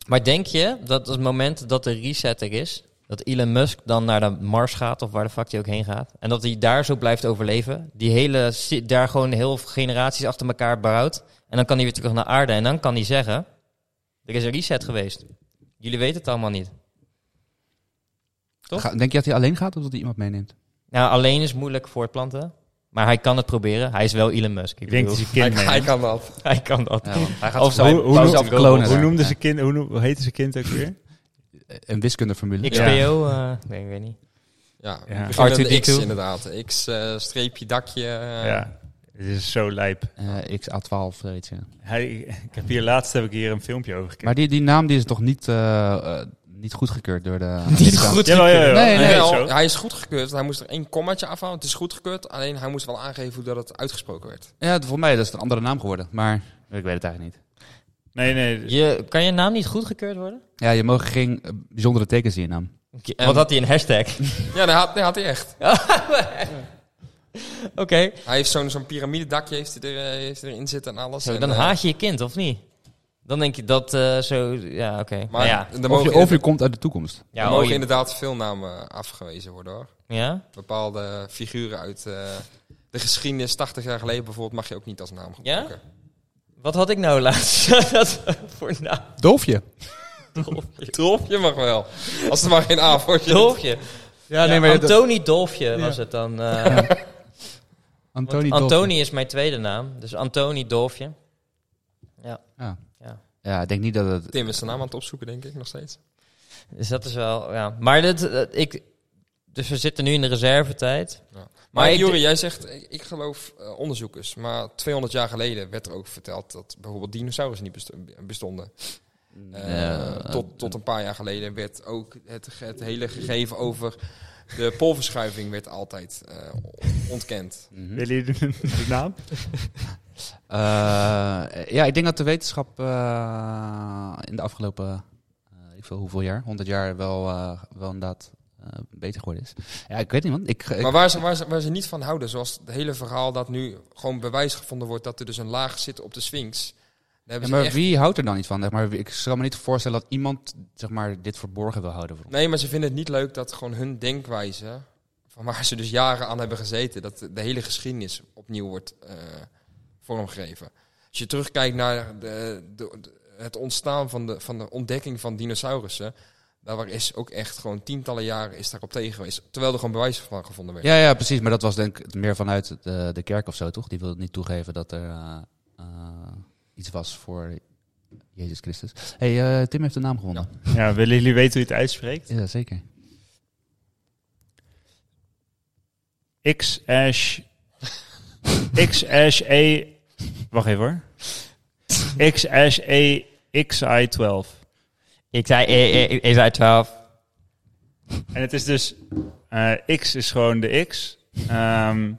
[SPEAKER 3] Maar denk je dat het moment dat de reset er is, dat Elon Musk dan naar de Mars gaat of waar de fuck hij ook heen gaat, en dat hij daar zo blijft overleven, die hele, si- daar gewoon heel veel generaties achter elkaar bouwt, en dan kan hij weer terug naar aarde en dan kan hij zeggen, er is een reset geweest. Jullie weten het allemaal niet. Toch?
[SPEAKER 2] Ga- denk je dat hij alleen gaat of dat hij iemand meeneemt?
[SPEAKER 3] Nou, alleen is moeilijk voortplanten, maar hij kan het proberen. Hij is wel Elon Musk. Ik
[SPEAKER 4] Ik denk
[SPEAKER 3] bedoel,
[SPEAKER 4] dat ze
[SPEAKER 5] Hij,
[SPEAKER 4] kind mee.
[SPEAKER 5] hij kan dat.
[SPEAKER 3] hij kan dat.
[SPEAKER 2] Ja, man. Hij gaat
[SPEAKER 3] Of
[SPEAKER 2] of zijn,
[SPEAKER 4] hoe-
[SPEAKER 2] hoe,
[SPEAKER 4] hoe-
[SPEAKER 2] zelf
[SPEAKER 5] hoe-
[SPEAKER 2] klonen.
[SPEAKER 4] Hoe
[SPEAKER 2] zijn.
[SPEAKER 4] noemde
[SPEAKER 2] Ja.
[SPEAKER 4] ze kind... Hoe, noem- hoe heette ze kind ook weer?
[SPEAKER 2] Een wiskundeformule.
[SPEAKER 3] XPO, eh, nee, ik weet niet.
[SPEAKER 5] Ja,
[SPEAKER 4] Ja.
[SPEAKER 5] we beginnen met de
[SPEAKER 3] R2D2.
[SPEAKER 5] X inderdaad. X, eh, streepje, dakje. eh,
[SPEAKER 4] Ja. Het is zo lijp.
[SPEAKER 2] Eh, XA12, zoiets. ja.
[SPEAKER 4] Hij, ik heb hier laatst heb ik hier een filmpje over gekeken.
[SPEAKER 2] Maar die, die naam die is toch niet, eh, eh, niet goedgekeurd door de...
[SPEAKER 3] Niet
[SPEAKER 4] goed.
[SPEAKER 3] goed.
[SPEAKER 4] Jawel, jawel, jawel.
[SPEAKER 2] Nee, nee,
[SPEAKER 4] Hij
[SPEAKER 5] Jawel,
[SPEAKER 4] heet zo.
[SPEAKER 5] hij is goedgekeurd. Hij moest er één kommaatje afhalen. Het is goedgekeurd. Alleen hij moest wel aangeven hoe dat het uitgesproken werd.
[SPEAKER 2] Ja, voor mij dat is een andere naam geworden, maar ik weet het eigenlijk niet.
[SPEAKER 4] Nee, nee.
[SPEAKER 3] Je, kan je naam niet goedgekeurd worden?
[SPEAKER 2] Ja, je mag geen eh, bijzondere tekens in je naam.
[SPEAKER 5] En-
[SPEAKER 3] Wat had hij een hashtag?
[SPEAKER 5] Ja, dat had, dat had hij echt.
[SPEAKER 3] Oké.
[SPEAKER 5] Hij heeft zo'n zo'n piramidedakje heeft hij er, eh, heeft hij erin zitten en alles.
[SPEAKER 3] Zo,
[SPEAKER 5] En,
[SPEAKER 3] dan
[SPEAKER 5] eh,
[SPEAKER 3] haat je je kind, of niet? Dan denk je dat eh, zo... Ja, oké. Maar
[SPEAKER 5] Maar
[SPEAKER 3] ja.
[SPEAKER 5] er
[SPEAKER 2] Of
[SPEAKER 5] mogen,
[SPEAKER 2] je, of je komt uit de toekomst.
[SPEAKER 5] er
[SPEAKER 3] Ja,
[SPEAKER 5] mogen
[SPEAKER 3] oh, je-
[SPEAKER 5] inderdaad veel namen afgewezen worden hoor.
[SPEAKER 3] ja?
[SPEAKER 5] Bepaalde figuren uit eh, de geschiedenis, 80 jaar geleden bijvoorbeeld, mag je ook niet als naam
[SPEAKER 3] Ja?
[SPEAKER 5] gebruiken.
[SPEAKER 3] Wat had ik nou laatst? dat nou voor naam.
[SPEAKER 2] Doofje.
[SPEAKER 3] Dolfje.
[SPEAKER 5] Je mag wel. Als er maar geen A voor je.
[SPEAKER 3] Dolfje.
[SPEAKER 2] Ja,
[SPEAKER 3] Ja,
[SPEAKER 2] nee, maar...
[SPEAKER 3] Antoni Dolfje was het dan. eh.
[SPEAKER 2] Antoni
[SPEAKER 3] Antoni is mijn tweede naam. Dus Antoni Dolfje.
[SPEAKER 2] Ja.
[SPEAKER 3] Ja.
[SPEAKER 2] ja, ik denk niet dat het...
[SPEAKER 5] Tim is de naam aan het opzoeken, denk ik nog steeds.
[SPEAKER 3] Dus dat is wel... Ja. Maar dit, eh, ik... Dus we zitten nu in de reservetijd.
[SPEAKER 5] Maar,
[SPEAKER 3] ik-
[SPEAKER 5] Jure, jij zegt, ik, ik geloof eh, onderzoekers. Maar 200 jaar geleden werd er ook verteld dat bijvoorbeeld dinosaurussen niet besto- bestonden. Eh,
[SPEAKER 2] Eh,
[SPEAKER 5] tot, tot een paar jaar geleden werd ook het, ge- het hele gegeven over de poolverschuiving werd altijd eh, ontkend.
[SPEAKER 2] mhm.
[SPEAKER 4] Willen jullie de, de naam?
[SPEAKER 2] Eh, ja, ik denk dat de wetenschap eh, in de afgelopen, eh, ik veel hoeveel jaar, 100 jaar wel, eh, wel inderdaad eh, beter geworden is. Ja, ik weet niet man. Ik, ik-
[SPEAKER 5] Maar waar ze, waar, ze, waar ze niet van houden, zoals het hele verhaal dat nu gewoon bewijs gevonden wordt dat er dus een laag zit op de Sphinx. Daar
[SPEAKER 2] ja,
[SPEAKER 5] hebben ze
[SPEAKER 2] maar
[SPEAKER 5] echt-
[SPEAKER 2] wie houdt er dan niet van? Zeg maar, ik zou me niet voorstellen dat iemand zeg maar, dit verborgen wil houden voor ons.
[SPEAKER 5] Nee, maar ze vinden het niet leuk dat gewoon hun denkwijze, van waar ze dus jaren aan hebben gezeten, dat de hele geschiedenis opnieuw wordt eh, vormgegeven. Als je terugkijkt naar de, de- de- het ontstaan van de, van de ontdekking van dinosaurussen, Daar is ook echt gewoon tientallen jaren is daarop tegen geweest. Terwijl er gewoon bewijs van gevonden werd.
[SPEAKER 2] Ja, ja, precies. Maar dat was denk ik meer vanuit de, de kerk of zo, toch? Die wilde niet toegeven dat er eh, eh, iets was voor Jezus Christus. hey, eh, Tim heeft een naam gewonnen.
[SPEAKER 4] Ja, willen jullie weten hoe je het uitspreekt?
[SPEAKER 2] Ja, zeker.
[SPEAKER 4] X ash X ash E. Wacht even hoor. X ash E XI 12.
[SPEAKER 7] Ik zei, eh, eh, ik zei 12.
[SPEAKER 4] En het is dus eh, X is gewoon de X. Ehm,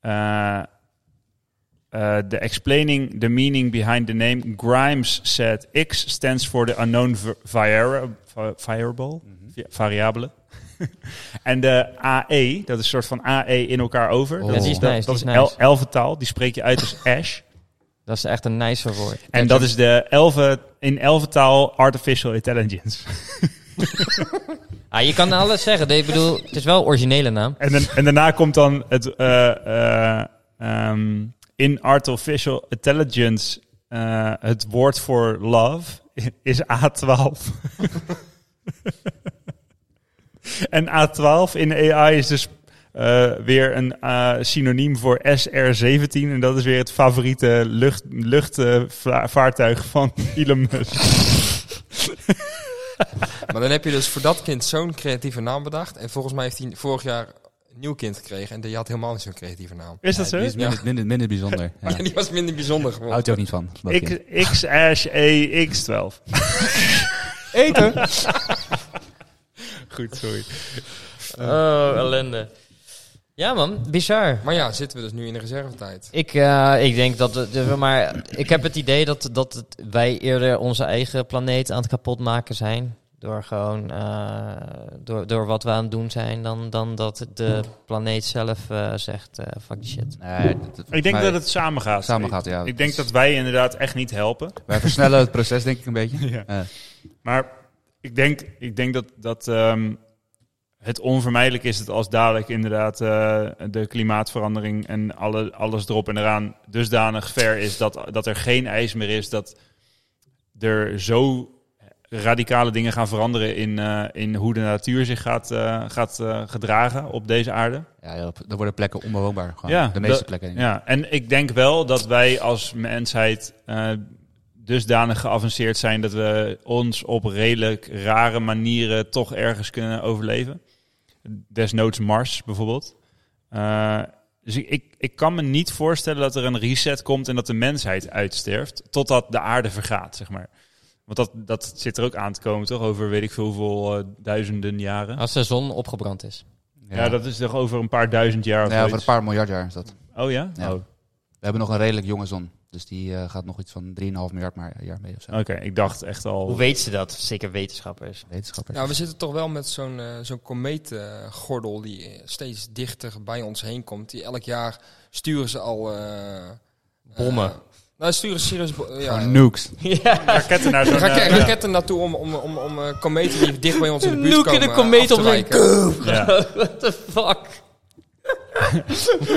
[SPEAKER 4] eh, eh, the explaining the meaning behind the name Grimes said X stands for the unknown v- variable, variable vi- variabele. en de AE, dat is een soort van AE in elkaar over.
[SPEAKER 2] Oh.
[SPEAKER 4] Dat,
[SPEAKER 7] Ja, die is nice,
[SPEAKER 4] dat
[SPEAKER 7] die
[SPEAKER 4] is
[SPEAKER 7] is
[SPEAKER 4] el
[SPEAKER 7] nice.
[SPEAKER 4] elfentaal, die spreek je uit als ash.
[SPEAKER 7] Dat is echt een nice woord.
[SPEAKER 4] En dat is de elfen, in elfentaal artificial intelligence.
[SPEAKER 7] Ah, je kan alles zeggen. Ik bedoel, het is wel een originele naam.
[SPEAKER 4] En, dan, en daarna komt dan het eh, eh, ehm, in artificial intelligence eh, het woord voor love is A12. en A12 in AI is dus eh, weer een eh, synoniem voor SR17 en dat is weer het favoriete luchtvaartuig lucht, eh, va- vaartuig van Elon Musk.
[SPEAKER 5] Maar dan heb je dus voor dat kind zo'n creatieve naam bedacht. En volgens mij heeft hij vorig jaar een nieuw kind gekregen. En die had helemaal niet zo'n creatieve naam.
[SPEAKER 4] Is dat zo?
[SPEAKER 2] Die is minder, minder, minder bijzonder. Ja.
[SPEAKER 5] Ja, die was minder bijzonder geworden.
[SPEAKER 2] Houdt hij ook niet van. dat kind.
[SPEAKER 4] X, X, E, X12.
[SPEAKER 7] Eten!
[SPEAKER 4] Goed, sorry.
[SPEAKER 7] Oh, ellende. Ja man, bizar.
[SPEAKER 5] Maar ja, zitten we dus nu in de reservetijd.
[SPEAKER 7] Ik, eh, ik denk dat we, we- maar ik heb het idee dat, dat het- wij eerder onze eigen planeet aan het kapotmaken zijn. Door gewoon, eh, door, door wat we aan het doen zijn, dan, dan dat de planeet zelf eh, zegt, eh, fuck die shit.
[SPEAKER 2] Nee, dat-
[SPEAKER 4] Ik denk dat het samen gaat.
[SPEAKER 2] samen gaat, ja.
[SPEAKER 4] Ik denk dat wij inderdaad echt niet helpen.
[SPEAKER 2] Wij versnellen het proces, denk ik, een beetje.
[SPEAKER 4] Ja.
[SPEAKER 2] Eh,
[SPEAKER 4] Maar ik denk, ik denk dat, dat ehm, het onvermijdelijk is dat als dadelijk inderdaad eh, de klimaatverandering en alle, alles erop en eraan dusdanig ver is dat, dat er geen ijs meer is, dat er zo radicale dingen gaan veranderen in, eh, in hoe de natuur zich gaat, eh, gaat eh, gedragen op deze aarde.
[SPEAKER 2] ja, ja, dan worden plekken onbewoonbaar. Gewoon.
[SPEAKER 4] Ja,
[SPEAKER 2] de meeste
[SPEAKER 4] dat-
[SPEAKER 2] plekken. denk ik.
[SPEAKER 4] Ja, en ik denk wel dat wij als mensheid eh, dusdanig geavanceerd zijn dat we ons op redelijk rare manieren toch ergens kunnen overleven. Desnoods Mars bijvoorbeeld. Eh, dus ik, ik, ik kan me niet voorstellen dat er een reset komt en dat de mensheid uitsterft totdat de aarde vergaat, zeg maar. Want dat, dat zit er ook aan te komen, toch? Over weet ik veel hoeveel eh, duizenden jaren.
[SPEAKER 7] Als de zon opgebrand is.
[SPEAKER 4] Ja. dat is toch over een paar duizend jaar of
[SPEAKER 2] Nee, over een
[SPEAKER 4] zoiets?
[SPEAKER 2] paar miljard jaar is dat.
[SPEAKER 4] Oh ja?
[SPEAKER 2] Ja.
[SPEAKER 4] Oh.
[SPEAKER 2] We hebben nog een redelijk jonge zon. Dus die eh, gaat nog iets van 3,5 miljard maar, jaar mee of zo.
[SPEAKER 4] Oké, ik dacht echt al...
[SPEAKER 7] Hoe weet ze dat? Zeker wetenschappers.
[SPEAKER 2] Wetenschappers.
[SPEAKER 5] Nou, we zitten toch wel met zo'n eh, zo'n komeetgordel die eh, steeds dichter bij ons heen komt. Die elk jaar sturen ze al... eh,
[SPEAKER 7] Bommen.
[SPEAKER 5] eh, nou, sturen ze serieus... bo- ja,
[SPEAKER 2] Gewoon nukes.
[SPEAKER 7] Ja,
[SPEAKER 4] raketten naar zo'n...
[SPEAKER 5] Raket,
[SPEAKER 4] eh,
[SPEAKER 5] raketten naartoe om, om, om, om eh, kometen die dicht bij ons in de buurt
[SPEAKER 7] Nuke
[SPEAKER 5] komen.
[SPEAKER 7] de komeet
[SPEAKER 5] af te
[SPEAKER 7] op zijn
[SPEAKER 5] wijken.
[SPEAKER 4] ja.
[SPEAKER 7] what the fuck?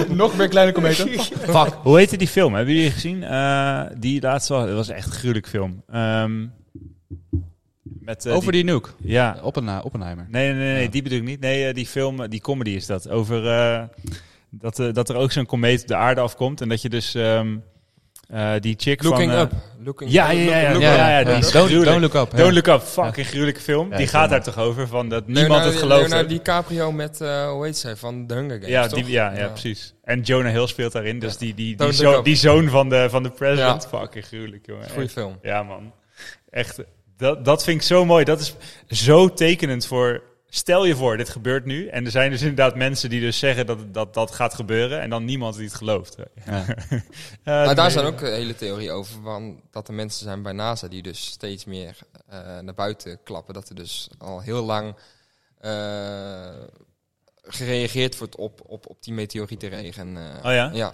[SPEAKER 5] Nog meer kleine kometen.
[SPEAKER 4] Fuck. Hoe heette die film? Hebben jullie gezien? Eh, die laatste was, dat was echt een gruwelijk film. Ehm, met, eh,
[SPEAKER 2] Over die nuke.
[SPEAKER 4] Ja.
[SPEAKER 2] Oppen, Oppenheimer.
[SPEAKER 4] Nee, nee, nee, nee,
[SPEAKER 2] Ja.
[SPEAKER 4] die bedoel ik niet. Nee, eh, die film, eh, die comedy is dat. Over eh, dat, eh, dat er ook zo'n komeet op de aarde afkomt. En dat je dus ehm, eh, die chick
[SPEAKER 5] Looking
[SPEAKER 4] van... eh,
[SPEAKER 5] up. Looking
[SPEAKER 4] Ja, ja, ja, ja.
[SPEAKER 5] Look-
[SPEAKER 4] ja,
[SPEAKER 5] Look-
[SPEAKER 4] ja, die is
[SPEAKER 2] Don't,
[SPEAKER 4] gruwelijk.
[SPEAKER 2] don't look up. ja.
[SPEAKER 4] Don't Look Up, fucking gruwelijke film.
[SPEAKER 2] Ja,
[SPEAKER 4] die
[SPEAKER 2] ik
[SPEAKER 4] gaat
[SPEAKER 2] ken
[SPEAKER 4] daar toch over, van dat niemand
[SPEAKER 5] Leonardo-
[SPEAKER 4] het gelooft.
[SPEAKER 5] Leonardo
[SPEAKER 4] heeft.
[SPEAKER 5] DiCaprio met, eh hoe heet zij, van de Hunger Games,
[SPEAKER 4] Ja,
[SPEAKER 5] toch?
[SPEAKER 4] die, ja, ja, precies. En Jonah Hill speelt daarin. Dus die, die, die,
[SPEAKER 5] Don't
[SPEAKER 4] zo,
[SPEAKER 5] look up.
[SPEAKER 4] die zoon van de, van de president. Fucking gruwelijk, jongen.
[SPEAKER 5] Goeie
[SPEAKER 4] Echt.
[SPEAKER 5] film.
[SPEAKER 4] Ja, man. Echt. Dat, dat vind ik zo mooi. Dat is zo tekenend voor... Stel je voor, dit gebeurt nu. En er zijn dus inderdaad mensen die dus zeggen dat dat, dat gaat gebeuren. En dan niemand die het gelooft. Eh,
[SPEAKER 2] Ja.
[SPEAKER 5] Maar daar zijn ook eh, hele theorieën over, van dat er mensen zijn bij NASA die dus steeds meer eh, naar buiten klappen. Dat er dus al heel lang eh, gereageerd wordt op, op, op die meteorietenregen. eh.
[SPEAKER 4] Oh ja?
[SPEAKER 5] Ja.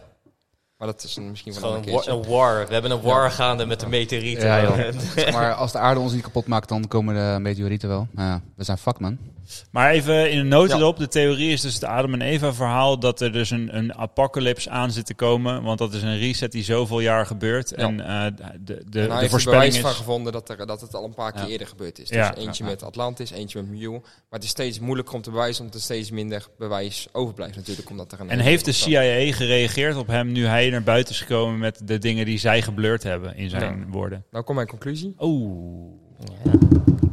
[SPEAKER 5] Maar dat is een- misschien
[SPEAKER 7] Het is
[SPEAKER 5] wel een
[SPEAKER 7] gewoon
[SPEAKER 5] keer. Nou,
[SPEAKER 7] een war, een war. We hebben een war gaande met de meteorieten.
[SPEAKER 2] Ja, joh. maar als de aarde ons niet kapot maakt, dan komen de meteorieten wel. Maar ja, we zijn fuck, man.
[SPEAKER 4] Maar even in een notendop, de theorie is dus het Adam en Eva verhaal dat er dus een, een apocalypse aan zit te komen. Want dat is een reset die zoveel jaar gebeurt. En eh, de, de,
[SPEAKER 5] En hij
[SPEAKER 4] de
[SPEAKER 5] heeft er
[SPEAKER 4] voorspelling
[SPEAKER 5] bewijs
[SPEAKER 4] is...
[SPEAKER 5] van gevonden dat, er, dat het al een paar keer
[SPEAKER 4] Ja.
[SPEAKER 5] eerder gebeurd is. Dus
[SPEAKER 4] Ja.
[SPEAKER 5] eentje
[SPEAKER 2] Ja.
[SPEAKER 5] met Atlantis, eentje met Mule. Maar het is steeds moeilijker om te bewijzen, omdat er steeds minder bewijs overblijft natuurlijk. Omdat er een
[SPEAKER 4] En heeft de CIA gereageerd op hem nu hij naar buiten is gekomen met de dingen die zij geblurred hebben in zijn woorden?
[SPEAKER 5] Nou komt mijn conclusie.
[SPEAKER 4] Oeh.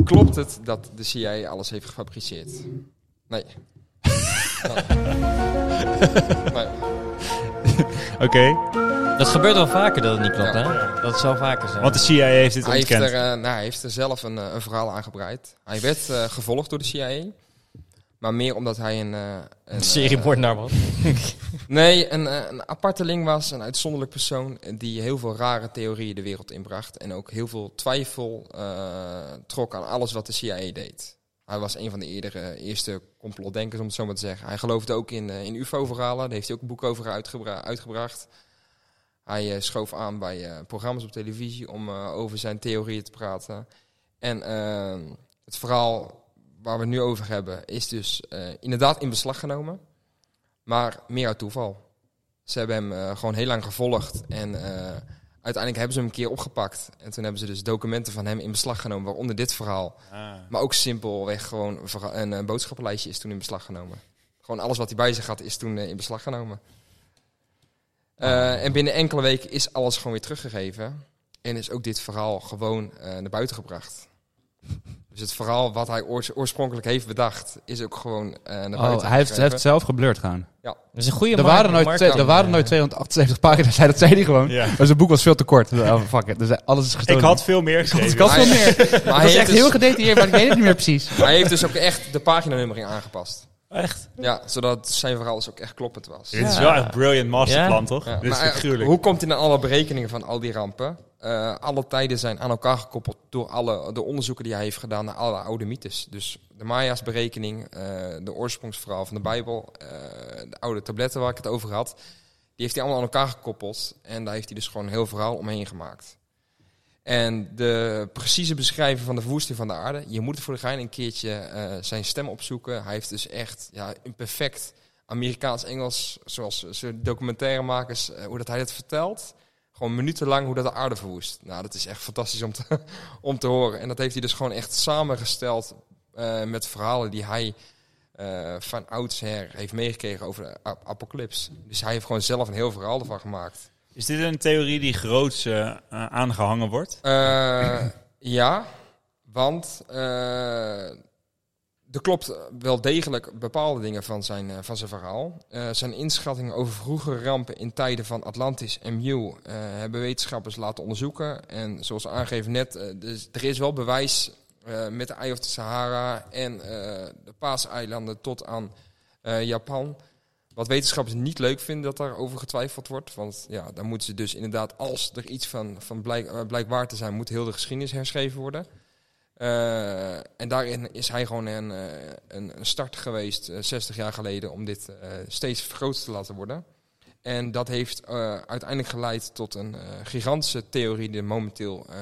[SPEAKER 5] Klopt het dat de CIA alles heeft gefabriceerd? Nee. nee. nee.
[SPEAKER 4] Oké,
[SPEAKER 7] Dat gebeurt wel vaker dat het niet klopt,
[SPEAKER 5] Ja.
[SPEAKER 7] hè? Dat zal vaker zijn.
[SPEAKER 4] want de CIA heeft dit
[SPEAKER 5] Hij heeft,
[SPEAKER 4] ontkend.
[SPEAKER 5] er, eh, nou, hij heeft er zelf een, eh, een verhaal aan gebreid. Hij werd eh, gevolgd door de CIA. Maar meer omdat hij een... eh, een
[SPEAKER 7] een serie
[SPEAKER 5] eh,
[SPEAKER 7] moordenaar, man.
[SPEAKER 5] Nee, een, eh, een aparteling was, een uitzonderlijk persoon die heel veel rare theorieën de wereld inbracht. En ook heel veel twijfel eh, trok aan alles wat de CIA deed. Hij was een van de eerdere, eerste complotdenkers, om het zo maar te zeggen. Hij geloofde ook in, eh, in UFO-verhalen, daar heeft hij ook een boek over uitgebra- uitgebracht. Hij eh, schoof aan bij eh, programma's op televisie om eh, over zijn theorieën te praten. En eh, het verhaal waar we het nu over hebben is dus eh, inderdaad in beslag genomen. Maar meer uit toeval. Ze hebben hem eh, gewoon heel lang gevolgd. En eh, uiteindelijk hebben ze hem een keer opgepakt. En toen hebben ze dus documenten van hem in beslag genomen. Waaronder dit verhaal. Maar ook simpelweg gewoon een verha- een, eh, boodschappenlijstje is toen in beslag genomen. Gewoon alles wat hij bij zich had is toen eh, in beslag genomen. Eh, en binnen enkele weken is alles gewoon weer teruggegeven. En is ook dit verhaal gewoon eh, naar buiten gebracht. Dus het verhaal wat hij oors- oorspronkelijk heeft bedacht, is ook gewoon eh, naar buiten
[SPEAKER 2] Oh, hij heeft, hij
[SPEAKER 5] gegeven.
[SPEAKER 2] heeft zelf geblurred gaan.
[SPEAKER 7] Dat is een goede
[SPEAKER 2] Er
[SPEAKER 7] markt-
[SPEAKER 2] waren, nooit,
[SPEAKER 7] markt-
[SPEAKER 2] twee- er waren nooit 278 pagina's, hij dat zei hij
[SPEAKER 5] eh,
[SPEAKER 2] gewoon.
[SPEAKER 4] Ja.
[SPEAKER 2] Maar zijn boek was veel te kort. Oh, fuck it, dus alles is
[SPEAKER 4] Ik
[SPEAKER 2] gestolen.
[SPEAKER 4] had veel meer geschreven.
[SPEAKER 2] Ik had veel
[SPEAKER 5] Maar-
[SPEAKER 2] meer.
[SPEAKER 5] Maar
[SPEAKER 2] Het
[SPEAKER 5] hij
[SPEAKER 2] was
[SPEAKER 5] heeft
[SPEAKER 2] echt
[SPEAKER 5] dus-
[SPEAKER 2] heel gedetailleerd, maar ik weet het niet meer precies.
[SPEAKER 5] Maar hij heeft dus ook echt de paginanummering aangepast.
[SPEAKER 4] Echt?
[SPEAKER 5] Ja, zodat zijn verhaal dus ook echt kloppend was.
[SPEAKER 4] Dit is wel echt een brilliant masterplan, toch?
[SPEAKER 5] Ja,
[SPEAKER 4] Dit is
[SPEAKER 5] maar, eh,
[SPEAKER 4] echt gruwelijk.
[SPEAKER 5] Hoe komt hij naar alle berekeningen van al die rampen? Eh, alle tijden zijn aan elkaar gekoppeld door alle de onderzoeken die hij heeft gedaan naar alle oude mythes. Dus de Maya's berekening, eh, de oorsprongsverhaal van de Bijbel, eh, de oude tabletten waar ik het over had. Die heeft hij allemaal aan elkaar gekoppeld en daar heeft hij dus gewoon een heel verhaal omheen gemaakt. En de precieze beschrijving van de verwoesting van de aarde. Je moet voor de gein een keertje eh, zijn stem opzoeken. Hij heeft dus echt ja, een perfect Amerikaans-Engels, zoals ze documentairemakers, eh, hoe dat hij dat vertelt. Gewoon minutenlang hoe dat de aarde verwoest. Nou, dat is echt fantastisch om te, om te horen. En dat heeft hij dus gewoon echt samengesteld eh, met verhalen die hij eh, van oudsher heeft meegekregen over de ap- apocalypse. Dus hij heeft gewoon zelf een heel verhaal ervan gemaakt.
[SPEAKER 4] Is dit een theorie die groots eh, eh, aangehangen wordt?
[SPEAKER 5] Eh, ja, want eh, er klopt wel degelijk bepaalde dingen van zijn, eh, van zijn verhaal. Eh, zijn inschattingen over vroegere rampen in tijden van Atlantis en Mew eh, hebben wetenschappers laten onderzoeken. En zoals aangegeven net, eh, dus er is wel bewijs eh, met de Ei of de Sahara en eh, de Paaseilanden tot aan eh, Japan. Wat wetenschappers niet leuk vinden dat daarover getwijfeld wordt. Want ja, dan moeten ze dus inderdaad, als er iets van, van blijk, eh, blijkbaar te zijn, moet heel de geschiedenis herschreven worden. Eh, en daarin is hij gewoon een, eh, een, een start geweest, eh, 60 jaar geleden, om dit eh, steeds groter te laten worden. En dat heeft eh, uiteindelijk geleid tot een eh, gigantische theorie die momenteel eh,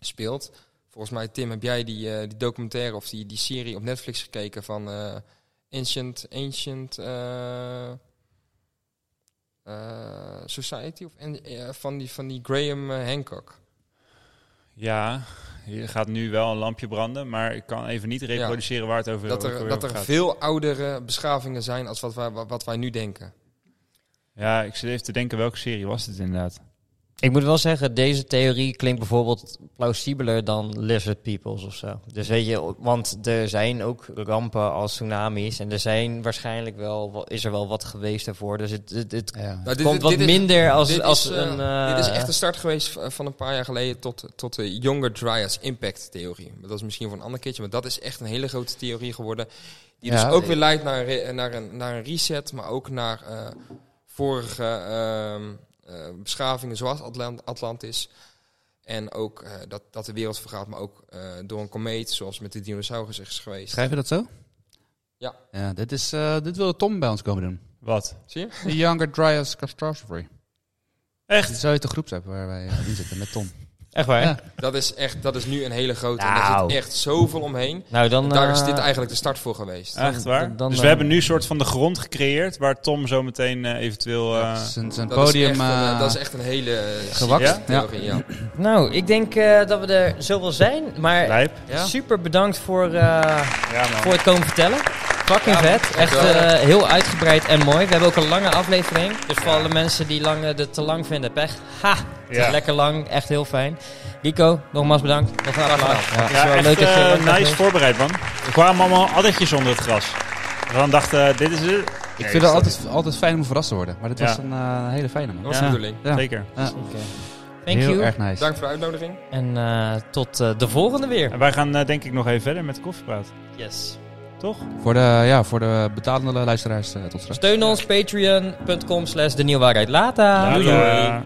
[SPEAKER 5] speelt. Volgens mij, Tim, heb jij die, eh, die documentaire of die, die serie op Netflix gekeken van eh, Ancient, Ancient eh, eh, Society? Of, en, eh, van, die, van die Graham eh, Hancock.
[SPEAKER 4] Ja, hier gaat nu wel een lampje branden, maar ik kan even niet reproduceren waar het over,
[SPEAKER 5] Dat
[SPEAKER 4] ook
[SPEAKER 5] er,
[SPEAKER 4] weer
[SPEAKER 5] dat
[SPEAKER 4] over
[SPEAKER 5] er
[SPEAKER 4] gaat.
[SPEAKER 5] veel oudere beschavingen zijn als wat wij, wat wat wij nu denken. Nou,
[SPEAKER 4] Ja, ik zit even te denken welke serie was het inderdaad.
[SPEAKER 7] Ik moet wel zeggen, deze theorie klinkt bijvoorbeeld plausibeler dan lizard peoples of zo. Dus weet je, want er zijn ook rampen als tsunamis en er zijn waarschijnlijk wel, wel- is er wel wat geweest daarvoor. Dus het, het, het
[SPEAKER 5] Nou,
[SPEAKER 7] komt wat
[SPEAKER 5] is-
[SPEAKER 7] minder als,
[SPEAKER 5] dit
[SPEAKER 7] als
[SPEAKER 5] is, eh,
[SPEAKER 7] een... eh,
[SPEAKER 5] dit is echt een start geweest v- van een paar jaar geleden tot, tot de Younger Dryas Impact Theorie. Maar Dat is misschien voor een ander keertje, maar dat is echt een hele grote theorie geworden. Die
[SPEAKER 2] Ja.
[SPEAKER 5] dus
[SPEAKER 7] eh,
[SPEAKER 5] ook weer leidt naar, een re- naar, een, naar een reset, maar ook naar eh, vorige ehm, eh, beschavingen zoals Atlant Atlantis. En ook eh, dat, dat de wereld vergaat, maar ook eh, door een komeet, zoals met de dinosaurus is geweest.
[SPEAKER 2] Schrijf je dat zo?
[SPEAKER 5] Ja.
[SPEAKER 2] ja dit, is, eh, dit wilde Tom bij ons komen doen.
[SPEAKER 4] Wat?
[SPEAKER 5] Zie je?
[SPEAKER 2] The Younger Dryas Catastrophe.
[SPEAKER 4] Echt?
[SPEAKER 2] Zo heet de groepsapp waar wij eh, in zitten met Tom.
[SPEAKER 3] Echt waar?
[SPEAKER 2] Ja.
[SPEAKER 5] Dat is, echt, dat is nu een hele grote. En daar
[SPEAKER 3] Nou.
[SPEAKER 5] zit echt zoveel omheen.
[SPEAKER 3] Nou, dan...
[SPEAKER 5] En daar
[SPEAKER 3] eh,
[SPEAKER 5] is dit eigenlijk de start voor geweest.
[SPEAKER 4] Echt waar?
[SPEAKER 3] dan- dan-
[SPEAKER 4] dus we
[SPEAKER 3] dan-
[SPEAKER 4] hebben nu een soort van de grond gecreëerd waar Tom zo meteen eh, eventueel... eh,
[SPEAKER 2] Zijn zijn
[SPEAKER 5] dat,
[SPEAKER 2] podium...
[SPEAKER 5] is echt een, eh,
[SPEAKER 2] eh,
[SPEAKER 5] dat is echt een hele eh,
[SPEAKER 2] gewakt.
[SPEAKER 5] zieke theorie, ja.
[SPEAKER 3] Nou, ik denk eh, dat we er zo wel zijn. Maar
[SPEAKER 4] Lijp.
[SPEAKER 5] Ja.
[SPEAKER 3] super bedankt voor, eh,
[SPEAKER 4] Ja, man.
[SPEAKER 3] voor het komen vertellen. Fucking
[SPEAKER 5] Ja,
[SPEAKER 3] vet. Echt
[SPEAKER 5] dankjewel.
[SPEAKER 3] eh, heel uitgebreid en mooi. We hebben ook een lange aflevering. Dus voor alle mensen die lang, eh, dit te lang vinden, pech. Ha! Het
[SPEAKER 4] Ja.
[SPEAKER 3] is lekker lang. Echt heel fijn. Rico, nogmaals bedankt. Nog graag gedaan.
[SPEAKER 4] Ja, echt
[SPEAKER 3] dat je
[SPEAKER 4] eh,
[SPEAKER 3] dat nog
[SPEAKER 4] nice
[SPEAKER 3] doet.
[SPEAKER 4] voorbereid, man. Er kwamen allemaal addertjes onder het gras. We dan dachten, eh, dit is het.
[SPEAKER 2] Ik vind het altijd, altijd fijn om verrast te worden. Maar dit
[SPEAKER 4] Ja.
[SPEAKER 2] was een eh, hele fijne, man.
[SPEAKER 5] Dat was
[SPEAKER 4] Ja.
[SPEAKER 5] de bedoeling.
[SPEAKER 2] Ja.
[SPEAKER 4] Zeker.
[SPEAKER 3] Oké. Thank
[SPEAKER 2] Heel
[SPEAKER 3] you.
[SPEAKER 2] erg nice.
[SPEAKER 5] Dank voor de uitnodiging.
[SPEAKER 3] En eh, tot eh, de volgende weer.
[SPEAKER 4] En wij gaan eh, denk ik nog even verder met de koffiepraat.
[SPEAKER 3] Yes.
[SPEAKER 4] Toch?
[SPEAKER 2] Voor, de, ja, voor de betalende luisteraars, eh, tot straks.
[SPEAKER 3] Steun ons, patreon.com slash de nieuwe waarheid. Later.
[SPEAKER 4] Ja,
[SPEAKER 3] Doei.
[SPEAKER 4] ja.